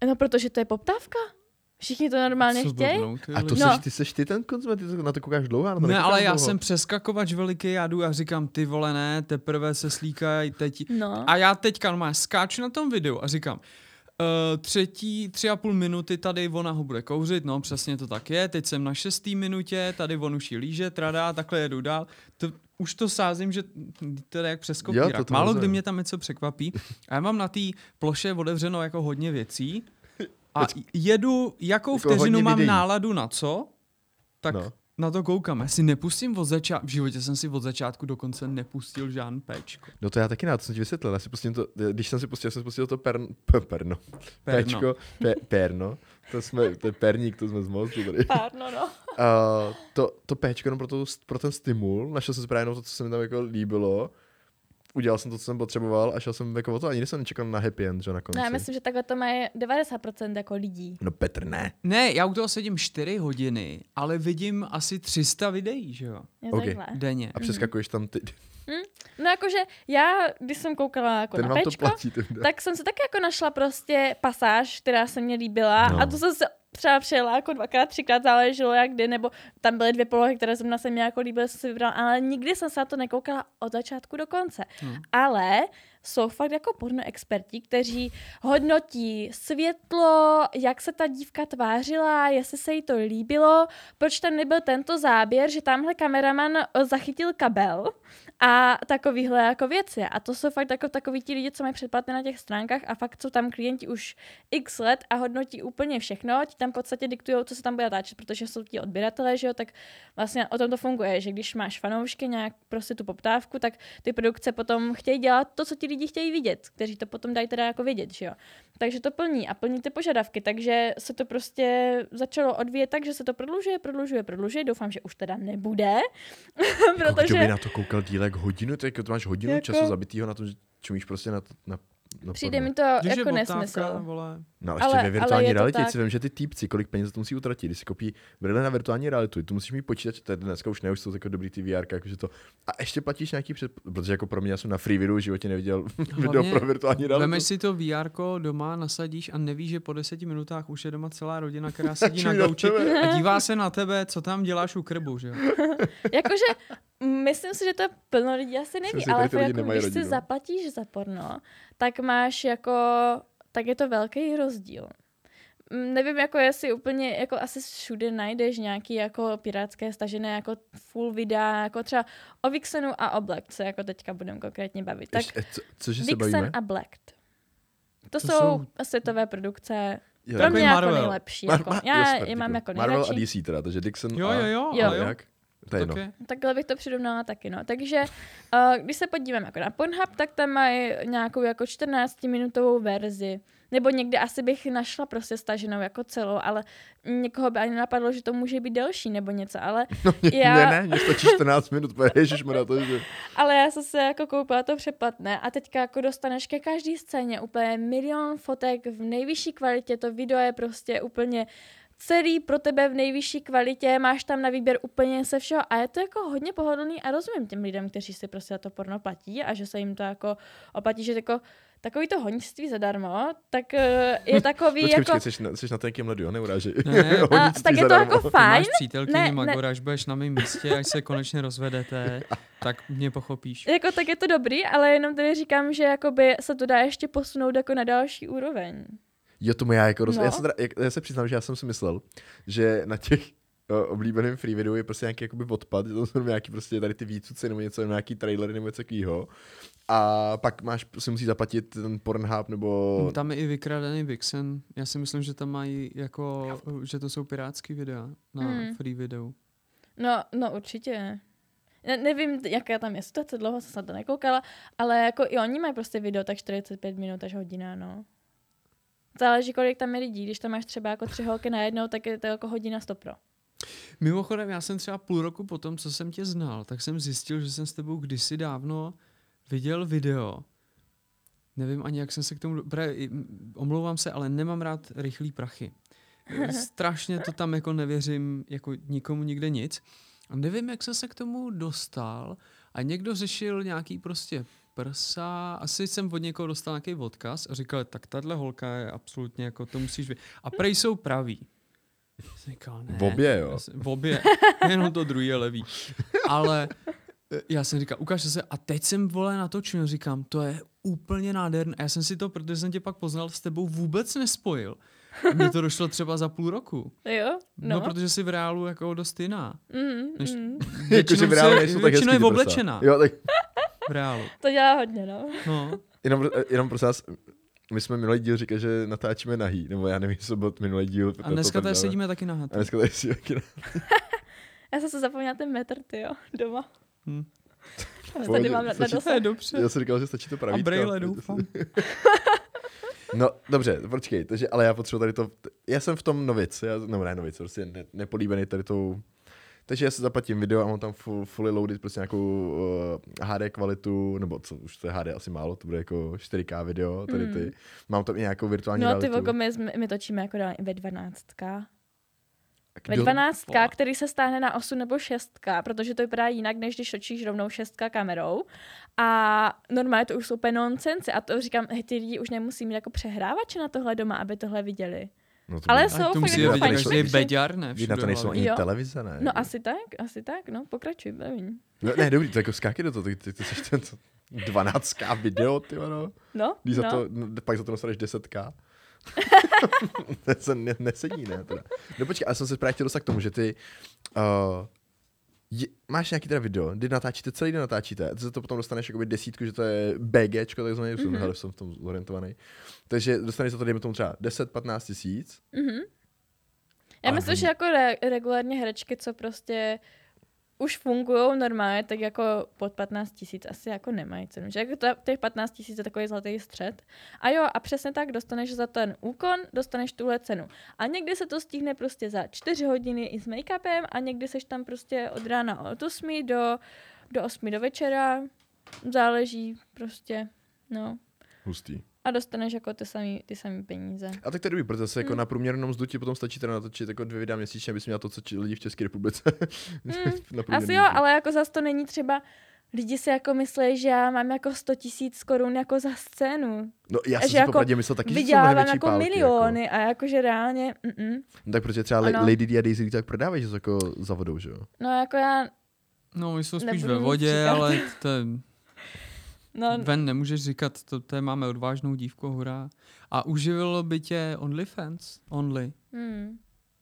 Speaker 3: No protože to je poptávka. Všichni to normálně
Speaker 4: Co
Speaker 3: chtějí.
Speaker 4: blbnou, ty
Speaker 2: A to
Speaker 4: lidi?
Speaker 2: no.
Speaker 3: No.
Speaker 2: seš, ty seš ty ten konzument, ty to- na to koukáš dlouho? já Na to
Speaker 4: Ne,
Speaker 2: nekoukám
Speaker 4: ale já
Speaker 2: dlouho.
Speaker 4: jsem přeskakovač veliký, já jdu a říkám, ty vole ne, teprve se slíkají teď.
Speaker 3: No.
Speaker 4: A já teďka normálně skáču na tom videu a říkám, Uh, třetí, tři a půl minuty tady ona ho bude kouřit, no přesně to tak je, teď jsem na šestý minutě, tady on už ji líže, tradá, takhle jedu dál. To, už to sázím, že teda jak přes
Speaker 2: Jo, to
Speaker 4: kopírák.
Speaker 2: to
Speaker 4: Málo kdy
Speaker 2: rozumím.
Speaker 4: mě tam něco překvapí. A já mám na té ploše otevřeno jako hodně věcí a jedu, jakou
Speaker 2: Jako
Speaker 4: vteřinu
Speaker 2: hodně
Speaker 4: mám
Speaker 2: videí.
Speaker 4: náladu na co, tak
Speaker 2: No.
Speaker 4: no. na to koukám. Já si nepustím od začátku, v životě jsem si od začátku dokonce nepustil žádný péčko.
Speaker 2: No to já taky ne, to jsem ti vysvětlil. Já si pustím to, když jsem si pustil, já jsem si pustil to pern, p, perno.
Speaker 4: Perno.
Speaker 2: Péčko, pe, perno. To, jsme, to je perník, to jsme z mozku tady.
Speaker 3: Párno, no.
Speaker 2: Uh, to, to péčko jenom pro, to, pro ten stimul, našel jsem si právě jenom to, co se mi tam jako líbilo. Udělal jsem to, co jsem potřeboval a šel jsem jako o to. Ani jsem nečekal na happy end, že na konci.
Speaker 3: No já myslím, že takhle to mají 90% jako lidí.
Speaker 2: No Petr ne.
Speaker 4: Ne, já u toho sedím 4 hodiny, ale vidím asi 300 videí, že jo,
Speaker 3: Je
Speaker 2: Ok.
Speaker 3: okay. takhle.
Speaker 4: denně.
Speaker 2: A přeskakuješ tam ty,
Speaker 3: No jakože já, když jsem koukala jako
Speaker 2: ten
Speaker 3: na
Speaker 2: vám to
Speaker 3: pečko,
Speaker 2: platí. Ten,
Speaker 3: tak jsem se taky jako našla prostě pasáž, která se mně líbila
Speaker 2: No.
Speaker 3: no. a to jsem se třeba přejela jako dvakrát, třikrát, záleželo jak kdy, nebo tam byly dvě polohy, které zrovna se mě jako líbily, jsem si vybrala, ale nikdy jsem se na to nekoukala od začátku do konce.
Speaker 4: No.
Speaker 3: Ale jsou fakt jako porno experti, kteří hodnotí světlo, jak se ta dívka tvářila, jestli se jí to líbilo, proč tam nebyl tento záběr, že tamhle kameraman eh, zachytil kabel a takovýhle jako věci. A to jsou fakt jako takový ti lidi, co mají předplatné na těch stránkách a fakt jsou tam klienti už x let a hodnotí úplně všechno. Ti tam v podstatě diktují, co se tam bude natáčet, protože jsou ti odběratelé, že jo, tak vlastně o tom to funguje, že když máš fanoušky nějak prostě tu poptávku, tak ty produkce potom chtějí dělat to, co ti lidi chtějí vidět, kteří to potom dají teda jako vědět, že jo. Takže to plní a plní ty požadavky, takže se to prostě začalo odvíjet tak, že se to prodlužuje, prodlužuje, prodlužuje. Doufám, že už teda nebude,
Speaker 2: Protože... Jako, Kdo by
Speaker 3: protože
Speaker 2: na to koukal dílek hodinu, tak to máš hodinu jako...
Speaker 3: Jako-
Speaker 2: času zabitýho na tom, že čumíš prostě na, na, na
Speaker 3: přijde
Speaker 2: porno.
Speaker 3: mi to
Speaker 4: Když je
Speaker 3: jako
Speaker 4: poptávka,
Speaker 3: nesmysl.
Speaker 4: Vole.
Speaker 2: No ale ještě
Speaker 3: ale-
Speaker 2: ve
Speaker 3: ale
Speaker 2: virtuální
Speaker 3: je to
Speaker 2: realitě,
Speaker 3: tak.
Speaker 2: si vím, že ty týpci, kolik peněz to musí utratit, když si kopí brýle na virtuální realitu, tu musíš mít počítač, to je dneska už ne, už jsou jako dobrý ty VR, jakože to. A ještě platíš nějaký před, protože jako pro mě já jsem na free videu v životě neviděl video
Speaker 4: Hlavně
Speaker 2: pro virtuální
Speaker 4: Vemeš
Speaker 2: realitu.
Speaker 4: si to VR doma, nasadíš a nevíš, že po deseti minutách už je doma celá rodina, která sedí na
Speaker 2: Čumí na
Speaker 4: gauči
Speaker 2: tebe.
Speaker 4: a dívá se na tebe, co tam děláš u krbu, že jo?
Speaker 3: Jakože myslím si, že to plno lidí asi neví,
Speaker 2: si, tady
Speaker 3: ale
Speaker 2: ty
Speaker 3: fakt
Speaker 2: lidi
Speaker 3: jako,
Speaker 2: nemají
Speaker 3: když si
Speaker 2: rodinu.
Speaker 3: zaplatíš za porno, tak máš jako, tak je to velký rozdíl. Mm, Nevím, jako jestli úplně, jako asi všude najdeš nějaký jako pirátské stažené jako full videa, jako třeba o Vixenu a o Black, co jako teďka budeme konkrétně bavit. Tak
Speaker 2: Ještě- e, co- Cože se bavíme?
Speaker 3: Vixen a Black. To,
Speaker 4: To
Speaker 3: jsou,
Speaker 4: jsou-
Speaker 3: světové produkce.
Speaker 2: Jo,
Speaker 3: Pro
Speaker 2: jako-
Speaker 3: mě
Speaker 4: Takový
Speaker 3: jako
Speaker 4: Marvel.
Speaker 3: nejlepší.
Speaker 2: Mar-
Speaker 3: Jako.
Speaker 2: Mar-
Speaker 3: Já
Speaker 2: jasně,
Speaker 3: je mám
Speaker 2: děkuji.
Speaker 3: jako
Speaker 2: Marvel a
Speaker 3: nejradši.
Speaker 2: DC teda, takže Dixon
Speaker 4: Jo,
Speaker 2: Mm, a,
Speaker 4: jo, jo,
Speaker 3: Jo.
Speaker 2: a
Speaker 4: jo.
Speaker 2: jak? To je no. jedno.
Speaker 4: Tak je.
Speaker 3: Takhle bych to přirovnala taky, no. Takže uh, když se podívám jako na Pornhub, tak tam mají nějakou jako 14-minutovou verzi. Nebo někde asi bych našla prostě staženou jako celou, ale někoho by ani napadlo, že to může být delší nebo něco, ale, Já-
Speaker 2: Ne, ne, mě stačí 14 minut, ježiš, to je, že...
Speaker 3: ale já jsem se jako koupila to přeplatné a teďka jako dostaneš ke každé scéně úplně milion fotek v nejvyšší kvalitě, to video je prostě úplně celý pro tebe v nejvyšší kvalitě, máš tam na výběr úplně se všeho a je to jako hodně pohodlný a rozumím těm lidem, kteří si prostě za to porno platí a že se jim to jako oplatí, že jako takový to honictví zadarmo, tak eh, je takový
Speaker 2: Počkej,
Speaker 3: jako...
Speaker 2: počkej, jsi na, jsi na tenkém ledu, jo, neurážej.
Speaker 4: Ne, ne.
Speaker 2: Honictví
Speaker 3: a, tak je to
Speaker 2: zadarmo.
Speaker 3: jako fajn,
Speaker 4: Máš přítelkyni
Speaker 3: Ne, ne.
Speaker 4: Magora, až budeš na mém místě, až se konečně rozvedete, tak mě pochopíš.
Speaker 3: jako tak je to dobrý, ale jenom tady říkám, že jakoby se to dá ještě posunout jako na další úroveň.
Speaker 2: Jo, tomu já jako roz... no.
Speaker 3: No.
Speaker 2: já, se teda, jak- já se přiznám, že já jsem si myslel, že na těch uh, oblíbeném free videu je prostě nějaký jakoby odpad, že tam jsou nějaký prostě tady ty výcuce nebo něco, nebo nějaký trailery nebo něco takového. A pak máš, si musí zaplatit ten Pornhub nebo...
Speaker 4: Tam je i vykradený Vixen. Já si myslím, že tam mají jako, že to jsou pirátský videa na
Speaker 3: Mm.
Speaker 4: free videu.
Speaker 3: No, no určitě. Ne, nevím, t- jaká tam je situace, dlouho jsem se na to nekoukala, ale jako i oni mají prostě video tak 45 minut až hodina, no. Záleží, kolik tam je lidí. Když tam máš třeba jako tři holky najednou, tak je to jako hodina stopro.
Speaker 4: Mimochodem, já jsem třeba půl roku po tom, co jsem tě znal, tak jsem zjistil, že jsem s tebou kdysi dávno viděl video. Nevím ani, jak jsem se k tomu... do- Pra, i- m, omlouvám se, ale nemám rád rychlý prachy. strašně to tam jako nevěřím, jako nikomu nikde nic. A nevím, jak jsem se k tomu dostal a někdo řešil nějaký prostě prsa, asi jsem od někoho dostal nějaký odkaz a říkal, tak tahle holka je absolutně jako, to musíš vědět. A prej jsou pravý. Jsem Říkal, ne.
Speaker 2: V obě, jo.
Speaker 4: Já jsem- V obě, jenom to druhý je levý. Ale eh, já jsem říkal, ukáže se, a teď jsem vole natočil, říkám, to je úplně nádherné. A já jsem si to, protože jsem tě pak poznal, s tebou vůbec nespojil. A Mně to došlo třeba za půl roku.
Speaker 3: Jo?
Speaker 4: No, no
Speaker 3: No.
Speaker 4: protože jsi v reálu jako dost jiná.
Speaker 3: Mm,
Speaker 4: než-
Speaker 3: mm.
Speaker 2: Jakože v reálu
Speaker 4: se-
Speaker 2: nejsou tak
Speaker 4: většinou
Speaker 2: hezký ty
Speaker 4: je
Speaker 2: prsa.
Speaker 4: oblečená
Speaker 2: Jo, tak
Speaker 4: v reálu.
Speaker 3: To dělá hodně, no.
Speaker 4: No.
Speaker 2: jenom, jenom prosím vás, my jsme minulý díl říkali, že natáčíme nahý, nebo já nevím, co byl minulý díl. to-
Speaker 4: A
Speaker 2: to
Speaker 4: dneska
Speaker 2: tam
Speaker 4: tady
Speaker 2: dáme.
Speaker 4: sedíme taky na
Speaker 2: A
Speaker 4: hatu.
Speaker 2: dneska tady si taky na...
Speaker 3: Já jsem se zapomněla ten metr, ty jo, doma.
Speaker 4: Hm.
Speaker 3: Já
Speaker 2: Pohodě,
Speaker 3: tady mám na, na
Speaker 2: stačí-
Speaker 4: To
Speaker 3: dosah.
Speaker 4: je dobře.
Speaker 2: Já jsem říkal, že stačí to
Speaker 4: A
Speaker 2: pravítko.
Speaker 4: brejle doufám.
Speaker 2: No, dobře, počkej, takže, ale já potřebuji tady to, já jsem v tom novic, já, no ne novic, prostě ne, nepolíbený tady tou, takže já si zaplatím video a mám tam full, fully loaded prostě nějakou uh, HD kvalitu, nebo co, už to je HD asi málo, to bude jako 4K video, tady ty. Mám tam i nějakou virtuální
Speaker 3: Hmm. No ty
Speaker 2: realitu.
Speaker 3: vogo, my, jsme- my točíme jako dá- ve dvanáctka. Ve
Speaker 2: Kdo-
Speaker 3: dvanáctka,
Speaker 4: Vole.
Speaker 3: který se stáhne na 8 nebo šestka, protože to vypadá jinak, než když točíš rovnou šestka kamerou. A normálně to už jsou úplně nonsensy. A to říkám, hej, ty lidi už nemusí mít jako přehrávače na tohle doma, aby tohle viděli.
Speaker 2: No, to
Speaker 3: Ale
Speaker 2: bude-
Speaker 3: jsou
Speaker 4: to
Speaker 3: fakt
Speaker 4: musí
Speaker 2: jako
Speaker 4: vědět
Speaker 2: fajn
Speaker 4: každý
Speaker 3: všichni.
Speaker 4: beďar, ne?
Speaker 2: Vždyť na
Speaker 4: Všude
Speaker 2: to nejsou
Speaker 4: hlavně.
Speaker 2: ani
Speaker 3: Jo.
Speaker 2: televize, ne?
Speaker 3: No asi tak, asi tak, no pokračuj, nevím.
Speaker 2: No, ne, dobrý, to jako skáky do toho, ty, ty, ty jsi ten 12K video, ty no.
Speaker 3: No,
Speaker 2: Když no. za
Speaker 3: no.
Speaker 2: to, no, pak za to dostaneš 10k. to se ne, nesedí, ne? Teda. No počkej, ale jsem se právě chtěl dostat k tomu, že ty uh, je, máš nějaký teda video, kdy natáčíte, celý den natáčíte, a ty za to potom dostaneš jakoby desítku, že to je BGčko, takzvané, mm-hmm. jsem,
Speaker 3: Mhm.
Speaker 2: hele, jsem v tom zorientovaný. Takže dostaneš za to, dejme tomu třeba 10-15 tisíc.
Speaker 3: Mm-hmm. Já
Speaker 2: Ale
Speaker 3: myslím,
Speaker 2: není-
Speaker 3: že jako re- regulárně herečky, co prostě už fungují normálně, tak jako pod 15 tisíc asi jako nemají cenu. Že jako ta- těch 15 tisíc je takový zlatý střed. A jo, a přesně tak dostaneš za ten úkon, dostaneš tuhle cenu. A někdy se to stihne prostě za 4 hodiny i s make-upem a někdy seš tam prostě od rána od 8 do, do 8 do večera. Záleží prostě, no.
Speaker 2: Hustý.
Speaker 3: A dostaneš jako ty samý, ty samý peníze.
Speaker 2: A tak to je dobrý, protože se jako
Speaker 3: Mhm.
Speaker 2: na průměrnou mzdu ti potom stačí teda natočit jako dvě videa měsíčně, abys měla to, co či- lidi v České republice. na
Speaker 3: Hm.
Speaker 2: průměrnou
Speaker 3: Asi
Speaker 2: mzdu.
Speaker 3: jo, ale jako zas to není třeba, lidi si jako myslí, že já mám jako 100 tisíc korun jako za scénu.
Speaker 2: No já jsem
Speaker 3: že
Speaker 2: si
Speaker 3: jako
Speaker 2: jako popravdě myslel taky, že jsou mnohem
Speaker 3: Vydělávám
Speaker 2: větší
Speaker 3: jako
Speaker 2: pálky,
Speaker 3: miliony jako. a jakože reálně, mm-mm.
Speaker 2: No tak protože třeba ano.
Speaker 3: Ano.
Speaker 2: Lady Di a Daisy tak prodávají, že jsou jako za vodou, že jo?
Speaker 3: no jako já,
Speaker 4: No, oni jsou spíš
Speaker 3: Nebudu
Speaker 4: ve
Speaker 3: nic
Speaker 4: vodě,
Speaker 3: říkat.
Speaker 4: ale to je...
Speaker 3: no
Speaker 4: Ven nemůžeš říkat, to, to je máme odvážnou dívku, hurá. A uživilo by tě OnlyFans? Only.
Speaker 3: hmm.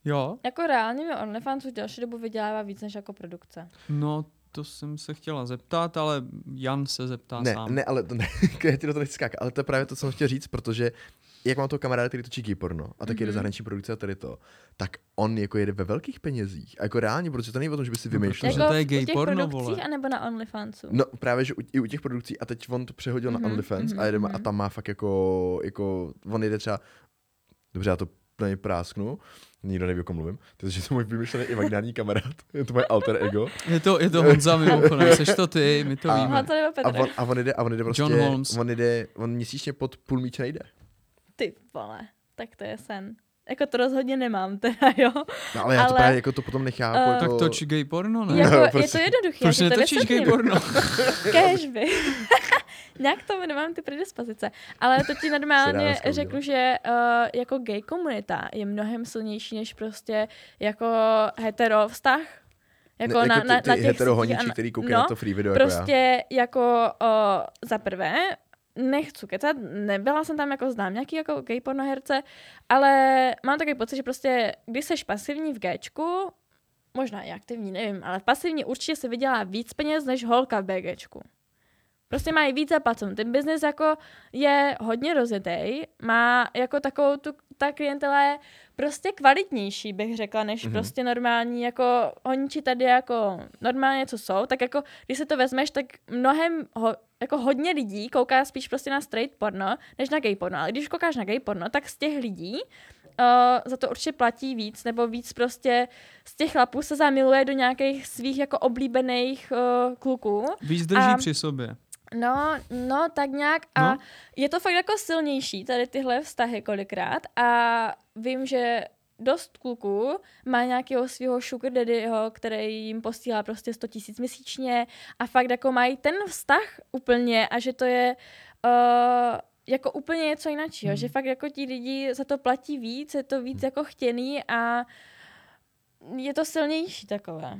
Speaker 4: Jo?
Speaker 3: jako reálně mi OnlyFans už další dobu vydělává víc než jako produkce.
Speaker 4: No, to jsem se chtěla zeptat, ale Jan se zeptá
Speaker 2: ne,
Speaker 4: sám.
Speaker 2: ne, ale to ne, já ti do toho nechci skákat, ale to je právě to, co jsem chtěl říct, protože jak mám toho kamaráda, který točí gay porno a taky mm-hmm. jede
Speaker 3: Mhm.
Speaker 2: zahraniční produkce a tady to, tak on jako jede ve velkých penězích. A jako reálně, protože to není o tom, že by si vymýšlel.
Speaker 4: protože-
Speaker 3: jako
Speaker 4: to je gay
Speaker 3: u těch
Speaker 4: porno,
Speaker 3: produkcích
Speaker 4: vole.
Speaker 3: anebo na OnlyFansu.
Speaker 2: No právě, že u, i u těch produkcí a teď on to přehodil mm-hmm, na
Speaker 3: Mhm,
Speaker 2: OnlyFans mm-hmm,
Speaker 3: mhm,
Speaker 2: a, jede, a
Speaker 3: mhm.
Speaker 2: tam má fakt jako, jako, on jede třeba, dobře, já to na něj prásknu, nikdo neví, o kom mluvím, takže to je můj vymyšlený imaginární kamarád, je to moje alter ego.
Speaker 4: Je to, je to Honza mimochodem, seš to ty, my to
Speaker 2: A-
Speaker 4: víme.
Speaker 3: Honza nebo
Speaker 2: A
Speaker 3: Petr,
Speaker 2: on, a on jde, a on jde prostě,
Speaker 4: John Holmes.
Speaker 2: on jde, on měsíčně pod půl míče nejde.
Speaker 3: ty vole, tak to je sen. Jako to rozhodně nemám teda, jo.
Speaker 2: No, ale já ale, to
Speaker 3: Ale,
Speaker 2: právě jako to potom nechápu.
Speaker 3: eh,
Speaker 2: Uh,
Speaker 4: Tak
Speaker 2: jako,
Speaker 4: toč gay porno, ne?
Speaker 3: Jako, je
Speaker 2: prostě-
Speaker 3: to jednoduché.
Speaker 4: Proč
Speaker 3: já ti to
Speaker 4: netočíš gay
Speaker 3: vysvětlím.
Speaker 4: porno?
Speaker 3: Kéžby. Nějak k tomu nemám ty predispozice. Ale to ti
Speaker 2: Se dá
Speaker 3: normálně
Speaker 2: dneska udělat.
Speaker 3: řeknu, že uh, jako gay komunita je mnohem silnější než prostě jako hetero vztah. Jako,
Speaker 2: ne,
Speaker 3: na,
Speaker 2: jako
Speaker 3: na,
Speaker 2: ty,
Speaker 3: na
Speaker 2: ty
Speaker 3: těch sítích a
Speaker 2: heterohoniči,
Speaker 3: na-
Speaker 2: který koukají
Speaker 3: no,
Speaker 2: na to free video jako já.
Speaker 3: prostě jako uh, za prvé nechci kecat, nebyla jsem tam jako znám nějaký jako gay pornoherce, ale mám takový pocit, že prostě když seš pasivní v Gčku, možná i aktivní, nevím, ale pasivní určitě se vydělá víc peněz než holka v BGčku. Prostě mají víc zaplacen. Ten biznis jako je hodně rozjetý, má jako takovou tu, ta klientela je prostě kvalitnější, bych řekla, než mm-hmm.
Speaker 2: Mhm.
Speaker 3: prostě normální, jako honiči tady jako normálně, co jsou, tak jako když se to vezmeš, tak mnohem ho, jako hodně lidí kouká spíš prostě na straight porno, než na gay porno. Ale když koukáš na gay porno, tak z těch lidí uh, za to určitě platí víc, nebo víc prostě z těch chlapů se zamiluje do nějakých svých jako oblíbených uh, kluků.
Speaker 4: Víc drží
Speaker 3: A-
Speaker 4: při sobě.
Speaker 3: No, no, tak nějak. A
Speaker 4: No.
Speaker 3: no. je to fakt jako silnější, tady tyhle vztahy kolikrát. A vím, že dost kluků má nějakého svého sugar daddyho, který jim posílá prostě 100 tisíc měsíčně a fakt jako mají ten vztah úplně a že to je uh, jako úplně něco jináčího,
Speaker 4: Hmm.
Speaker 3: že fakt jako ti lidi za to platí víc, je to víc jako chtěný a je to silnější takové.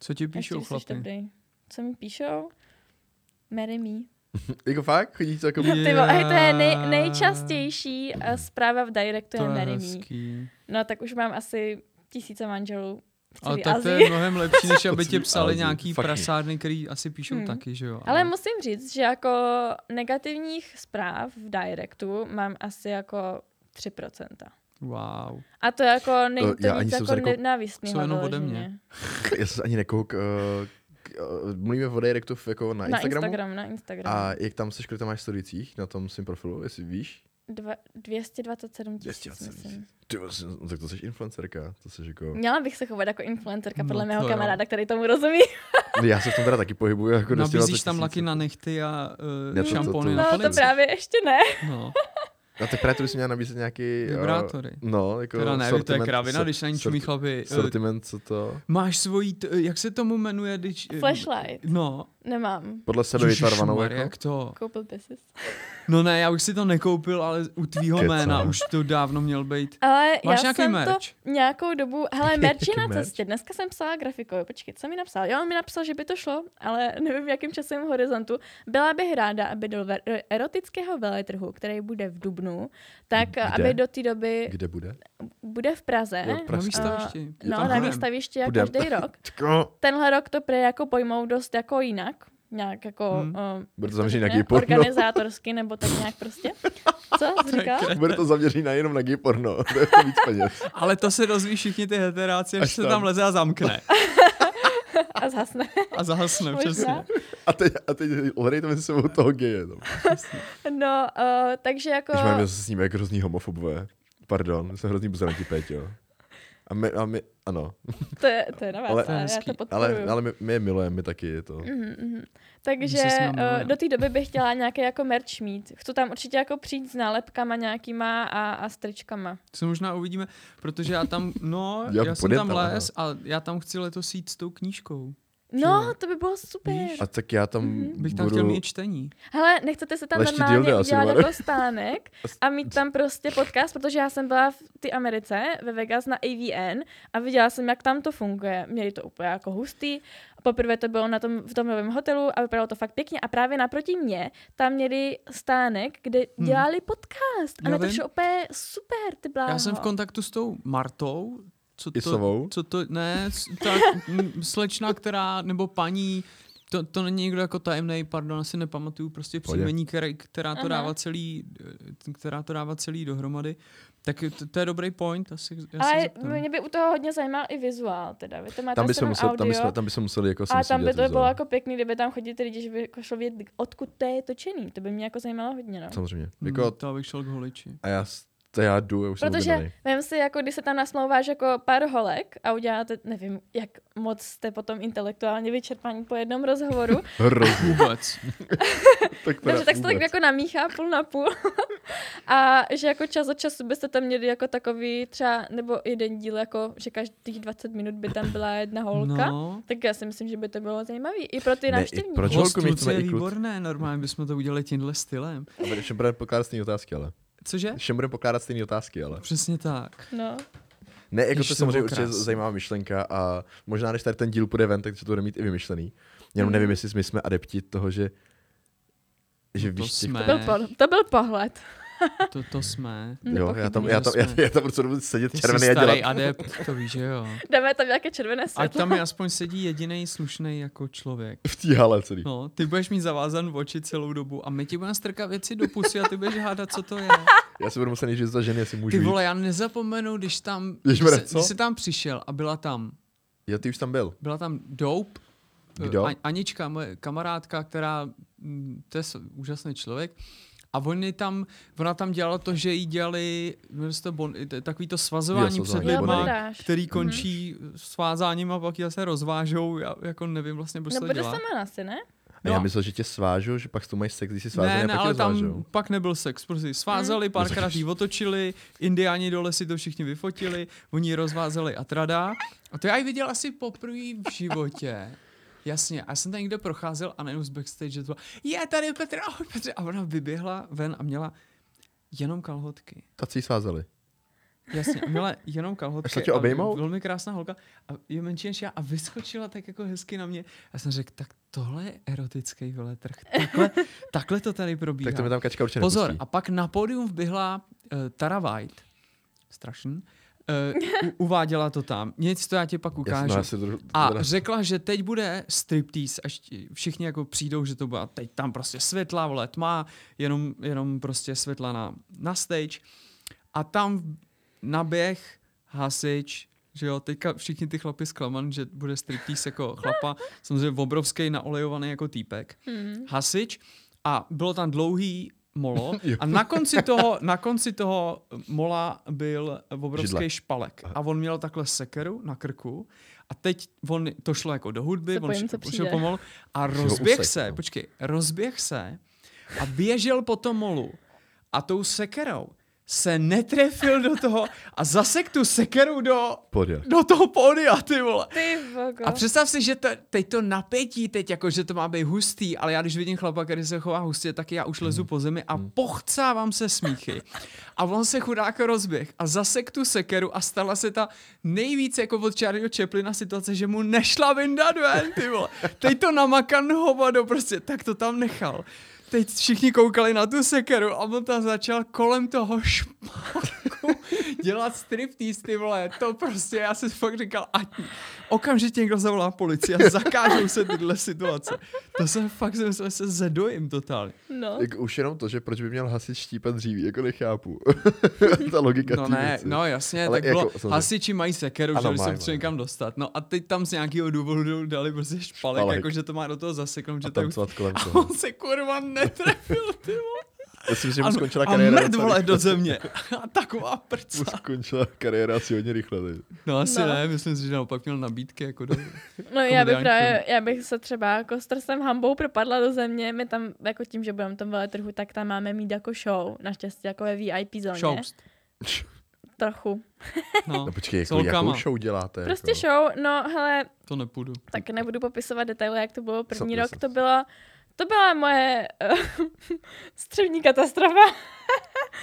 Speaker 4: Co ti
Speaker 3: Ještě,
Speaker 4: píšou
Speaker 3: že jsi
Speaker 4: chlapy?
Speaker 3: Dobrý. Co mi píšou? Marry me.
Speaker 2: Jako fakt? Chodí to jako...
Speaker 3: Ty vole, to je nej,
Speaker 4: Yeah.
Speaker 3: nejčastější eh, zpráva v Directu
Speaker 4: To
Speaker 3: je
Speaker 4: je
Speaker 3: Marry me.
Speaker 4: hezký.
Speaker 3: No tak už mám asi tisíce manželů v
Speaker 4: Ale
Speaker 3: celé
Speaker 4: tak to
Speaker 3: Azii.
Speaker 4: je mnohem lepší, než aby
Speaker 2: Celý
Speaker 4: tě psali
Speaker 2: Asii,
Speaker 4: nějaký
Speaker 2: fakt.
Speaker 4: prasárny, který asi píšou
Speaker 3: Hmm.
Speaker 4: taky, že jo.
Speaker 3: Ale musím říct, že jako negativních zpráv v Directu mám asi jako 3%.
Speaker 4: Wow.
Speaker 3: A to jako není
Speaker 2: To
Speaker 3: to
Speaker 2: já ani
Speaker 3: nic
Speaker 2: jsem
Speaker 3: jako
Speaker 2: se jako-
Speaker 3: nenávistného.
Speaker 4: jsou jenom ode
Speaker 3: vyloženě.
Speaker 4: mě.
Speaker 2: Já jsem se ani nekouk... eh, k- eh, Mluvíme o directu v- jako na,
Speaker 3: Na
Speaker 2: Instagramu.
Speaker 3: Instagram, na Instagram.
Speaker 2: A jak tam seš, kolik tam máš sledujících na tom svém profilu, jestli víš?
Speaker 3: Dva, 227 tisíc,
Speaker 2: 227
Speaker 3: myslím.
Speaker 2: Ty, jo, jsi- no tak to jsi influencerka, to jsi jako...
Speaker 3: Měla bych se chovat jako influencerka,
Speaker 4: No
Speaker 3: podle
Speaker 4: to
Speaker 3: mého
Speaker 4: jo.
Speaker 3: kamaráda, který tomu rozumí.
Speaker 2: No, Já se v tom teda taky pohybuju, jako
Speaker 4: Nabízíš
Speaker 2: 220
Speaker 4: tam
Speaker 2: tisíc.
Speaker 4: laky na nechty a
Speaker 2: Ne,
Speaker 4: uh,
Speaker 2: to- to-
Speaker 4: šampony
Speaker 2: to-
Speaker 4: na
Speaker 3: No, to
Speaker 4: palici.
Speaker 3: právě ještě ne.
Speaker 4: No,
Speaker 2: No tak právě to bys měla nabízet nějaký... eh,
Speaker 4: vibrátory.
Speaker 2: No, jako
Speaker 4: Teda ne, to je
Speaker 2: sortiment-
Speaker 4: kravina,
Speaker 2: so-
Speaker 4: když na ní
Speaker 2: sorti-
Speaker 4: čumí chlapy. eh,
Speaker 2: Sortiment, co to...
Speaker 4: Máš svojí, t- eh, jak se tomu jmenuje, když... eh,
Speaker 3: Flashlight.
Speaker 4: No,
Speaker 3: Nemám.
Speaker 2: Podle sebe vytvarovanou
Speaker 4: Ježišmarja,
Speaker 2: jako...
Speaker 4: jak to?
Speaker 3: Koupil by sis.
Speaker 4: No ne, já už si to nekoupil, ale u tvýho
Speaker 2: Kecám.
Speaker 4: jména už to dávno měl být.
Speaker 3: Ale
Speaker 4: Máš
Speaker 3: já
Speaker 4: nějaký
Speaker 3: jsem
Speaker 4: merch?
Speaker 3: to nějakou dobu, hele, merch je na
Speaker 2: merch?
Speaker 3: cestě. Dneska jsem psala grafikovi, počkej, co mi napsal? Jo, on mi napsal, že by to šlo, ale nevím, v jakém časovém horizontu. Byla bych ráda, aby do ver- erotického veletrhu, který bude v Dubnu, tak
Speaker 2: Kde?
Speaker 3: aby do té doby
Speaker 2: Kde bude?
Speaker 3: jako bude v Praze.
Speaker 2: Jo, Praze.
Speaker 4: Na
Speaker 2: Prostě.
Speaker 4: výstavišti.
Speaker 3: no,
Speaker 4: Tam
Speaker 3: na
Speaker 4: budem.
Speaker 3: výstavišti jako
Speaker 2: Budem.
Speaker 3: každý rok.
Speaker 2: Tko,
Speaker 3: Tenhle rok to prý jako pojmou dost jako jinak. Nějak jako...
Speaker 4: Hmm.
Speaker 3: eh,
Speaker 2: Bude to
Speaker 3: jak
Speaker 2: zaměřený na
Speaker 3: řekne?
Speaker 2: gay porno.
Speaker 3: Organizátorsky nebo tak nějak prostě. Co jsi říkal?
Speaker 2: bude to zaměřený na jenom na gay porno, to je to víc peněz.
Speaker 4: Ale to se dozví všichni ty heteráci, až,
Speaker 2: Až
Speaker 4: se
Speaker 2: tam.
Speaker 4: tam leze a zamkne.
Speaker 3: A zhasne.
Speaker 4: A zahasne,
Speaker 3: Možná.
Speaker 4: přesně.
Speaker 2: A teď, a teď hledejte mezi sebou toho geje. No.
Speaker 3: No, uh, takže jako...
Speaker 2: Když máme zase s ním jako hrozný homofobové. Pardon, jsem hrozný buzeranti Péť, jo. A my, a my, ano,
Speaker 3: To je, to je na vás,
Speaker 2: Ale-
Speaker 3: ale,
Speaker 2: To
Speaker 4: je
Speaker 3: já
Speaker 4: hezký,
Speaker 3: to podporuju.
Speaker 2: ale, ale my, my je milujeme, my taky je to.
Speaker 3: Mhm, mhm.
Speaker 4: Že
Speaker 3: Takže
Speaker 4: se s námi
Speaker 3: uh,
Speaker 4: mluví.
Speaker 3: do té doby bych chtěla nějaký jako merch mít. Chci tam určitě jako přijít s nálepkama nějakýma a, a stričkama.
Speaker 4: To se možná uvidíme, protože já tam, no, já,
Speaker 2: Já no.
Speaker 4: já jsem
Speaker 2: půjdem
Speaker 4: tam
Speaker 2: tam,
Speaker 4: les a já tam chci letos jít s tou knížkou.
Speaker 3: No, to by bylo super.
Speaker 4: Víš?
Speaker 2: A tak já tam
Speaker 3: Mm-hmm.
Speaker 4: Bych tam
Speaker 2: budu...
Speaker 4: chtěl mít čtení.
Speaker 3: Hele, nechcete se tam
Speaker 2: Leští
Speaker 3: normálně
Speaker 2: dilda asi,
Speaker 3: udělat
Speaker 2: vole.
Speaker 3: jako stánek a mít tam prostě podcast, protože já jsem byla v ty Americe, ve Vegas na AVN a viděla jsem, jak tam to funguje. Měli to úplně jako hustý. Poprvé to bylo na tom, v tom novém hotelu a vypadalo to fakt pěkně. A právě naproti mě tam měli stánek, kde dělali podcast. A
Speaker 4: Mhm. Já
Speaker 3: mě to
Speaker 4: vím.
Speaker 3: přišlo úplně super, ty bláho.
Speaker 4: Já jsem v kontaktu s tou Martou, co to,
Speaker 2: Isovou?
Speaker 4: co to, ne, s- ta m, slečna, která, nebo paní, to, to není někdo jako tajemný, pardon, asi nepamatuju prostě
Speaker 2: Pohodě.
Speaker 4: příjmení, který, která, to
Speaker 3: Aha.
Speaker 4: dává celý, eh, která to dává celý dohromady. Tak to, to je dobrý point, asi, já se
Speaker 3: Ale
Speaker 4: zeptám.
Speaker 3: mě by u toho hodně zajímal i vizuál, teda. Vy to máte
Speaker 2: Tam
Speaker 3: asi
Speaker 2: bychom
Speaker 3: jenom
Speaker 2: museli, tam
Speaker 3: audio.
Speaker 2: bychom, tam bychom museli jako si
Speaker 3: A
Speaker 2: musím
Speaker 3: tam by
Speaker 2: dělat
Speaker 3: to bylo
Speaker 2: vizuál.
Speaker 3: jako pěkný, kdyby tam chodili ty lidi, že by jako šlo vědět, odkud to je točený. To by mě jako zajímalo hodně, no.
Speaker 2: Samozřejmě.
Speaker 4: Hm,
Speaker 2: Jako,
Speaker 4: To abych šel k holiči.
Speaker 2: a já, s- to já jdu, já už jsem
Speaker 3: Protože
Speaker 2: uvědaný.
Speaker 3: vím si, jako když se tam nasmlouváš jako pár holek a uděláte, nevím, jak moc jste potom intelektuálně vyčerpaní po jednom rozhovoru,
Speaker 2: Hrozně.
Speaker 4: Vůbec.
Speaker 2: tak teda
Speaker 3: takže tak se to tak
Speaker 2: vůbec.
Speaker 3: jako namíchá půl na půl a že jako čas od času byste tam měli jako takový třeba, nebo jeden díl jako, že každých 20 minut by tam byla jedna holka. No.
Speaker 4: No.
Speaker 3: Tak já si myslím, že by to bylo zajímavé i pro ty
Speaker 2: Ne, i
Speaker 3: návštěvníky.
Speaker 2: pro- Proč
Speaker 4: Host
Speaker 2: holku mít,
Speaker 4: kluci
Speaker 2: jsme
Speaker 4: je
Speaker 2: i kluk?
Speaker 4: výborné, normálně bychom to udělali tímhle stylem.
Speaker 2: A budeš- Všem budeme pokládat stejné otázky, ale.
Speaker 4: Cože?
Speaker 2: Všem budeme pokládat stejné otázky, ale.
Speaker 4: Přesně tak.
Speaker 3: No.
Speaker 2: Ne, jako
Speaker 4: Ježiš,
Speaker 2: to
Speaker 4: to bylo
Speaker 2: samozřejmě určitě
Speaker 4: krásný.
Speaker 2: zajímavá myšlenka a možná, než tady ten díl půjde ven, tak se to bude mít i vymyšlený. Jenom
Speaker 4: Mm.
Speaker 2: nevím, jestli my jsme adepti toho, že že
Speaker 4: No To
Speaker 2: víš, těch-
Speaker 4: jsme,
Speaker 3: To, byl po, to byl pohled.
Speaker 4: to, to jsme.
Speaker 2: jo, já tam,
Speaker 4: Nepochybuji,
Speaker 2: já
Speaker 4: že
Speaker 2: tam, já,
Speaker 4: jsme.
Speaker 2: já tam prostě budu sedět
Speaker 4: Ty jsi
Speaker 2: červený a
Speaker 4: starý
Speaker 2: dělat.
Speaker 4: adept, to víš, že jo.
Speaker 3: Dáme tam nějaké červené
Speaker 4: Ať
Speaker 3: světlo.
Speaker 4: tam je aspoň sedí jediný slušný jako člověk.
Speaker 2: V té hale celý.
Speaker 4: No, ty budeš mít zavázan v oči celou dobu a my ti budeme strkat věci do pusy a ty budeš hádat, co to je.
Speaker 2: Já se budu muset nejdřív za ženy, jestli můžu
Speaker 4: Ty
Speaker 2: jít.
Speaker 4: vole, já nezapomenu, když tam, když,
Speaker 2: Ježišmarja,
Speaker 4: se,
Speaker 2: co?
Speaker 4: když jsi tam přišel a byla tam,
Speaker 2: Jo, ty už tam byl.
Speaker 4: byla tam Dope, eh,
Speaker 2: Kdo?
Speaker 4: A- Anička, moje kamarádka, která, mm, to je s- úžasný člověk, a oni tam, ona tam dělala to, že jí dělali jmenuje se to bon, t- takový to svazování
Speaker 2: Jo,
Speaker 4: před
Speaker 2: svazování,
Speaker 3: Jo,
Speaker 4: lidma,
Speaker 2: bondy.
Speaker 3: bondáž.
Speaker 4: který končí svázáním a pak ji zase rozvážou, já jako nevím vlastně, proč
Speaker 3: No
Speaker 4: se to
Speaker 3: bude
Speaker 4: dělá.
Speaker 3: sama asi, ne?
Speaker 2: A
Speaker 4: No
Speaker 2: já
Speaker 4: a-
Speaker 2: myslel, že tě svážou, že pak s tou mají sex, když si svážou,
Speaker 4: Ne,
Speaker 2: a
Speaker 4: ne,
Speaker 2: pak
Speaker 4: ale
Speaker 2: tě
Speaker 4: tam
Speaker 2: svážou.
Speaker 4: pak nebyl sex. Prostě svázeli, párkrát jí otočili, indiáni dole si to všichni vyfotili, oni ji rozvázeli a trada. A to já ji viděl asi poprvé v životě. Jasně, a já jsem tam někde procházel a najednou z backstage že to bylo, je tady Petr, ahoj Petr. A ona vyběhla ven a měla jenom kalhotky.
Speaker 2: Tak si ji svázeli.
Speaker 4: Jasně, a měla jenom kalhotky.
Speaker 2: Až se tě
Speaker 4: a
Speaker 2: obejmou?
Speaker 4: Velmi krásná holka. A je menší než já a vyskočila tak jako hezky na mě. Já jsem řekl, tak tohle je erotický veletrh. Takhle, takhle to tady probíhá.
Speaker 2: Tak to mi tam kačka určitě
Speaker 4: Pozor,
Speaker 2: nepustí.
Speaker 4: a pak na pódium vběhla uh, Tara White. Strašný. Uh, u- uváděla to tam. Nic, to já ti pak
Speaker 2: Já jsem-
Speaker 4: ukážu.
Speaker 2: no, já si to-
Speaker 4: A
Speaker 2: teda-
Speaker 4: řekla, že teď bude striptease, až ti všichni jako přijdou, že to bude teď tam prostě světla, vole, tma, jenom, jenom prostě světla na, na stage. A tam naběh hasič, že jo, teďka všichni ty chlapi zklaman, že bude striptease jako chlapa, samozřejmě obrovský naolejovaný jako týpek.
Speaker 3: Hmm.
Speaker 4: Hasič a bylo tam dlouhý molo
Speaker 2: Jo.
Speaker 4: a na konci toho, na konci toho mola byl obrovský
Speaker 2: Židle.
Speaker 4: špalek a on měl takhle sekeru na krku a teď on, to šlo jako do hudby,
Speaker 3: Se
Speaker 4: on
Speaker 3: bojím,
Speaker 4: šel,
Speaker 3: co
Speaker 4: šel
Speaker 3: přijde.
Speaker 4: pomalu a
Speaker 2: ho
Speaker 4: rozběh
Speaker 2: usek,
Speaker 4: se,
Speaker 2: no.
Speaker 4: počkej, rozběh se a běžel po tom molu a tou sekerou se netrefil do toho a zasek tu sekeru do,
Speaker 2: Podia.
Speaker 4: do toho pódia, ty vole.
Speaker 3: Ty vogo.
Speaker 4: A představ si, že to, teď to napětí, teď jako, že to má být hustý, ale já když vidím chlapa, který se chová hustě, tak já už lezu po zemi a pochcávám se smíchy. A on se chudák rozběh a zasek tu sekeru a stala se ta nejvíc jako od Charlieho Chaplina situace, že mu nešla vyndat ven, ty vole. Teď to namakan hovado prostě, tak to tam nechal. Teď všichni koukali na tu sekeru a on tam začal kolem toho špalku dělat striptease, ty vole, to prostě, já jsem fakt říkal, ať okamžitě někdo zavolá policii a zakážou se tyhle situace. To jsem fakt, jsem myslel, že se zedojím totálně.
Speaker 3: No.
Speaker 2: Jako už jenom to, že proč by měl hasič štípat dříví, jako nechápu. Ta logika
Speaker 4: No
Speaker 2: té
Speaker 4: ne,
Speaker 2: Jako věci.
Speaker 4: no jasně,
Speaker 2: Ale
Speaker 4: tak bylo,
Speaker 2: jako, samozřejmě.
Speaker 4: hasiči mají sekeru,
Speaker 2: Ano,
Speaker 4: že když se
Speaker 2: mají,
Speaker 4: chce
Speaker 2: mají.
Speaker 4: někam dostat, no a teď tam z nějakého důvodu dali prostě špalek,
Speaker 2: Špalek.
Speaker 4: jako že to má do toho zaseknout, že
Speaker 2: a
Speaker 4: to je
Speaker 2: tam
Speaker 4: už...
Speaker 2: cvat kolem
Speaker 4: A
Speaker 2: toho.
Speaker 4: on se kurva netrefil, ty vole.
Speaker 2: Myslím, že mu
Speaker 4: A-
Speaker 2: skončila
Speaker 4: A
Speaker 2: kariéra.
Speaker 4: mrd,
Speaker 2: docela
Speaker 4: vole,
Speaker 2: rychle.
Speaker 4: do země. A taková
Speaker 2: Mu
Speaker 4: prca.
Speaker 2: skončila kariéra asi hodně rychle. teď.
Speaker 4: No asi
Speaker 3: No.
Speaker 4: ne, myslím si, že naopak měl nabídky jako do...
Speaker 3: No já bych,
Speaker 4: komediální
Speaker 3: právě, já bych se třeba jako s trsem hambou propadla do země. My tam, jako tím, že budeme tam veletrhu, tak tam máme mít jako show. Naštěstí jako ve VIP zóně.
Speaker 4: Shows.
Speaker 3: Trochu.
Speaker 4: No,
Speaker 2: No počkej,
Speaker 4: S
Speaker 2: jako,
Speaker 4: holkama.
Speaker 2: jakou show děláte?
Speaker 3: Prostě
Speaker 2: jako?
Speaker 3: show, no hele,
Speaker 4: to nepůjdu.
Speaker 3: tak nebudu popisovat detaily, jak to bylo první
Speaker 2: Co-
Speaker 3: rok,
Speaker 2: co-
Speaker 3: to bylo, to byla moje uh, střevní katastrofa.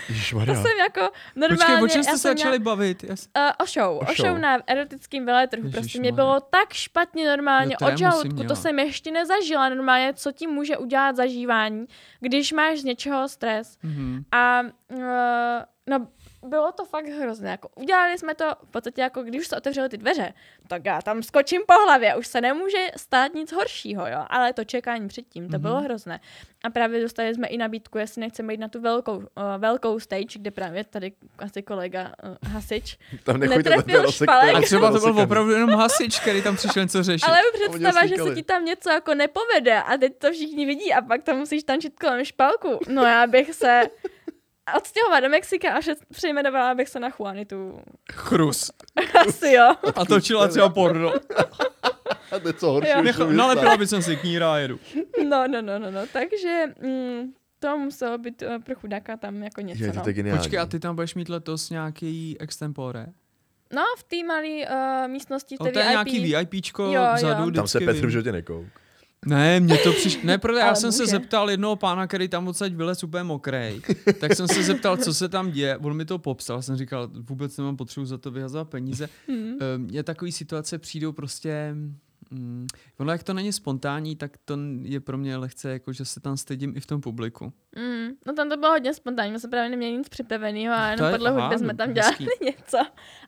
Speaker 3: To
Speaker 2: Ježišmarja.
Speaker 3: jsem jako normálně...
Speaker 4: Počkej, o čem jste
Speaker 3: já
Speaker 4: se
Speaker 3: jsem měla-
Speaker 4: začali bavit? Já s-
Speaker 3: Uh, o show, o,
Speaker 2: O
Speaker 3: show.
Speaker 2: show.
Speaker 3: na erotickém veletrhu. Prostě mě
Speaker 4: Ježišmarja.
Speaker 3: bylo tak špatně normálně
Speaker 4: Jo, No, to já
Speaker 3: od
Speaker 4: musím
Speaker 3: žaludku,
Speaker 4: dělat.
Speaker 3: to jsem ještě nezažila normálně, co ti může udělat zažívání, když máš z něčeho stres.
Speaker 4: Mhm.
Speaker 3: A uh, no, bylo to fakt hrozné. Jako, udělali jsme to v podstatě jako, když už se otevřely ty dveře, tak já tam skočím po hlavě, už se nemůže stát nic horšího, jo. Ale to čekání předtím, to
Speaker 4: Mhm.
Speaker 3: bylo hrozné. A právě dostali jsme i nabídku, jestli nechceme jít na tu velkou, uh, velkou stage, kde právě tady asi kolega uh, Hasič
Speaker 2: Tam nechoďte
Speaker 3: netrefil
Speaker 2: do rozsek-
Speaker 3: špalek.
Speaker 4: A
Speaker 2: do
Speaker 4: třeba to byl
Speaker 2: rozsekaný.
Speaker 4: opravdu jenom hasič, který tam přišel něco řešit.
Speaker 3: Ale
Speaker 2: A oni
Speaker 3: představa, že se
Speaker 2: osvíkali.
Speaker 3: ti tam něco jako nepovede a teď to všichni vidí a pak tam musíš tančit kolem špalku. No já bych se odstěhovala do Mexika a před- přejmenovala bych se na Juanitu.
Speaker 4: Chrus.
Speaker 3: Asi jo.
Speaker 4: A točila třeba porno.
Speaker 2: A něco horšího.
Speaker 3: Jo.
Speaker 2: už
Speaker 4: Nechal,
Speaker 2: nemůžu
Speaker 4: nalepila
Speaker 2: stát.
Speaker 4: by jsem si kníra a jedu.
Speaker 3: No, no, no, no, no. Takže mm, to muselo být eh, pro chudáka tam jako něco.
Speaker 2: Je
Speaker 3: no.
Speaker 2: to tak geniální.
Speaker 4: Počkej, a ty tam budeš mít letos nějaký extempore?
Speaker 3: no, v té malé uh, místnosti,
Speaker 4: O,
Speaker 3: v té
Speaker 4: to je nějaký
Speaker 3: VIP.
Speaker 4: VIPčko
Speaker 3: Jo, jo.
Speaker 4: vzadu.
Speaker 3: Tam
Speaker 2: Tam se
Speaker 4: vždycky
Speaker 2: Petr v
Speaker 4: vím.
Speaker 2: životě nekouk.
Speaker 4: Ne, mě to přišlo. Ne, protože já
Speaker 3: Ale
Speaker 4: jsem se
Speaker 3: může.
Speaker 4: zeptal jednoho pána, který tam odsaď vylez úplně mokrej. Tak jsem se zeptal, co se tam děje. On mi to popsal. Jsem říkal, vůbec nemám potřebu za to vyhazovat peníze.
Speaker 3: Hmm.
Speaker 4: Eh, Mně takové situace přijdou prostě... Mm, ono, jak to není spontánní, tak to n- je pro mě lehce, jako že se tam stydím i v tom publiku.
Speaker 3: Mm, no tam to bylo hodně spontánní, my jsme právě neměli nic připraveného a
Speaker 4: To
Speaker 3: jenom
Speaker 4: je-
Speaker 3: podle
Speaker 4: aha,
Speaker 3: hudby jsme
Speaker 4: no,
Speaker 3: tam dělali
Speaker 4: hezký.
Speaker 3: něco.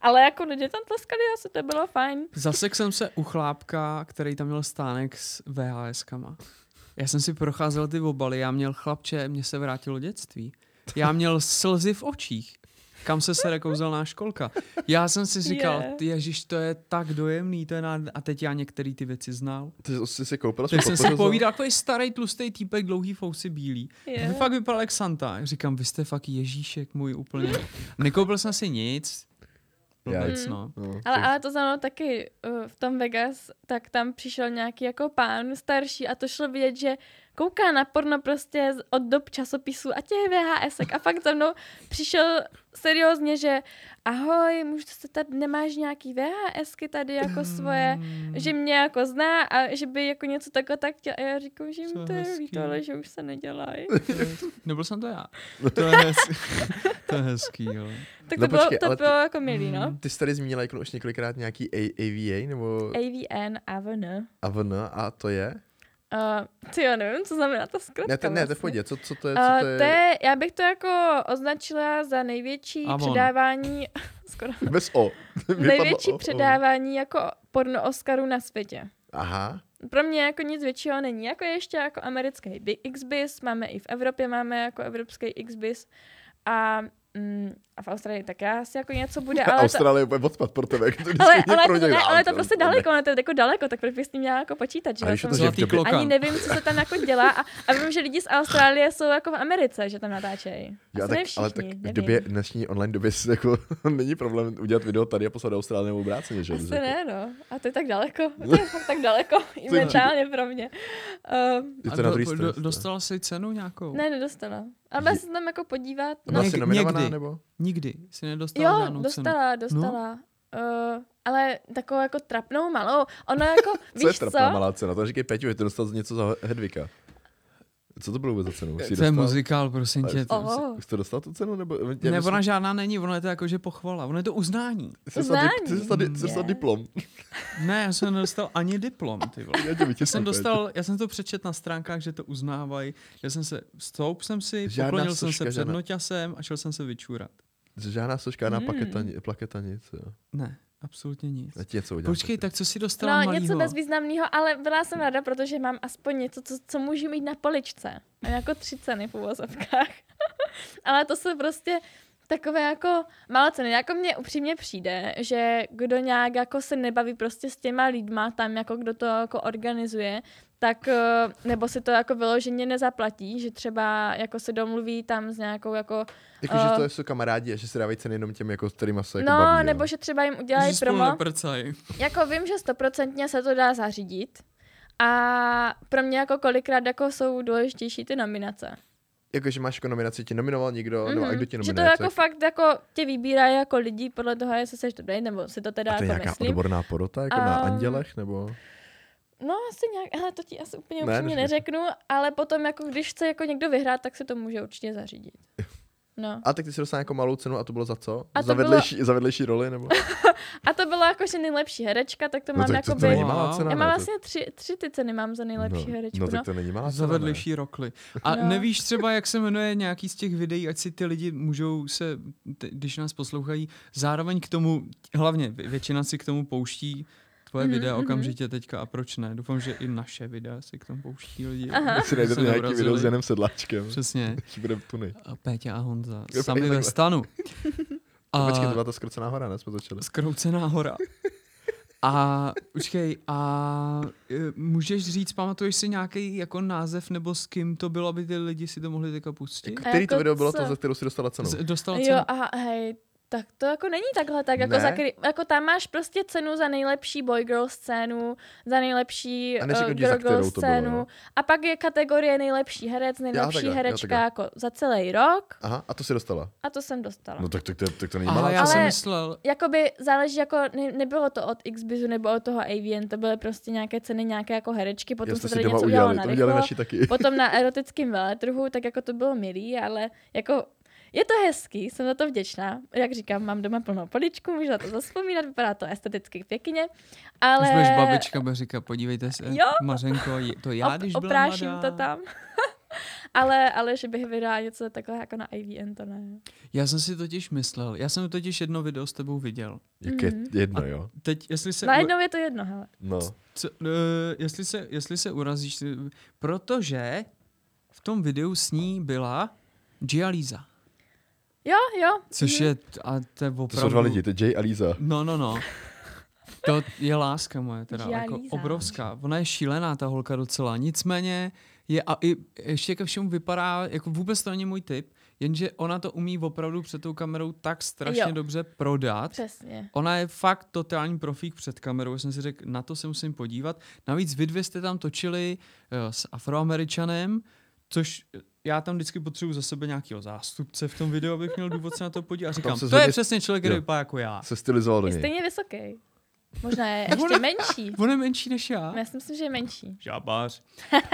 Speaker 3: Ale jako lidi tam tleskali asi, to bylo fajn.
Speaker 4: Zasek jsem se u chlápka, který tam měl stánek s VHSkama. Já jsem si procházel ty obaly, já měl chlapče, mně se vrátilo dětství. Já měl slzy v očích. Kam se sere kouzelná školka. Já jsem si říkal,
Speaker 3: Je.
Speaker 4: ty ježiš, to je tak dojemný, to je nád... a teď já některé ty věci znal.
Speaker 2: Ty jsi si koupil
Speaker 4: Teď jsem si povídal, takový starý tlustý týpek, dlouhý fousy bílý.
Speaker 3: Je.
Speaker 4: Yeah. Fakt vypadal jak Santa. Říkám, vy jste fakt Ježíšek můj úplně. Nekoupil jsem si nic, blbec,
Speaker 3: Mm.
Speaker 4: no.
Speaker 2: No,
Speaker 3: Ale,
Speaker 2: což-
Speaker 3: ale to znamená taky uh, v tom Vegas, tak tam přišel nějaký jako pán starší a to šlo vidět, že kouká na porno prostě z- od dob časopisů a těch VHSek a fakt za mnou přišel seriózně, že ahoj, můžu se tady, nemáš nějaký VHSky tady jako svoje,
Speaker 2: Mm.
Speaker 3: že mě jako zná a že by jako něco takhle tak chtěl a já říkám, že
Speaker 4: To
Speaker 3: mi
Speaker 4: je
Speaker 3: to je
Speaker 4: hezký.
Speaker 3: líto, ale že už se nedělají.
Speaker 2: No
Speaker 4: Nebyl jsem to já. To je hezký. to je hezký, jo.
Speaker 3: Tak to,
Speaker 2: No
Speaker 3: bylo,
Speaker 2: počkej,
Speaker 3: to
Speaker 2: ale
Speaker 3: bylo jako milý,
Speaker 4: Mm.
Speaker 3: no.
Speaker 2: Ty jsi tady zmínila jako ještě několikrát nějaký A- AVA nebo
Speaker 3: AVN, AVN.
Speaker 2: AVN a to je?
Speaker 3: Uh, ty jo, nevím, co znamená ta zkratka.
Speaker 2: Ne, to, ne, to je v
Speaker 3: vlastně.
Speaker 2: pohodě. Co, co to je? Co
Speaker 4: Eh,
Speaker 3: Uh,
Speaker 2: to je?
Speaker 3: to je, já bych to jako označila za největší
Speaker 4: Avon.
Speaker 3: předávání, skoro,
Speaker 2: Bez O. Vypadlo
Speaker 3: největší
Speaker 2: o, o.
Speaker 3: předávání jako porno Oscaru na světě.
Speaker 2: Aha.
Speaker 3: Pro mě jako nic většího není, jako ještě jako americký Big XBIS, máme i v Evropě, máme jako evropský XBIS a, mm, a v Austrálii tak asi jako něco bude, ale to,
Speaker 2: Austrálie je úplně odpad pro tebe. jak to vždycky
Speaker 3: ale,
Speaker 2: mě
Speaker 3: ale, to,
Speaker 2: prodělá.
Speaker 3: ne, ale to
Speaker 2: To-
Speaker 3: prostě
Speaker 2: to ne.
Speaker 3: daleko, ono to je jako daleko, tak proč bych s tím měla jako počítat, že?
Speaker 2: A
Speaker 3: jo,
Speaker 2: když je to,
Speaker 3: jsem-
Speaker 2: že v
Speaker 4: Zlatý
Speaker 2: době,
Speaker 4: klok.
Speaker 3: ani nevím, co se tam jako dělá a, a vím, že lidi z Austrálie jsou jako v Americe, že tam natáčejí.
Speaker 2: Já
Speaker 3: Asi
Speaker 2: tak,
Speaker 3: ne všichni,
Speaker 2: ale tak
Speaker 3: nevím.
Speaker 2: v době, dnešní online době si jako, není problém udělat video tady a poslat do Austrálie nebo obráceně, že?
Speaker 3: Asi
Speaker 2: Jako-
Speaker 3: ne, no. A to je tak daleko. To je fakt tak daleko. I
Speaker 2: To je-
Speaker 3: mentálně pro mě. Um,
Speaker 2: Je
Speaker 4: A
Speaker 2: to na druhý
Speaker 4: do,
Speaker 2: straně.
Speaker 4: do, dostala jsi cenu nějakou?
Speaker 3: ne, nedostala. Ale byla
Speaker 2: No. Je-
Speaker 3: se tam jako podívat.
Speaker 2: A Byla
Speaker 3: No.
Speaker 4: Něk-
Speaker 2: jsi nominovaná
Speaker 4: někdy.
Speaker 2: nebo?
Speaker 4: Nikdy jsi nedostala
Speaker 3: Jo,
Speaker 4: žádnou cenu.
Speaker 2: No.
Speaker 3: dostala, dostala. Uh, ale takovou jako trapnou malou. Ona jako,
Speaker 2: Co je
Speaker 3: víš co?
Speaker 2: trapná malá cena? To říkej Peťu, že ty dostal něco za Hedvika. Co to bylo vůbec za cenu? Už jsi
Speaker 4: To je
Speaker 2: dostal-
Speaker 4: muzikál, prosím tě. to-
Speaker 3: Oho.
Speaker 2: Už jsi to dostal tu cenu? Nebo, já
Speaker 4: Ne,
Speaker 2: myslím-
Speaker 4: ona žádná není, ono je to jakože pochvala, ono je to uznání.
Speaker 2: jsi dostal dip- Ty jsi dostal di-
Speaker 3: Uznání.
Speaker 2: jsi dostal diplom.
Speaker 4: Ne, já jsem nedostal ani diplom, ty vole.
Speaker 2: Já tě
Speaker 4: Já
Speaker 2: vytěsnu,
Speaker 4: jsem
Speaker 2: Peť.
Speaker 4: dostal, já jsem to přečet na stránkách, že to uznávají. Já jsem se, stoup jsem si,
Speaker 2: Žádná
Speaker 4: poklonil jsem se
Speaker 2: soška,
Speaker 4: před
Speaker 2: žádná-
Speaker 4: noťasem a šel jsem se vyčůrat.
Speaker 2: Žádná soška, na
Speaker 3: Mm.
Speaker 2: paketa, plaketa, nic. jo.
Speaker 4: Ne, absolutně nic.
Speaker 2: Já ti něco udělám.
Speaker 4: Počkej,
Speaker 2: Peťo.
Speaker 4: tak co si
Speaker 3: No,
Speaker 4: dostala malýho?
Speaker 3: něco bezvýznamného, ale byla jsem ráda, protože mám aspoň něco, co, co můžu mít na poličce. Mám jako tři ceny v uvozovkách. ale to se prostě takové jako malé ceny. Jako mně upřímně přijde, že kdo nějak jako se nebaví prostě s těma lidma tam, jako kdo to jako organizuje, tak eh, nebo si to jako vyloženě nezaplatí, že třeba jako se domluví tam s nějakou jako,
Speaker 2: Jako, že
Speaker 3: eh,
Speaker 2: to jsou kamarádi a že se dávají ceny jenom těm, jako, s kterýma se jako
Speaker 3: no
Speaker 2: baví, jo.
Speaker 3: nebo že třeba jim udělají
Speaker 4: že spolu
Speaker 3: promo.
Speaker 4: neprcaj.
Speaker 3: Jako vím, že stoprocentně se to dá zařídit. A pro mě jako kolikrát jako jsou důležitější ty nominace.
Speaker 2: Jako, že máš jako nominaci, tě nominoval někdo, nebo No, a
Speaker 3: Mhm.
Speaker 2: kdo tě
Speaker 3: že to
Speaker 2: nominuje. co
Speaker 3: jako fakt jako tě vybírají jako lidi podle toho, jestli seš dobrý, nebo si to teda
Speaker 2: A to je
Speaker 3: jako
Speaker 2: nějaká
Speaker 3: myslím.
Speaker 2: odborná porota, jako na
Speaker 3: Ehm,
Speaker 2: andělech, nebo?
Speaker 3: No asi nějak, ale to ti asi úplně
Speaker 2: Ne,
Speaker 3: upřímně
Speaker 2: neříkej.
Speaker 3: neřeknu, ale potom jako když chce jako někdo vyhrát, tak se to může určitě zařídit. No.
Speaker 2: A tak ty si dostal nějakou malou cenu a to bylo za co?
Speaker 3: A to
Speaker 2: za,
Speaker 3: bylo-
Speaker 2: vedlejší, za vedlejší roli, nebo?
Speaker 3: A to byla jakože nejlepší herečka, tak to
Speaker 2: no,
Speaker 3: mám
Speaker 2: tak to,
Speaker 3: jako
Speaker 2: to není
Speaker 4: by-
Speaker 2: malá
Speaker 4: Wow.
Speaker 2: cena,
Speaker 3: Já
Speaker 2: ne,
Speaker 3: mám
Speaker 2: to-
Speaker 3: vlastně tři, tři ty ceny mám za nejlepší
Speaker 2: no,
Speaker 3: herečku.
Speaker 2: No, tak
Speaker 3: no.
Speaker 2: to není malá
Speaker 4: Za
Speaker 2: cena, ne?
Speaker 4: vedlejší rokly. A
Speaker 3: No.
Speaker 4: nevíš třeba, jak se jmenuje nějaký z těch videí, ať si ty lidi můžou se, t- když nás poslouchají, zároveň k tomu, hlavně vě- většina si k tomu pouští tvoje
Speaker 3: Mhm,
Speaker 4: videa
Speaker 3: mhm.
Speaker 4: okamžitě teďka a proč ne. Doufám, že i naše videa si k tomu pouští lidi.
Speaker 3: Aha.
Speaker 4: aby
Speaker 2: Si najdete
Speaker 4: se
Speaker 2: nějaký
Speaker 4: neurazili.
Speaker 2: video s Janem Sedláčkem.
Speaker 4: Přesně.
Speaker 2: Když budeme tuny.
Speaker 4: A Péťa a Honza,
Speaker 2: Jo,
Speaker 4: sami
Speaker 2: takhle.
Speaker 4: ve stanu.
Speaker 2: A... Počkej, to byla ta skrcená hora, ne? Jsme začali.
Speaker 4: Skroucená hora. A počkej, a e, můžeš říct, pamatuješ si nějaký jako název nebo s kým to bylo, aby ty lidi si to mohli teďka pustit?
Speaker 2: Který to
Speaker 3: jako
Speaker 2: video bylo
Speaker 3: co?
Speaker 2: to, za kterou si dostala cenu?
Speaker 4: Z, dostal cenu.
Speaker 3: Jo, a hej, tak to jako není takhle, tak jako,
Speaker 2: No, Ne?
Speaker 3: za který, jako tam máš prostě cenu za nejlepší boy girl scénu, za nejlepší
Speaker 2: A
Speaker 3: uh,
Speaker 2: neřeknu ti, za
Speaker 3: girl girl
Speaker 2: kterou to bylo,
Speaker 3: scénu
Speaker 2: jo.
Speaker 3: a pak je kategorie nejlepší herec, nejlepší
Speaker 2: takhle, já
Speaker 3: herečka
Speaker 2: takhle.
Speaker 3: jako za celý rok
Speaker 2: Aha, a to si dostala.
Speaker 3: a to jsem dostala.
Speaker 2: No tak, tak, to, tak to není malá
Speaker 4: Aha, já
Speaker 2: cena.
Speaker 4: jsem
Speaker 3: Ale-
Speaker 4: myslel,
Speaker 3: Jakoby záleží, jako ne, nebylo to od Xbizu nebo od toho Avian, to byly prostě nějaké ceny, nějaké jako herečky, potom
Speaker 2: Jestli
Speaker 3: se
Speaker 2: si
Speaker 3: tady
Speaker 2: doma
Speaker 3: něco udělalo
Speaker 2: to
Speaker 3: na
Speaker 2: udělali
Speaker 3: rychlo,
Speaker 2: naši taky.
Speaker 3: potom na erotickém veletrhu, tak jako to bylo milý, ale jako je to hezký, jsem za to vděčná. Jak říkám, mám doma plnou poličku, můžu na to zaspomínat, vypadá to esteticky pěkně, ale...
Speaker 4: ale... už budeš babička, bude říkat, podívejte se,
Speaker 3: Jo.
Speaker 4: Mařenko, je- to já, když byla
Speaker 3: opráším
Speaker 4: mladá.
Speaker 3: to tam. ale, ale že bych vydala něco takhle jako na IVN, to ne.
Speaker 4: Já jsem si totiž myslel, já jsem totiž jedno video s tebou viděl.
Speaker 2: Jak je
Speaker 3: Mhm.
Speaker 2: jedno, jo?
Speaker 4: Teď, jestli se... u-
Speaker 3: Najednou je to jedno, hele.
Speaker 2: No.
Speaker 4: Co, uh, jestli, se, jestli se urazíš, ty- protože v tom videu s ní byla Gia Liza,
Speaker 3: Jo, jo.
Speaker 4: což je, t- a to je opravdu...
Speaker 2: To jsou dva lidi, to je Jay a Lisa.
Speaker 4: No, no, no. To je láska moje, teda
Speaker 3: Gia
Speaker 4: jako
Speaker 3: Liza.
Speaker 4: obrovská. Ona je šílená, ta holka docela. Nicméně je a i ještě ke všemu vypadá, jako vůbec to není můj typ, Jenže ona to umí opravdu před tou kamerou tak strašně
Speaker 3: Jo.
Speaker 4: dobře prodat.
Speaker 3: Přesně.
Speaker 4: Ona je fakt totální profík před kamerou, jsem si řekl, na to se musím podívat. Navíc vy dvě jste tam točili eh, s afroameričanem, což eh, já tam vždycky potřebuji za sebe nějakého zástupce v tom videu, abych měl důvod se na to podívat. A říkám,
Speaker 2: se
Speaker 4: to je
Speaker 2: zhodně-
Speaker 4: přesně člověk, který
Speaker 2: Jo.
Speaker 4: vypadá jako já.
Speaker 2: Se stylizoval do
Speaker 3: Je
Speaker 2: něj.
Speaker 3: stejně vysoký. Možná je ještě
Speaker 4: Ona-
Speaker 3: menší.
Speaker 4: On je menší než já.
Speaker 3: Já si myslím, že je menší.
Speaker 4: Žábář.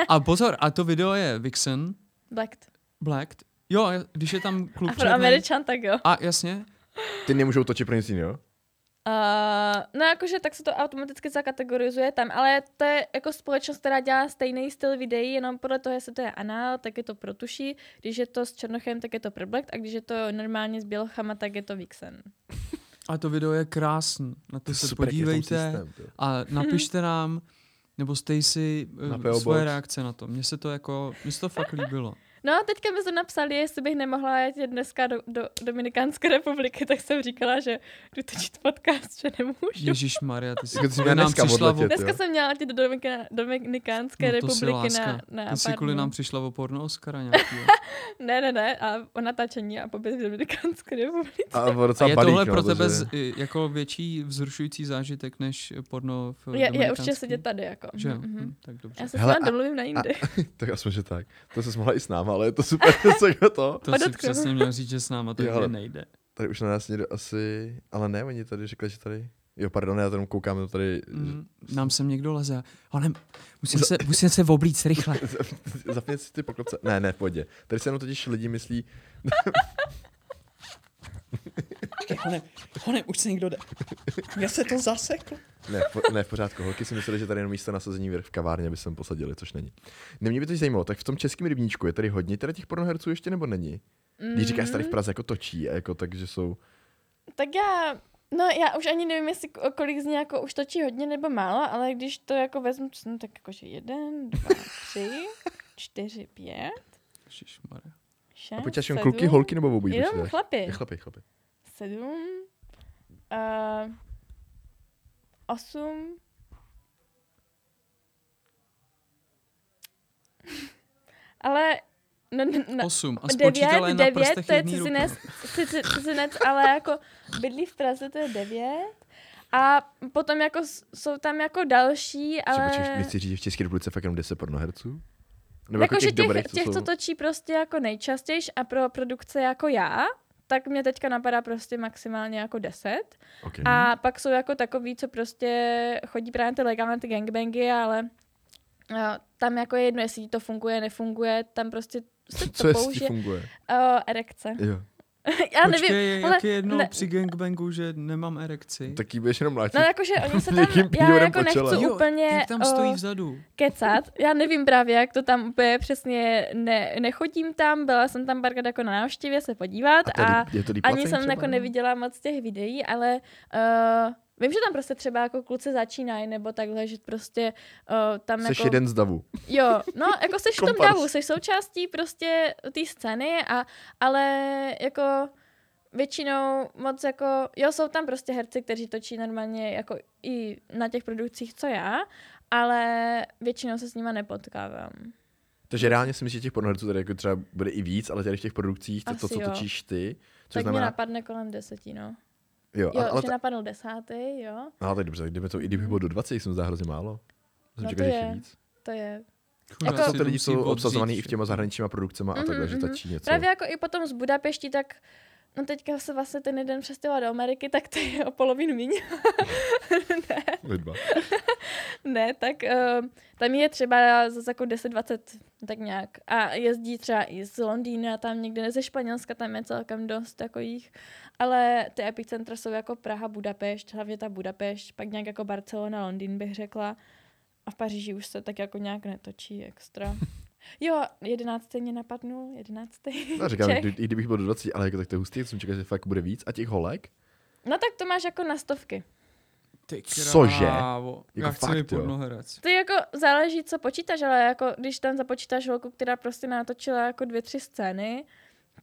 Speaker 4: A pozor, a to video je Vixen
Speaker 3: Black.
Speaker 4: Black. Jo, když je tam kluk černý.
Speaker 3: Afroameričan, tak jo.
Speaker 4: A jasně,
Speaker 2: Ty nemůžou točit pro nic jiného.
Speaker 3: Uh, no jakože tak se to automaticky zakategorizuje tam, ale to je jako společnost, která dělá stejný styl videí, jenom podle toho, jestli to je anal, tak je to pro tuší, když je to s černochem, tak je to pro black, a když je to normálně s bělochama, tak je to vixen.
Speaker 4: a to video je krásný. Na to, se podívejte. A napište
Speaker 3: Mhm.
Speaker 4: nám, nebo Stacy, eh,
Speaker 2: Na PO
Speaker 4: svoje
Speaker 2: Box.
Speaker 4: reakce na to. Mně se to jako, mně se to fakt líbilo.
Speaker 3: No a teďka mi to napsali, jestli bych nemohla jet dneska do, do Dominikánské republiky, tak jsem říkala, že jdu točit podcast, že nemůžu.
Speaker 4: Ježíš Maria, ty jsi
Speaker 2: Jako ty jsi
Speaker 4: kvůli
Speaker 2: měla
Speaker 4: nám
Speaker 2: dneska
Speaker 4: přišla
Speaker 2: odletět,
Speaker 4: o-
Speaker 3: Dneska jsem měla letět do Dominika- Dominikánské
Speaker 4: no, to si
Speaker 3: republiky
Speaker 4: láska.
Speaker 3: na, na
Speaker 4: ty jsi
Speaker 3: pár
Speaker 4: kvůli
Speaker 3: dnů.
Speaker 4: nám přišla o porno Oscara nějakýho.
Speaker 3: Ne, ne, ne, a o natáčení a pobyt v Dominikánské republice.
Speaker 2: A, a
Speaker 4: A
Speaker 2: docela
Speaker 4: je
Speaker 2: balík,
Speaker 4: tohle
Speaker 2: no,
Speaker 4: pro
Speaker 2: takže-
Speaker 4: tebe z, i- jako větší vzrušující zážitek než porno v
Speaker 3: Je, je určitě
Speaker 4: jako dominikánský?
Speaker 3: sedět tady, jako.
Speaker 4: Že jo?
Speaker 3: Mhm.
Speaker 4: Hm, tak dobře.
Speaker 3: Já se
Speaker 2: Hele,
Speaker 3: Hele,
Speaker 2: a-
Speaker 3: s vámi domluvím na jindy.
Speaker 2: Tak aspoň, že tak. To se mohla i s náma, ale je to super, že se jako to.
Speaker 4: To si
Speaker 3: podotknu.
Speaker 4: přesně měl říct, že s náma to
Speaker 2: Jo, ale-
Speaker 4: nikdy nejde.
Speaker 2: Tady už na nás někdo asi, ale ne, oni tady řekli, že tady, jo pardon, já tam koukám, no tady mm.
Speaker 4: Mm, nám sem někdo leze. Ale musím se, musím se oblíct rychle.
Speaker 2: zapnět si ty poklopce, ne, ne, v pohodě. Tady se jenom totiž lidi myslí,
Speaker 4: Honem, honem, už se někdo jde. Já se to zasekl.
Speaker 2: ne, v po- ne, v pořádku, holky si mysleli, že tady je jenom místo na sazení v kavárně by sem posadili, což není. Ne, mě by to zajímalo, tak v tom českém rybníčku je tady hodně teda těch pornoherců ještě nebo není? Když říkáš
Speaker 3: Mm-hmm.
Speaker 2: tady v Praze jako točí, a jako tak, že jsou,
Speaker 3: Mm, Tak já, no já už ani nevím, jestli k- kolik z ní jako už točí hodně nebo málo, ale když to jako vezmu, no, tak jakože jeden, dva, tři, čtyři, pět,
Speaker 4: Ježišmarja.
Speaker 3: šest,
Speaker 2: a počítáš jenom
Speaker 3: sedm,
Speaker 2: kluky, holky nebo obojí?
Speaker 3: Jenom
Speaker 2: počítáš?
Speaker 3: chlapy.
Speaker 2: Je Chlapy, chlapy.
Speaker 3: Sedm, uh, osm, ale no, no, no,
Speaker 4: Osm. A spočítala je
Speaker 3: Devět,
Speaker 4: na
Speaker 3: devět,
Speaker 4: prstech
Speaker 3: to je
Speaker 4: jedné ruky.
Speaker 3: cizinec, cici- cizinec, ale jako bydlí v Praze, to je devět. A potom jako s- jsou tam jako další,
Speaker 2: Ale...
Speaker 3: ale...
Speaker 2: Chci říct, že v České republice fakt jenom 10 pornoherců? Nebo
Speaker 3: Jako, že těch, těch,
Speaker 2: jsou-
Speaker 3: co točí prostě jako nejčastěji a pro produkce jako já, tak mě teďka napadá prostě maximálně jako deset.
Speaker 2: okay.
Speaker 3: A pak jsou jako takový, co prostě chodí právě ty legální ty gangbangy, ale uh, tam jako je jedno, jestli ti to funguje, nefunguje, tam prostě se
Speaker 2: Co
Speaker 3: to
Speaker 2: jestli
Speaker 3: použije.
Speaker 2: funguje?
Speaker 3: Uh, erekce.
Speaker 2: Jo.
Speaker 3: Já
Speaker 4: Počkej,
Speaker 3: nevím,
Speaker 4: jak je jedno
Speaker 3: ne-
Speaker 4: při gangbangu, že nemám erekci.
Speaker 2: Tak jí budeš jenom mlátit.
Speaker 3: No jakože oni se tam,
Speaker 2: Někým
Speaker 3: já
Speaker 2: pídorem
Speaker 3: jako
Speaker 2: po
Speaker 3: nechci
Speaker 2: čele.
Speaker 3: jo, úplně
Speaker 4: jak tam
Speaker 3: o,
Speaker 4: stojí vzadu.
Speaker 3: kecat, já nevím právě, jak to tam úplně přesně, ne, nechodím tam, byla jsem tam párkrát jako na návštěvě se podívat a, a
Speaker 2: je to líp
Speaker 3: ani
Speaker 2: placení
Speaker 3: jsem
Speaker 2: třeba, no?
Speaker 3: jako
Speaker 2: ne?
Speaker 3: neviděla moc těch videí, ale uh, vím, že tam prostě třeba jako kluci začínají nebo takhle, že prostě uh, tam
Speaker 2: Seš
Speaker 3: jako...
Speaker 2: jeden z davu.
Speaker 3: Jo, no, jako jsi v tom
Speaker 2: Kompars.
Speaker 3: davu, jsi součástí prostě té scény, a, ale jako většinou moc jako, jo, jsou tam prostě herci, kteří točí normálně jako i na těch produkcích, co já, ale většinou se s nima nepotkávám.
Speaker 2: Takže reálně si myslím, že těch pornoherců tady jako třeba bude i víc, ale tady v těch produkcích to, to
Speaker 3: Asi
Speaker 2: co
Speaker 3: jo.
Speaker 2: točíš ty, což
Speaker 3: tak znamená... mě
Speaker 2: znamená...
Speaker 3: napadne kolem deseti, no.
Speaker 2: Jo,
Speaker 3: Jo,
Speaker 2: ale, ale,
Speaker 3: že
Speaker 2: ta...
Speaker 3: napadl desátý, jo,
Speaker 2: no, ale tak dobře, tak kdyby to, i kdyby bylo do 20, jsem zdá hrozně málo. Jsem
Speaker 3: No
Speaker 2: čekal,
Speaker 3: to
Speaker 2: že jich je
Speaker 3: je.
Speaker 2: víc.
Speaker 3: to je.
Speaker 4: Chudák
Speaker 3: jako-
Speaker 2: Jsou
Speaker 4: si
Speaker 2: ty lidi
Speaker 4: musí
Speaker 2: jsou
Speaker 4: obzít
Speaker 2: obsazovaný i v
Speaker 4: vše.
Speaker 2: těma zahraničníma produkcema a
Speaker 3: Mhm,
Speaker 2: takhle, že
Speaker 3: mhm.
Speaker 2: točí něco.
Speaker 3: Právě jako i potom z Budapešti, tak No teďka se vlastně ten jeden přestěhoval do Ameriky, tak to je o polovinu míň. ne,
Speaker 2: Lidba.
Speaker 3: Ne, tak uh, tam je třeba zase jako 10-20, tak nějak. A jezdí třeba i z Londýna, tam někde ze Španělska, tam je celkem dost takových. Ale ty epicentra jsou jako Praha, Budapešť, hlavně ta Budapešť, pak nějak jako Barcelona, Londýn bych řekla. A v Paříži už se tak jako nějak netočí extra. Jo, jedenáctý mě napadnul, jedenáctý.
Speaker 2: No, říkám,
Speaker 3: Čech.
Speaker 2: kdy- i kdybych byl do 20, ale jako tak to je hustý, tak jsem čekal, že fakt bude víc. A těch holek?
Speaker 3: No tak to máš jako na stovky.
Speaker 4: Ty
Speaker 2: Cože?
Speaker 4: krávo. Já
Speaker 2: Jako
Speaker 4: chci
Speaker 2: fakt,
Speaker 4: být
Speaker 2: jo.
Speaker 4: pornoherec.
Speaker 3: To jako záleží, co počítáš, ale jako když tam započítáš holku, která prostě natočila jako dvě, tři scény,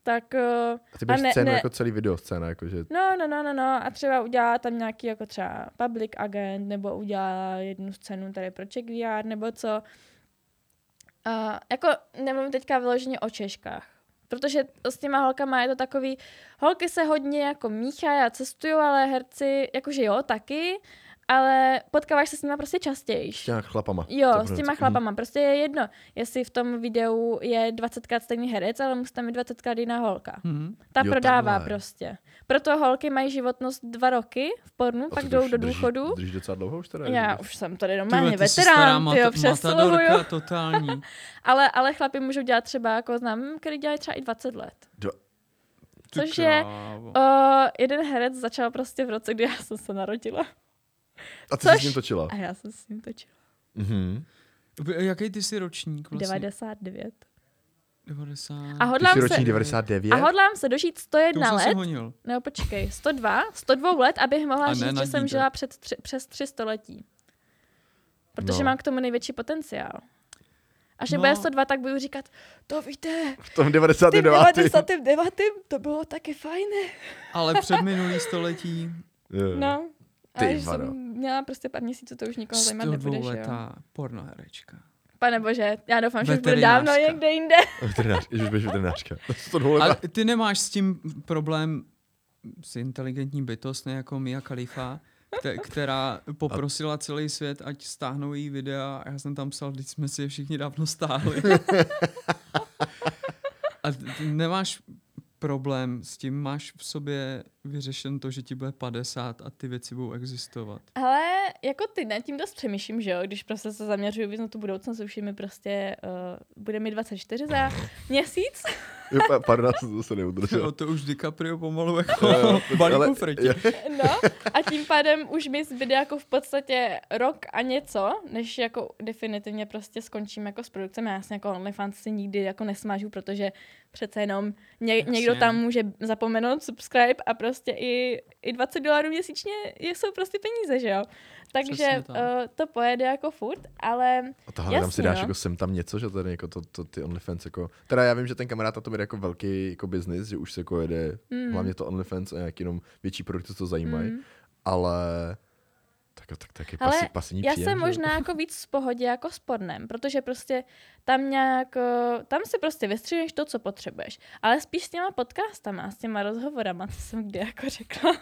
Speaker 3: tak eh,
Speaker 2: A ty
Speaker 3: A
Speaker 2: budeš
Speaker 3: ne-
Speaker 2: scénu
Speaker 3: ne-
Speaker 2: jako celý video scéna, jako že
Speaker 3: no, no, no, no, no, a třeba udělá tam nějaký jako třeba public agent, nebo udělá jednu scénu tady pro Czech VR, nebo co. A jako nemluvím teďka vyloženě o Češkách. Protože s těma holkama je to takový, holky se hodně jako míchají a cestují, ale herci, jakože jo, taky, ale potkáváš se s nima prostě častěji.
Speaker 2: S těma chlapama.
Speaker 3: Jo,
Speaker 2: To je
Speaker 3: s
Speaker 2: pro
Speaker 3: těma
Speaker 2: něco.
Speaker 3: chlapama. Prostě je jedno, jestli v tom videu je 20krát stejný herec, ale musí tam být 20krát jiná holka.
Speaker 4: Mhm.
Speaker 3: Ta
Speaker 2: Jo,
Speaker 3: prodává
Speaker 2: takhle.
Speaker 3: prostě. Proto holky mají životnost dva roky v pornu,
Speaker 2: A
Speaker 3: pak
Speaker 2: ty
Speaker 3: jdou
Speaker 2: už
Speaker 3: do
Speaker 2: držíš-
Speaker 3: důchodu.
Speaker 2: Držíš docela dlouho už teda?
Speaker 3: Já
Speaker 2: že?
Speaker 3: už jsem tady doma,
Speaker 4: Tyhle,
Speaker 3: je
Speaker 4: ty jsi stará
Speaker 3: veterán, ty jo,
Speaker 4: mata- matadorka
Speaker 3: přesluhuju.
Speaker 4: totální.
Speaker 3: Ale, ale chlapi můžou dělat třeba, jako znám, který dělají třeba i 20 let.
Speaker 4: Ty
Speaker 3: Což je,
Speaker 4: krávo.
Speaker 3: O, jeden herec začal prostě v roce, kdy já jsem se narodila.
Speaker 2: A ty jsi s
Speaker 3: což- Mm-hmm.
Speaker 2: ním točila?
Speaker 3: A já jsem s ním točila.
Speaker 2: Mhm.
Speaker 4: B- Jaký ty jsi ročník vlastně?
Speaker 3: 99.
Speaker 4: 90.
Speaker 3: A
Speaker 2: Ty jsi
Speaker 3: hodlám se,
Speaker 2: ročník 99?
Speaker 3: a hodlám se dožít
Speaker 4: to už
Speaker 3: 101
Speaker 4: jsem se
Speaker 3: let.
Speaker 4: honil.
Speaker 3: Nebo No, počkej, 102, 102 let, abych mohla
Speaker 4: A ne
Speaker 3: říct,
Speaker 4: na
Speaker 3: že jsem
Speaker 4: dítě.
Speaker 3: žila před tři, přes tři století. Protože
Speaker 2: No.
Speaker 3: mám k tomu největší potenciál. Až
Speaker 4: No.
Speaker 3: no. bude 102, tak budu říkat, to víte,
Speaker 2: V tom
Speaker 3: tím
Speaker 2: 99.
Speaker 3: 99. to bylo taky
Speaker 4: Eh.
Speaker 3: fajné.
Speaker 4: Ale před minulý století
Speaker 2: Jo.
Speaker 3: No,
Speaker 2: Ty
Speaker 3: ale že
Speaker 2: vado.
Speaker 3: jsem měla prostě pár měsíců, to už nikoho zajímat
Speaker 4: 102
Speaker 3: nebude, že jo.
Speaker 4: letá pornoherečka.
Speaker 3: Pane bože, já doufám, že už bude
Speaker 4: Veterinářka.
Speaker 3: dávno někde jinde.
Speaker 2: Veterinář, ježiš, budeš veterinářka. To dlouho
Speaker 4: A ty nemáš s tím problém s inteligentní bytost, ne jako Mia Khalifa, kte- která poprosila celý svět, ať stáhnou její videa a já jsem tam psal, když jsme si je všichni dávno stáhli. A t- ty nemáš problém s tím, máš v sobě vyřešen to, že ti bude 50 a ty věci budou existovat.
Speaker 3: Ale jako ty nad tím dost přemýšlím, že jo, když prostě se zaměřuju víc na tu budoucnost, už je mi prostě, uh, bude mi 24 za měsíc.
Speaker 2: Jo, pa- Pardon, já jsem to zase
Speaker 4: Jo,
Speaker 2: neudržel.
Speaker 4: to už DiCaprio pomalu jako
Speaker 2: Jo, jo, ale-
Speaker 4: balíku frti.
Speaker 3: No, a tím pádem už mi zbyde jako v podstatě rok a něco, než jako definitivně prostě skončím jako s produkcemi. Já jsem jako OnlyFans si nikdy jako nesmažu, protože přece jenom ně,
Speaker 4: Jasně.
Speaker 3: někdo tam může zapomenout subscribe a prostě i, i 20 dolarů měsíčně je- jsou prostě peníze, že jo? Takže
Speaker 4: Přesně tak.
Speaker 3: uh, to pojede jako furt, ale
Speaker 2: A tohle tam si
Speaker 3: Jasně,
Speaker 2: dáš
Speaker 3: no.
Speaker 2: jako sem tam něco, že tady jako to, to, ty OnlyFans jako... Teda já vím, že ten kamarád na to bude jako velký jako business, že už se jako jede
Speaker 3: Mm.
Speaker 2: hlavně to OnlyFans a nějak jenom větší produkty, co to zajímají,
Speaker 3: Mm.
Speaker 2: ale... Tak, tak, taky
Speaker 3: Ale
Speaker 2: pasi, pasivní
Speaker 3: Já
Speaker 2: příjem,
Speaker 3: jsem
Speaker 2: že jo?
Speaker 3: možná jako víc v pohodě jako s pornem, protože prostě tam nějak, eh, tam si prostě vystřihneš to, co potřebuješ. Ale spíš s těma podcastama, s těma rozhovorama, co jsem kdy jako řekla.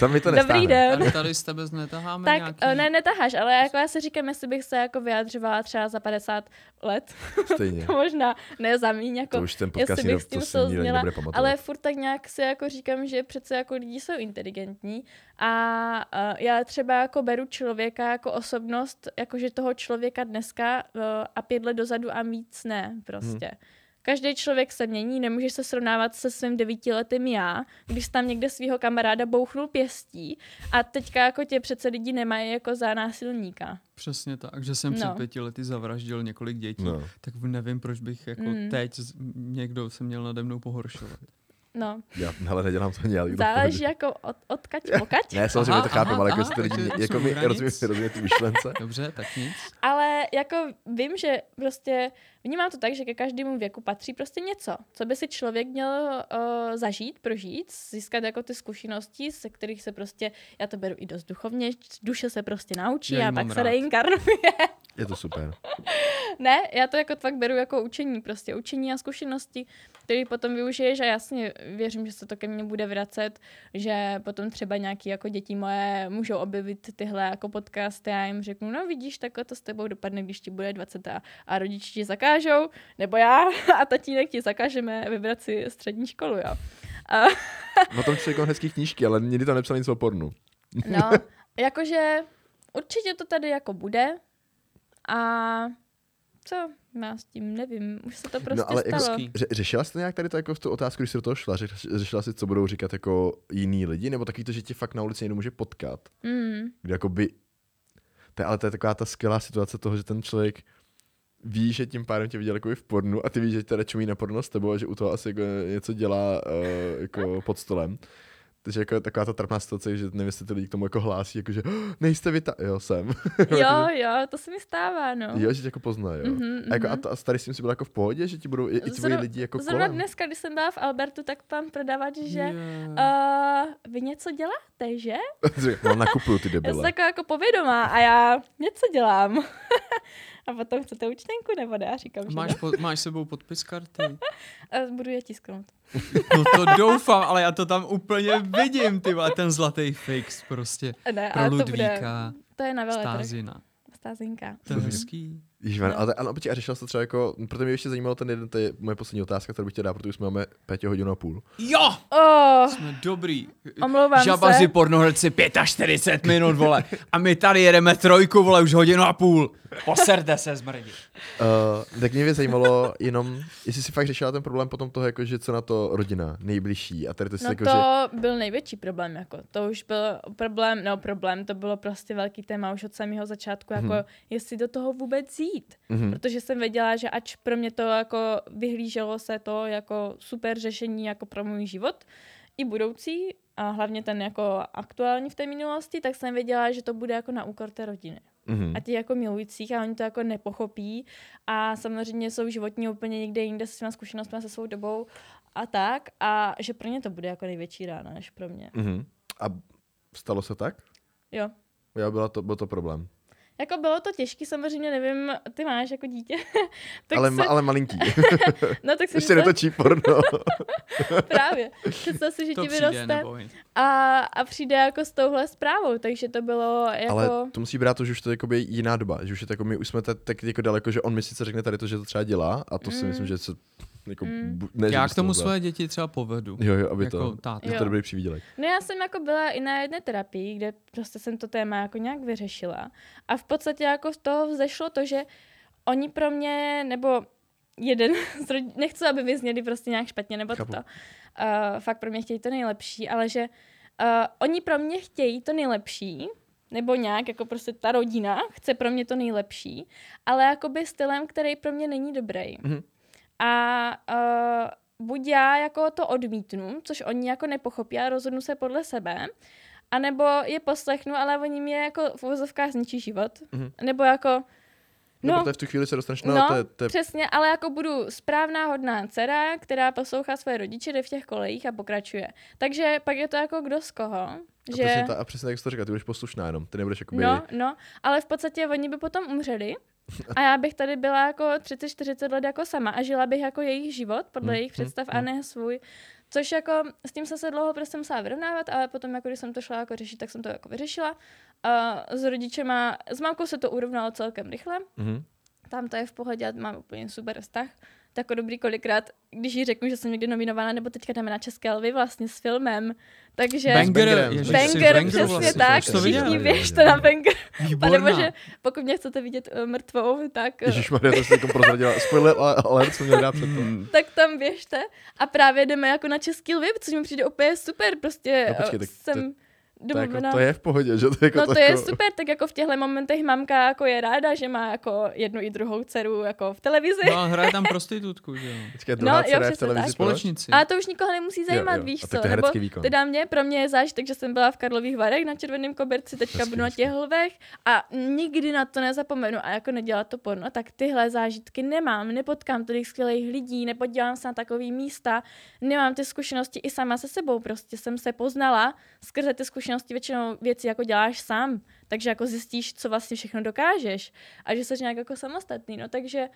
Speaker 2: Tam mi to
Speaker 3: Dobrý
Speaker 2: nestáhne.
Speaker 3: den.
Speaker 4: Tady, tady z tebe netaháme
Speaker 3: tak
Speaker 4: nějaký...
Speaker 3: eh, ne, netaháš, ale jako já si říkám, jestli bych se jako vyjadřovala třeba za 50 let,
Speaker 2: Stejně.
Speaker 3: to možná ne za míň, jako
Speaker 2: To už ten
Speaker 3: jestli
Speaker 2: podcast
Speaker 3: bych
Speaker 2: nikdo,
Speaker 3: s tím
Speaker 2: to si nikdo ani
Speaker 3: souzněla,
Speaker 2: nebude pamatovat.
Speaker 3: Ale furt tak nějak si jako říkám, že přece jako lidi jsou inteligentní a, a já třeba jako beru člověka jako osobnost, jakože toho člověka dneska eh, a pět let dozadu a víc ne prostě. Hmm. Každý člověk se mění, nemůžeš se srovnávat se svým devítiletým já, když jsi tam někde svého kamaráda bouchnul pěstí a teďka jako tě přece lidi nemají jako za násilníka.
Speaker 4: Přesně tak, že jsem před
Speaker 3: No.
Speaker 4: pěti lety zavraždil několik dětí, no.
Speaker 2: No,
Speaker 4: tak nevím, proč bych jako mm.
Speaker 3: Mm.
Speaker 4: teď z- někdo se měl nade mnou pohoršovat.
Speaker 3: No,
Speaker 2: já, hele, nedělám to nějak.
Speaker 3: záleží jako od, odkaď pokaď.
Speaker 2: Ne, samozřejmě
Speaker 4: Aha,
Speaker 2: to chápu,
Speaker 4: aha,
Speaker 2: ale jako,
Speaker 4: aha,
Speaker 2: jestli to lidi,
Speaker 4: takže
Speaker 2: jako
Speaker 4: jsou
Speaker 2: mi
Speaker 4: hranic.
Speaker 2: rozumím, rozumím ty myšlence.
Speaker 4: Dobře, tak nic.
Speaker 3: Ale jako vím, že prostě vnímám to tak, že ke každému věku patří prostě něco, co by si člověk měl uh, zažít, prožít, získat jako ty zkušenosti, se kterých se prostě, já to beru i dost duchovně, duše se prostě naučí
Speaker 4: Já ji
Speaker 3: a
Speaker 4: mám
Speaker 3: pak
Speaker 4: rád.
Speaker 3: se reinkarnuje.
Speaker 2: Je to super.
Speaker 3: ne, já to jako fakt beru jako učení, prostě učení a zkušenosti, který potom využiješ a jasně věřím, že se to ke mně bude vracet, že potom třeba nějaký jako děti moje můžou objevit tyhle jako podcasty a já jim řeknu, no vidíš, takhle to s tebou dopadne, když ti bude 20 a, a rodiči ti zakážou, nebo já a tatínek ti zakážeme vybrat si střední školu, jo. A,
Speaker 2: O tom čtu jako hezký knížky, ale nikdy tam nepsal nic o pornu.
Speaker 3: No, jakože určitě to tady jako bude a co, já s tím nevím, už se to prostě
Speaker 2: ale jako
Speaker 3: stalo.
Speaker 4: Hezký.
Speaker 2: Ře- řešila jsi to nějak tady to, jako v tu otázku, když jsi do toho šla? Řeš- Řešila jsi, co budou říkat jako jiní lidi? Nebo taky to, že tě fakt na ulici někdo může potkat?
Speaker 3: Mm,
Speaker 2: Kdy jako by... To je, ale to je taková ta skvělá situace toho, že ten člověk ví, že tím pádem tě viděl jako i v pornu a ty víš, že teda čumí na porno s tebou a že u toho asi jako něco dělá uh, jako pod stolem. Takže jako je taková ta trapná situace, že nevím, jestli ty lidi k tomu jako hlásí, jako že "Oh, nejste vy ta... Jo, jsem.
Speaker 3: No. jo, jo, to se mi stává, no.
Speaker 2: jo, že tě jako poznají, jo.
Speaker 3: Mhm,
Speaker 2: A, jako, a,
Speaker 3: mhm.
Speaker 2: ta, a tady s tím jsi byla jako v pohodě, že ti budou i, i tvoji
Speaker 3: Zrovna-
Speaker 2: lidi jako
Speaker 3: Zrovna
Speaker 2: kolem?
Speaker 3: dneska, když jsem byla v Albertu, tak tam prodavač, že
Speaker 4: Je.
Speaker 3: uh, vy něco děláte, že?
Speaker 2: Říkám, no, nakupuju ty
Speaker 3: Já jsem
Speaker 2: debile.
Speaker 3: taková jako povědomá a já něco dělám. A potom chcete účtenku nebo ne? A říkám, že
Speaker 4: Máš,
Speaker 3: ne.
Speaker 4: po, máš sebou podpis karty?
Speaker 3: A budu je tisknout.
Speaker 4: No to doufám, ale já to tam úplně vidím, ty vole, ten zlatý fix prostě.
Speaker 3: Ne,
Speaker 4: Pro
Speaker 3: ale to bude,
Speaker 4: Ludvíka,
Speaker 3: to je na veletrh.
Speaker 4: Stázina.
Speaker 3: Stázinka.
Speaker 4: To je hezký.
Speaker 2: Ježiš, no. ale, ale počkej, a řešila jste třeba jako, proto mě ještě zajímalo ten jeden, to je moje poslední otázka, kterou bych chtěl dát, protože už jsme máme 5 hodinu a půl.
Speaker 4: Jo!
Speaker 3: Oh,
Speaker 4: Jsme dobrý.
Speaker 3: omlouvám se.
Speaker 4: Žabazi pornohledci 45 minut, vole. A my tady jedeme trojku, vole, už hodinu a půl. Poserte se, zmrdi.
Speaker 2: Uh, tak mě by zajímalo jenom, jestli si fakt řešila ten problém potom toho, jako, že co na to rodina, nejbližší a tady to si
Speaker 3: No
Speaker 2: jako,
Speaker 3: to
Speaker 2: že...
Speaker 3: byl největší problém, jako to už byl problém, no problém, to bylo prostě velký téma už od samého začátku, jako jestli do toho vůbec jít,
Speaker 2: Mhm.
Speaker 3: protože jsem věděla, že ač pro mě to jako vyhlíželo se to jako super řešení jako pro můj život i budoucí a hlavně ten jako aktuální v té minulosti, tak jsem věděla, že to bude jako na úkor té rodiny
Speaker 2: Mhm.
Speaker 3: a těch jako milujících a oni to jako nepochopí a samozřejmě jsou životní úplně někde jinde se svýma zkušenostmi a se svou dobou a tak a že pro ně to bude jako největší rána než pro mě.
Speaker 2: Mhm. A stalo se tak?
Speaker 3: Jo.
Speaker 2: Jo, byla to, byl to problém.
Speaker 3: Jako bylo to těžké, samozřejmě nevím, ty máš jako dítě. tak
Speaker 2: ale,
Speaker 3: se,
Speaker 2: ma, ale malinký.
Speaker 3: no tak
Speaker 2: Ještě
Speaker 3: si představ,
Speaker 2: netočí porno.
Speaker 3: právě. Představ si, že
Speaker 4: To
Speaker 3: ti
Speaker 4: přijde,
Speaker 3: vyroste
Speaker 4: neboj.
Speaker 3: a, a přijde jako s touhle zprávou, takže to bylo jako...
Speaker 2: Ale to musí brát to, že už to je jakoby jiná doba. Že už je to jako my už jsme te- tak jako daleko, že on mi sice řekne tady to, že to třeba dělá a to si
Speaker 3: Mm.
Speaker 2: myslím, že se jako...
Speaker 3: Mm.
Speaker 2: bu- Ne, že
Speaker 4: Já
Speaker 2: bys
Speaker 4: k tomu
Speaker 2: to udělal.
Speaker 4: své děti třeba povedu.
Speaker 2: Jo, jo, aby
Speaker 4: Jako
Speaker 2: to...
Speaker 4: táta.
Speaker 2: Je
Speaker 3: Jo.
Speaker 2: to dobrý přivídělek.
Speaker 3: No já jsem jako byla i na jedné terapii, kde prostě jsem to téma jako nějak vyřešila. A v podstatě jako z toho vzešlo to, že oni pro mě, nebo jeden z rodičů, nechci, aby vyzněli prostě nějak špatně, nebo
Speaker 2: Chápu.
Speaker 3: to, uh, fakt pro mě chtějí to nejlepší, ale že uh, oni pro mě chtějí to nejlepší, nebo nějak, jako prostě ta rodina chce pro mě to nejlepší, ale jakoby stylem, který pro mě není dobrý.
Speaker 2: Mhm.
Speaker 3: A uh, buď já jako to odmítnu, což oni jako nepochopí a rozhodnu se podle sebe, anebo je poslechnu, ale oni mě jako v uvozovkách zničí život.
Speaker 2: Mhm.
Speaker 3: Nebo jako...
Speaker 2: No,
Speaker 3: No,
Speaker 2: protože v tu chvíli se dostaneš, no,
Speaker 3: no,
Speaker 2: no to je, to je
Speaker 3: přesně, ale jako budu správná hodná dcera, která poslouchá své rodiče, jde v těch kolejích a pokračuje. Takže pak je to jako kdo z koho.
Speaker 2: A
Speaker 3: Že...
Speaker 2: Přesně, ta, a přesně jak jsi to říkal, ty budeš poslušná jenom, ty nebudeš jakoby...
Speaker 3: No, no, ale v podstatě oni by potom umřeli a já bych tady byla jako 30-40 let jako sama a žila bych jako jejich život podle
Speaker 2: Hmm,
Speaker 3: jejich
Speaker 2: hmm,
Speaker 3: představ a ne svůj. Což jako s tím jsem se dlouho prostě musela vyrovnávat, ale potom jako když jsem to šla jako řešit, tak jsem to jako vyřešila. A s rodičema, s mamkou se to urovnalo celkem rychle,
Speaker 2: Mhm.
Speaker 3: tam to je v pohodě, mám úplně super vztah. Tak jako dobrý kolikrát, když jí řeknu, že jsem někdy nominována, nebo teďka jdeme na České lvy vlastně s filmem, takže...
Speaker 4: Banger,
Speaker 2: Bangerem,
Speaker 4: ježiš,
Speaker 2: Banger,
Speaker 4: jsi
Speaker 3: Banger,
Speaker 4: banger
Speaker 3: přesně
Speaker 2: vlastně,
Speaker 3: tak,
Speaker 2: jsi to
Speaker 3: všichni
Speaker 2: viděla?
Speaker 3: běžte na Banger,
Speaker 4: Výborná.
Speaker 3: nebo že pokud mě chcete vidět eh, mrtvou, tak, eh,
Speaker 2: Ježíš Maria, to jsi jako prozradila. Spoiler ale- ale co měl dát před to.
Speaker 3: tak tam běžte a právě jdeme jako na Český lvip, což mi přijde úplně super, prostě
Speaker 2: No počkej,
Speaker 3: eh,
Speaker 2: tak to-
Speaker 3: jsem
Speaker 2: To, jako,
Speaker 3: domluvená.
Speaker 2: to je v pohodě, že? To jako,
Speaker 3: No to je
Speaker 2: jako,
Speaker 3: super, tak jako v těchto momentech mamka jako je ráda, že má jako jednu i druhou dceru jako v televizi.
Speaker 4: No a hraje tam prostitutku, že jo.
Speaker 2: Počkej,
Speaker 3: No,
Speaker 2: druhá
Speaker 3: jo,
Speaker 2: dcera je v
Speaker 3: přesně
Speaker 2: televizi
Speaker 3: tak.
Speaker 2: proč?
Speaker 4: Společnici.
Speaker 3: Ale to už nikoho nemusí zajímat,
Speaker 2: jo.
Speaker 3: víš
Speaker 2: A
Speaker 3: co?
Speaker 2: tak to je
Speaker 3: nebo
Speaker 2: herecký výkon.
Speaker 3: Teda mě, pro mě je zážitek, že jsem byla v Karlových Varech na Červeném koberci, teďka
Speaker 2: Hezký,
Speaker 3: budu na
Speaker 2: hezký.
Speaker 3: těch lvech a nikdy na to nezapomenu a jako nedělá to porno, tak tyhle zážitky nemám, nepotkám tolik skvělých lidí, nepodívám se na takový místa, nemám ty zkušenosti i sama se sebou, prostě jsem se poznala skrze ty zkušenosti většinou věci jako děláš sám, takže jako zjistíš, co vlastně všechno dokážeš a že jsi nějak jako samostatný, no takže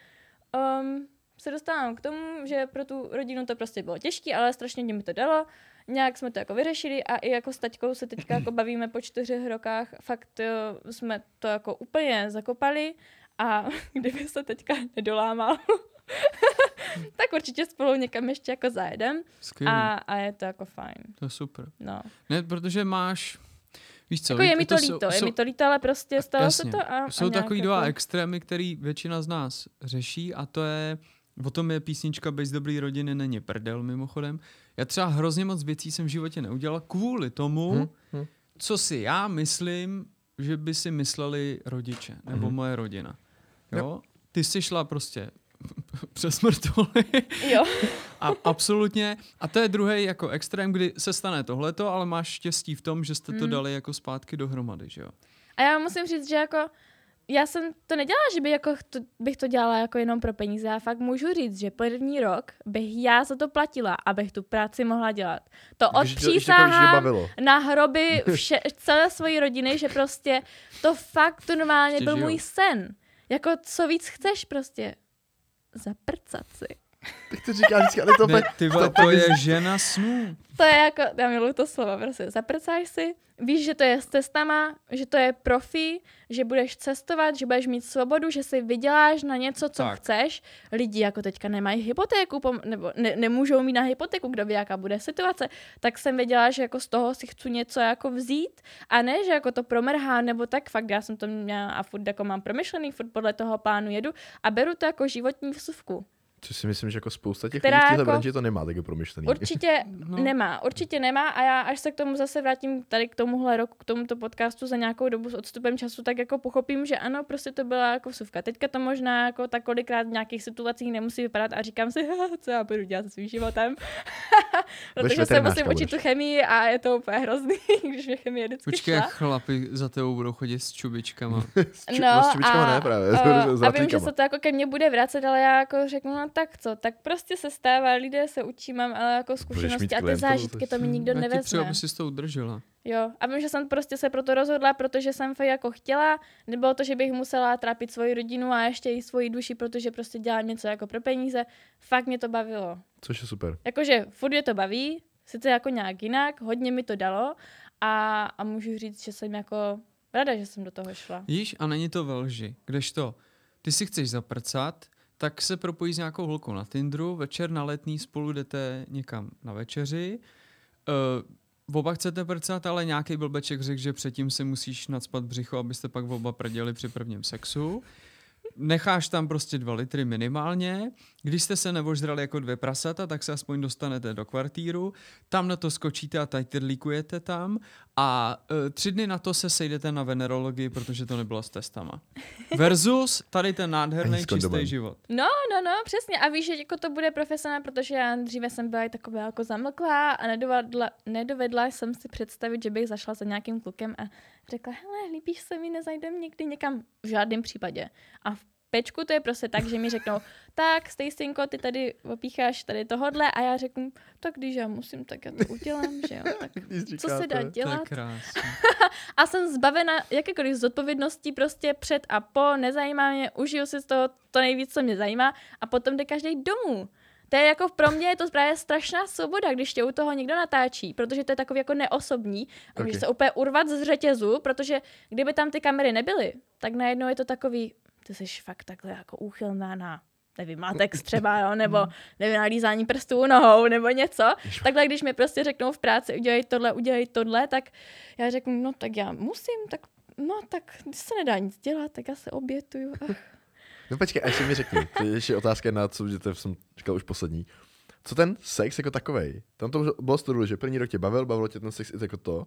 Speaker 3: um, se dostávám k tomu, že pro tu rodinu to prostě bylo těžké, ale strašně mi to dalo. Nějak jsme to jako vyřešili a i jako s taťkou se teďka jako bavíme po čtyřech rokách. Fakt eh, jsme to jako úplně zakopali a kdyby se teďka nedolámal, tak určitě spolu někam ještě jako zajedem
Speaker 4: Skvělý.
Speaker 3: a, a je to jako fajn.
Speaker 4: To je super.
Speaker 3: No.
Speaker 4: Ne, protože máš... Víš co,
Speaker 3: Jako je
Speaker 4: víte,
Speaker 3: mi to líto, je mi to líto, ale prostě stalo
Speaker 4: jasně,
Speaker 3: se to a, a
Speaker 4: Jsou
Speaker 3: nějak
Speaker 4: takový
Speaker 3: jako...
Speaker 4: dva extrémy, který většina z nás řeší a to je... O tom je písnička Bez dobrý rodiny není prdel, mimochodem. Já třeba hrozně moc věcí jsem v životě neudělal kvůli tomu,
Speaker 2: Hm,
Speaker 4: hmm,
Speaker 2: hm.
Speaker 4: hmm. co si já myslím, že by si mysleli rodiče nebo
Speaker 2: Mhm.
Speaker 4: hmm. moje rodina. Jo? Ty jsi šla prostě přes mrtvoly
Speaker 3: Jo,
Speaker 4: a, absolutně. A to je druhý jako extrém, kdy se stane tohleto, ale máš štěstí v tom, že jste to
Speaker 3: Mm.
Speaker 4: dali jako zpátky dohromady, že jo?
Speaker 3: A já musím říct, že jako já jsem to nedělala, že by jako, to, bych to dělala jako jenom pro peníze. Já fakt můžu říct, že první rok bych já za to platila, abych tu práci mohla dělat. To
Speaker 2: Když Jako, tě- když tě to určitě
Speaker 3: odpřísahám
Speaker 2: bavilo.
Speaker 3: na hroby vše, celé svojí rodiny, že prostě to fakt to normálně
Speaker 4: Ještě
Speaker 3: byl
Speaker 4: žijou.
Speaker 3: můj sen. Jako co víc chceš prostě? Zaprcat si.
Speaker 2: Tak to říká vždycky, ale to
Speaker 4: Ne,
Speaker 2: opět...
Speaker 4: ty vole, to je žena snů.
Speaker 3: To je jako, já miluju to slovo, prostě zaprcáš si, víš, že to je s cestama, že to je profi, že budeš cestovat, že budeš mít svobodu, že si vyděláš na něco, co
Speaker 4: Tak.
Speaker 3: tak. chceš. Lidi jako teďka nemají hypotéku, pom- nebo ne- nemůžou mít na hypotéku, kdo ví, jaká bude situace, tak jsem věděla, že jako z toho si chci něco jako vzít a ne, že jako to promrhá, nebo tak fakt, já jsem to měla a furt jako mám promyšlený, furt podle toho plánu jedu a beru to jako životní vsuvku.
Speaker 2: Což si myslím, že jako spousta těch lidí
Speaker 3: Která
Speaker 2: v téhle
Speaker 3: jako-
Speaker 2: branži to nemá taky promyšlený.
Speaker 3: Určitě
Speaker 4: No.
Speaker 3: no. nemá, určitě nemá a já až se k tomu zase vrátím tady k tomuhle roku, k tomuto podcastu za nějakou dobu s odstupem času, tak jako pochopím, že ano, prostě to byla jako vsuvka. Teďka to možná jako tak kolikrát v nějakých situacích nemusí vypadat a říkám si, "Ha, co já budu dělat se svým životem, protože se
Speaker 2: veterinářka,
Speaker 3: musím učit tu
Speaker 2: budeš.
Speaker 3: chemii a je to úplně hrozný, když mě chemie vždycky
Speaker 4: Počkej,
Speaker 3: šla.
Speaker 4: jak chlapi za tebou budou chodit s čubičkama.
Speaker 2: Ču- no s čubičkama ne právě, s-
Speaker 3: a,
Speaker 2: s
Speaker 3: a vím, že
Speaker 2: vatlíkama.
Speaker 3: se to jako ke mně bude vracet, ale já jako řeknu, no tak co, tak prostě se stává, lidé se učí, mám ale jako
Speaker 2: mít
Speaker 3: zkušenosti a ty
Speaker 2: klientelu,
Speaker 3: zážitky to mi nikdo
Speaker 4: Já ti přeju,
Speaker 3: nevezme.
Speaker 4: aby si to udržela.
Speaker 3: Jo, a vím, že jsem prostě se proto rozhodla, protože jsem fakt jako chtěla, nebylo to, že bych musela trápit svoji rodinu a ještě i svoji duši, protože prostě dělám něco jako pro peníze. Fakt mě to bavilo.
Speaker 2: Což je super.
Speaker 3: Jakože furt mě to baví, sice jako nějak jinak, hodně mi to dalo a, a můžu říct, že jsem jako ráda, že jsem do toho šla.
Speaker 4: Víš, a není to ve lži. Kdežto, ty si chceš zaprcat, tak se propojí s nějakou holkou na Tinderu, večer na letní spolu jdete někam na večeři. Uh, oba chcete prcat, ale nějaký blbeček řekl, že předtím si musíš nadspat břicho, abyste pak oba prděli při prvním sexu. Necháš tam prostě dva litry minimálně. Když jste se nevožrali jako dvě prasata, tak se aspoň dostanete do kvartíru. Tam na to skočíte a tajtrlíkujete tam. A e, tři dny na to se sejdete na venerologii, protože to nebylo s testama. Versus tady ten
Speaker 2: Ani
Speaker 4: nádherný
Speaker 2: s kondomem.
Speaker 4: čistý život.
Speaker 3: No, no, no, přesně. A víš, že jako to bude profesionál, protože já dříve jsem byla i taková jako zamlklá a nedovedla, nedovedla jsem si představit, že bych zašla za nějakým klukem a řekla, hele, líbíš se mi, nezajdem někdy někam. V žádném případě. A v pečku to je prostě tak, že mi řeknou, tak, Stacinko, ty tady opícháš tady tohodle a já řeknu, tak když já musím, tak já to udělám, že jo. Tak co se dá dělat?
Speaker 4: To je krásný.
Speaker 3: A jsem zbavena jakékoliv zodpovědnosti prostě před a po, nezajímá mě, užiju si z toho to nejvíc, co mě zajímá a potom jde každý domů. To je jako pro mě je to právě strašná svoboda, když tě u toho někdo natáčí, protože to je takový jako neosobní a můžeš
Speaker 2: Taky.
Speaker 3: se úplně urvat z řetězu, protože kdyby tam ty kamery nebyly, tak najednou je to takový, ty jsi fakt takhle jako úchylná na nevím, mátek třeba, jo, nebo
Speaker 4: Hmm.
Speaker 3: nevím, na lízání prstů nohou, nebo něco. Takhle, když mi prostě řeknou v práci, udělej tohle, udělej tohle, tak já řeknu, no tak já musím, tak no tak když se nedá nic dělat, tak já se obětuju. Ach,
Speaker 2: No počkej, a ještě mi řekni, to je ještě otázka na co, že to jsem říkal už poslední. Co ten sex jako takovej? Tam to bylo z toho, důvodu, že první rok tě bavil, bavilo tě ten sex i jako to.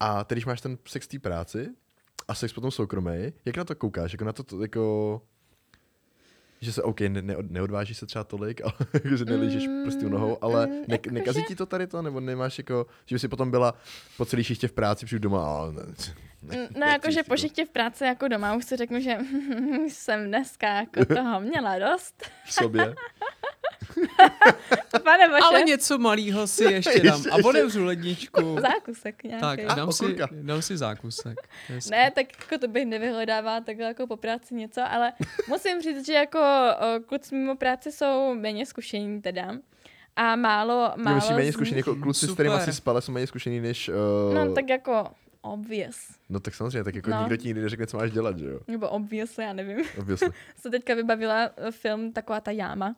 Speaker 2: A teď, když máš ten sex v té práci a sex potom soukromý, jak na to koukáš? Jako na to, to jako že se, OK, ne, ne, neodvážíš se třeba tolik, ale jako, že nelížeš
Speaker 3: Mm,
Speaker 2: prostě nohou, ale
Speaker 3: mm,
Speaker 2: ne,
Speaker 3: jakože-
Speaker 2: nekazí ti to tady to, nebo nemáš jako, že by si potom byla po celý šichtě v práci, přijdu doma a... Ne, ne,
Speaker 3: no
Speaker 2: nechci
Speaker 3: jakože
Speaker 2: si to.
Speaker 3: po šichtě v práci jako doma už si řeknu, že jsem dneska jako toho měla dost.
Speaker 2: v sobě.
Speaker 3: Pane Bože,
Speaker 4: Ale něco malého si ještě dám.
Speaker 2: Ještě-
Speaker 4: A otevřu ledničku.
Speaker 3: zákusek nějaký.
Speaker 4: Tak, a dám si,
Speaker 2: okurka.
Speaker 4: dám si zákusek. To je
Speaker 3: Ne, tak jako to bych nevyhledává takhle jako po práci něco, ale musím říct, že jako o, kluci mimo práci jsou méně zkušení teda. A málo,
Speaker 2: Málo
Speaker 3: málo...
Speaker 2: myslím, méně
Speaker 3: z
Speaker 2: zkušený,
Speaker 3: nich-
Speaker 2: jako kluci, s
Speaker 4: Super.
Speaker 2: kterými asi spala, jsou méně zkušený než... Uh,
Speaker 3: No tak jako obvious.
Speaker 2: no tak samozřejmě, tak jako no.
Speaker 3: no.
Speaker 2: nikdo ti nikdy neřekne, co máš dělat, že jo?
Speaker 3: Nebo obvious, já nevím.
Speaker 2: Obviously.
Speaker 3: se teďka vybavila eh, film Taková ta jáma.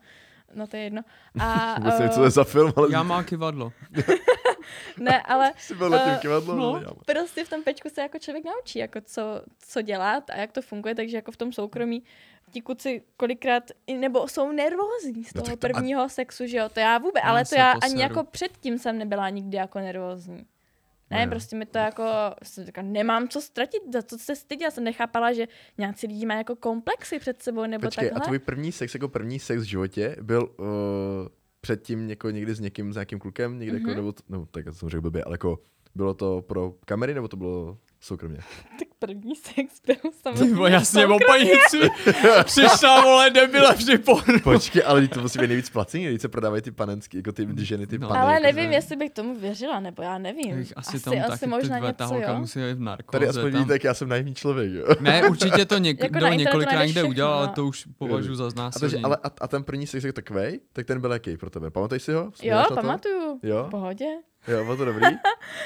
Speaker 3: No to je jedno. A,
Speaker 2: Vůbec nevím,
Speaker 3: eh,
Speaker 2: co to je za film, ale
Speaker 4: Já má kivadlo.
Speaker 3: ne, ale
Speaker 2: jsi byl na tím
Speaker 3: eh,
Speaker 2: kivadlem.
Speaker 3: no,
Speaker 2: No.
Speaker 3: prostě v tom pečku se jako člověk naučí, jako co, co dělat a jak to funguje, takže jako v tom soukromí ti kuci kolikrát, i- nebo jsou nervózní z
Speaker 2: No
Speaker 3: toho
Speaker 2: tak to- a-
Speaker 3: prvního sexu, že jo, to já vůbec,
Speaker 4: Já
Speaker 3: ale to
Speaker 4: se
Speaker 3: já
Speaker 4: poseru.
Speaker 3: ani jako předtím jsem nebyla nikdy jako nervózní. Ne,
Speaker 2: Ne.
Speaker 3: prostě mi to jako, jsem říkala, nemám co ztratit, za co se styděla, jsem nechápala, že nějací lidi mají jako komplexy před sebou, nebo
Speaker 2: Počkej,
Speaker 3: takhle.
Speaker 2: a tvůj první sex, jako první sex v životě, byl uh, předtím jako někdy s
Speaker 3: Mhm.
Speaker 2: někým, s nějakým klukem, někde mm-hmm. jako, nebo, t- no tak já jsem řekl blbě, ale jako bylo to pro kamery, nebo to bylo Soukromně.
Speaker 3: Tak první sex byl
Speaker 4: Ty
Speaker 3: samozřejmě.
Speaker 4: vole, jasně, o panici. Přišla, vole, debile při pornu.
Speaker 2: Počkej, ale to musí být nejvíc placení, když se prodávají ty panenský, jako ty ženy, ty
Speaker 4: No.
Speaker 2: pany.
Speaker 3: Ale
Speaker 2: jako,
Speaker 3: nevím,
Speaker 2: že-
Speaker 3: jestli bych tomu věřila, nebo já nevím.
Speaker 4: Asi, asi tam asi taky možná ty, ta holka musí být v narkoze.
Speaker 2: Tady aspoň
Speaker 4: tam.
Speaker 2: vidíte, jak já jsem naivní člověk, jo.
Speaker 4: Ne, určitě to
Speaker 3: Jako
Speaker 4: něk- jako
Speaker 3: na internetu
Speaker 4: několikrát
Speaker 3: najdeš
Speaker 4: někde
Speaker 3: všechno,
Speaker 4: udělal, ale
Speaker 3: no.
Speaker 4: to už považuji za
Speaker 2: A, takže,
Speaker 4: znásilnění.
Speaker 2: ale, a, a, ten první sex jako takovej, tak ten byl jaký pro tebe? Pamatuješ si ho? Vzpomínáš
Speaker 3: Jo,
Speaker 2: na to?
Speaker 3: pamatuju.
Speaker 2: Jo?
Speaker 3: V pohodě.
Speaker 2: Jo, bylo to dobrý.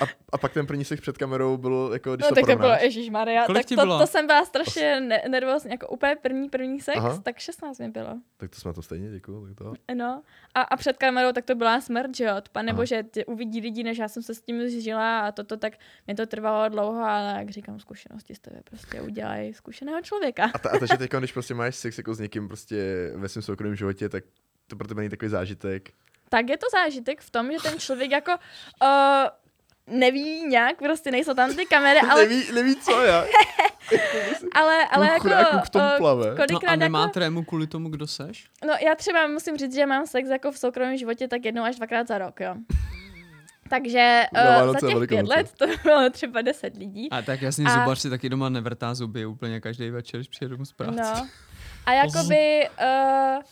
Speaker 2: A, a pak ten první sex před kamerou bylo jako, když
Speaker 3: No
Speaker 2: to
Speaker 3: tak to bylo,
Speaker 2: porovnáš.
Speaker 3: Ježíš Maria,
Speaker 4: Kolik
Speaker 3: tak
Speaker 4: ti
Speaker 3: to,
Speaker 4: bylo?
Speaker 3: to, jsem byla strašně ne- nervózní, jako úplně první, první sex,
Speaker 2: Aha.
Speaker 3: tak 16 mi bylo.
Speaker 2: Tak to jsme to stejně, děkuju. Tak to.
Speaker 3: No. A, a před kamerou tak to byla smrt, že jo, pane
Speaker 2: Aha.
Speaker 3: bože, tě uvidí lidi, než já jsem se s tím zžila a toto, tak mě to trvalo dlouho, ale jak říkám, zkušenosti z tebe prostě udělají zkušeného člověka.
Speaker 2: A, ta, a takže teď, když prostě máš sex jako s někým prostě ve svém soukromém životě, tak to pro tebe není takový zážitek.
Speaker 3: Tak je to zážitek v tom, že ten člověk jako uh, neví nějak, prostě nejsou tam ty kamery, ale,
Speaker 2: Neví, neví co já.
Speaker 3: ale, ale
Speaker 2: Kluk
Speaker 3: jako...
Speaker 2: chudáku k tomu
Speaker 3: eh,
Speaker 2: plave.
Speaker 4: No
Speaker 3: Kolikrát
Speaker 4: a
Speaker 3: jako...
Speaker 4: nemá trému kvůli tomu, kdo seš?
Speaker 3: No já třeba musím říct, že mám sex jako v soukromém životě tak jednou až dvakrát za rok, jo. Takže
Speaker 2: Na
Speaker 3: uh,
Speaker 2: Vánoce
Speaker 3: za
Speaker 2: a
Speaker 3: těch pět
Speaker 2: Velikonoce.
Speaker 3: let to bylo třeba deset lidí.
Speaker 4: A tak jasně,
Speaker 3: A-
Speaker 4: zubař si taky doma nevrtá zuby úplně každý večer, když přijede domů z práce.
Speaker 3: No. A jakoby uh,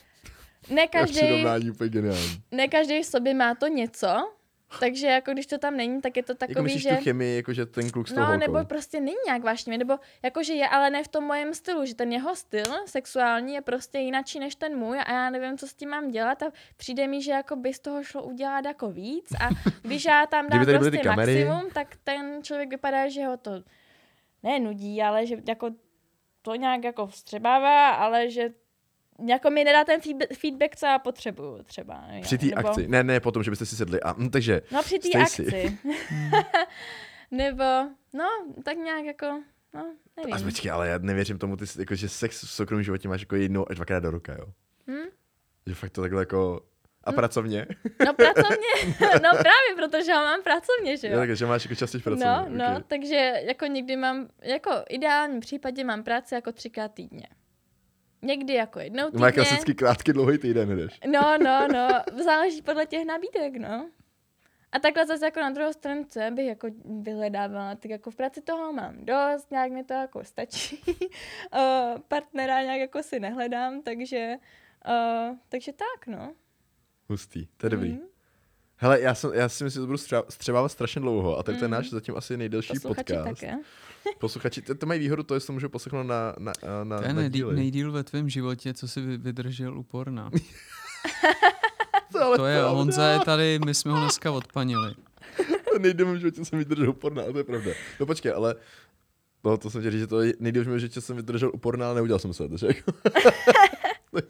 Speaker 3: ne
Speaker 2: Každý...
Speaker 3: každý,
Speaker 2: přirovnání úplně geniální. Jako
Speaker 3: ne každý v sobě má to něco, takže jako když to tam není, tak je to takový,
Speaker 2: Jako myslíš
Speaker 3: že...
Speaker 2: tu chemii, jako že ten kluk s tou
Speaker 3: No,
Speaker 2: holkou.
Speaker 3: nebo prostě není nějak vášnivý, nebo jakože je, ale ne v tom mojem stylu, že ten jeho styl sexuální je prostě jinačí než ten můj a já nevím, co s tím mám dělat a přijde mi, že jako by z toho šlo udělat jako víc a když já tam dám
Speaker 2: Kdyby tady byly ty
Speaker 3: prostě
Speaker 2: kamery.
Speaker 3: maximum, tak ten člověk vypadá, že ho to ne nudí, ale že jako to nějak jako vstřebává, ale že jako mi nedá ten feedbe- feedback, co já potřebuju třeba. nevím,
Speaker 2: Při té
Speaker 3: nebo-
Speaker 2: akci. Ne, ne, potom, že byste si sedli. A, hm, takže,
Speaker 3: No při té
Speaker 2: Stacy.
Speaker 3: akci.
Speaker 2: Hmm.
Speaker 3: Nebo, no, tak nějak jako, no,
Speaker 2: a
Speaker 3: nevím.
Speaker 2: počkej, ale já nevěřím tomu, ty, jsi- jako, že sex v soukromém životě máš jako jednou až dvakrát do roka, jo.
Speaker 3: Hm?
Speaker 2: Že fakt to takhle jako... A pracovně?
Speaker 3: No pracovně, no právě, protože ho mám pracovně, že
Speaker 2: Jo.
Speaker 3: jo.
Speaker 2: takže máš jako častěji pracovně.
Speaker 3: No,
Speaker 2: okay.
Speaker 3: no, takže jako někdy mám, jako v ideálním případě mám práci jako třikrát týdně. Někdy jako jednou
Speaker 2: Má
Speaker 3: týdně.
Speaker 2: klasický krátký dlouhý týden, jdeš.
Speaker 3: No, no, no, záleží podle těch nabídek, no. A takhle zase jako na druhou stranu, co já bych jako vyhledávala, tak jako v práci toho mám dost, nějak mi to jako stačí. uh, partnera nějak jako si nehledám, takže, uh, takže tak, no.
Speaker 2: Hustý, to je dobrý.
Speaker 3: Mhm.
Speaker 2: Hele, já, jsem, já si myslím, že to budu střeba- střebávat strašně dlouho a tady to je náš zatím asi nejdelší
Speaker 3: Mhm. Posluchači
Speaker 2: podcast.
Speaker 3: také.
Speaker 2: Posluchači, to, to mají výhodu, to je, že to můžou poslechnout na, na, na,
Speaker 4: To je
Speaker 2: na
Speaker 4: nejdý-
Speaker 2: díly.
Speaker 4: nejdíl ve tvém životě, co jsi vy- vydržel u porna.
Speaker 2: To, ale
Speaker 4: To je,
Speaker 2: pravda.
Speaker 4: Honza je tady, my jsme ho dneska odpanili.
Speaker 2: To nejde v mém životě jsem vydržel porna, ale to je pravda. No počkej, ale No, to jsem chtěl říct, že to je- nejde v mém životě jsem vydržel u porna, ale neudělal jsem se, takže jako... tak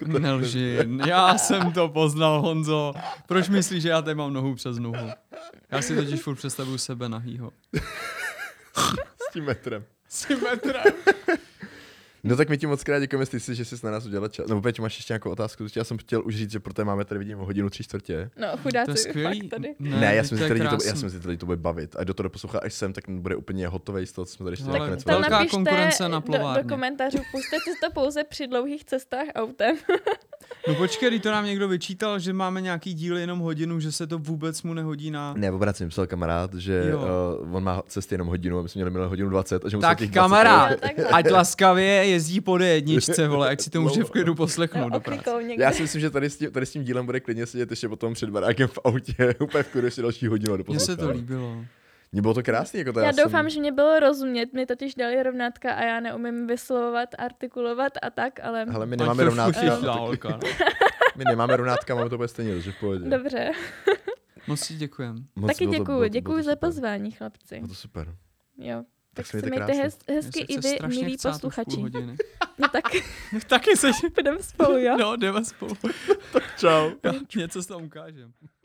Speaker 4: Jako
Speaker 2: to-
Speaker 4: Nelži, já jsem to poznal, Honzo. Proč myslíš, že já tady mám nohu přes nohu? Já si totiž furt představuju sebe nahýho.
Speaker 2: s tím metrem.
Speaker 4: S tím metrem.
Speaker 2: No tak my ti moc krát děkujeme, Stacy, že jsi na nás udělala čas. Nebo Peť, máš ještě nějakou otázku? Já jsem chtěl už říct, že pro té máme tady vidím hodinu tři čtvrtě.
Speaker 3: No,
Speaker 4: To je
Speaker 3: chudáci, fakt
Speaker 4: skvělý.
Speaker 3: tady.
Speaker 2: Ne, ne já si
Speaker 4: teď
Speaker 2: myslím, že
Speaker 4: je
Speaker 2: lidi to, já
Speaker 4: krásný.
Speaker 2: si myslím, že lidi to bude bavit. A kdo to doposlouchá až sem, tak bude úplně hotový z toho, co jsme tady chtěli
Speaker 4: Tak
Speaker 2: nakonec.
Speaker 4: tam
Speaker 3: To
Speaker 2: udělat.
Speaker 4: Velká konkurence na
Speaker 3: do, do
Speaker 4: plovárně.
Speaker 3: komentářů, pusťte si to pouze při dlouhých cestách autem.
Speaker 4: No počkej, když to nám někdo vyčítal, že máme nějaký díl jenom hodinu, že se to vůbec mu nehodí na...
Speaker 2: Ne, obrat jsem psal kamarád, že
Speaker 4: Jo.
Speaker 2: uh, on má cesty jenom hodinu, a my jsme měli minulé hodinu 20. A že musel
Speaker 4: Tak
Speaker 2: těch 20
Speaker 4: kamarád,
Speaker 3: Jo, takhle.
Speaker 4: ať laskavě jezdí po D1, vole, ať si to může v klidu poslechnout do práce.
Speaker 3: Oklikou někde.
Speaker 2: Já si myslím, že tady s, tím, tady s tím dílem bude klidně sedět ještě potom před barákem v autě, úplně v kudu ještě další hodinu do
Speaker 4: Mně se to líbilo.
Speaker 2: Mně bylo to krásný, jako to
Speaker 3: Já doufám,
Speaker 2: jsem...
Speaker 3: že mě bylo rozumět, mi totiž dali rovnátka a já neumím vyslovovat, artikulovat a tak, ale
Speaker 2: Hele, my
Speaker 4: Ať
Speaker 2: nemáme
Speaker 4: trošku
Speaker 2: rovnátka,
Speaker 4: chytla
Speaker 2: taky-
Speaker 4: holka, no.
Speaker 2: my nemáme rovnátka, máme to úplně stejně, takže v pohodě.
Speaker 3: dobře.
Speaker 4: Moc ti děkujem.
Speaker 2: Moc
Speaker 3: Taky
Speaker 2: bylo to- bylo
Speaker 3: děkuju,
Speaker 2: to- bylo
Speaker 3: děkuju
Speaker 2: to
Speaker 3: za
Speaker 2: super.
Speaker 3: pozvání, chlapci.
Speaker 2: Bylo to super.
Speaker 3: Jo. Tak
Speaker 2: se
Speaker 3: se
Speaker 2: mějte
Speaker 3: mějte
Speaker 2: krásně.
Speaker 3: hez,
Speaker 4: Mně
Speaker 3: hezky
Speaker 4: se
Speaker 3: i
Speaker 4: chce
Speaker 3: vy,
Speaker 4: strašně
Speaker 3: milí
Speaker 4: chcát už půl
Speaker 3: posluchači.
Speaker 4: hodiny.
Speaker 3: No tak
Speaker 4: Taky se...
Speaker 3: půjdeme spolu, jo?
Speaker 4: No, jdeme spolu.
Speaker 2: Čau.
Speaker 4: Já něco s tam ukážem.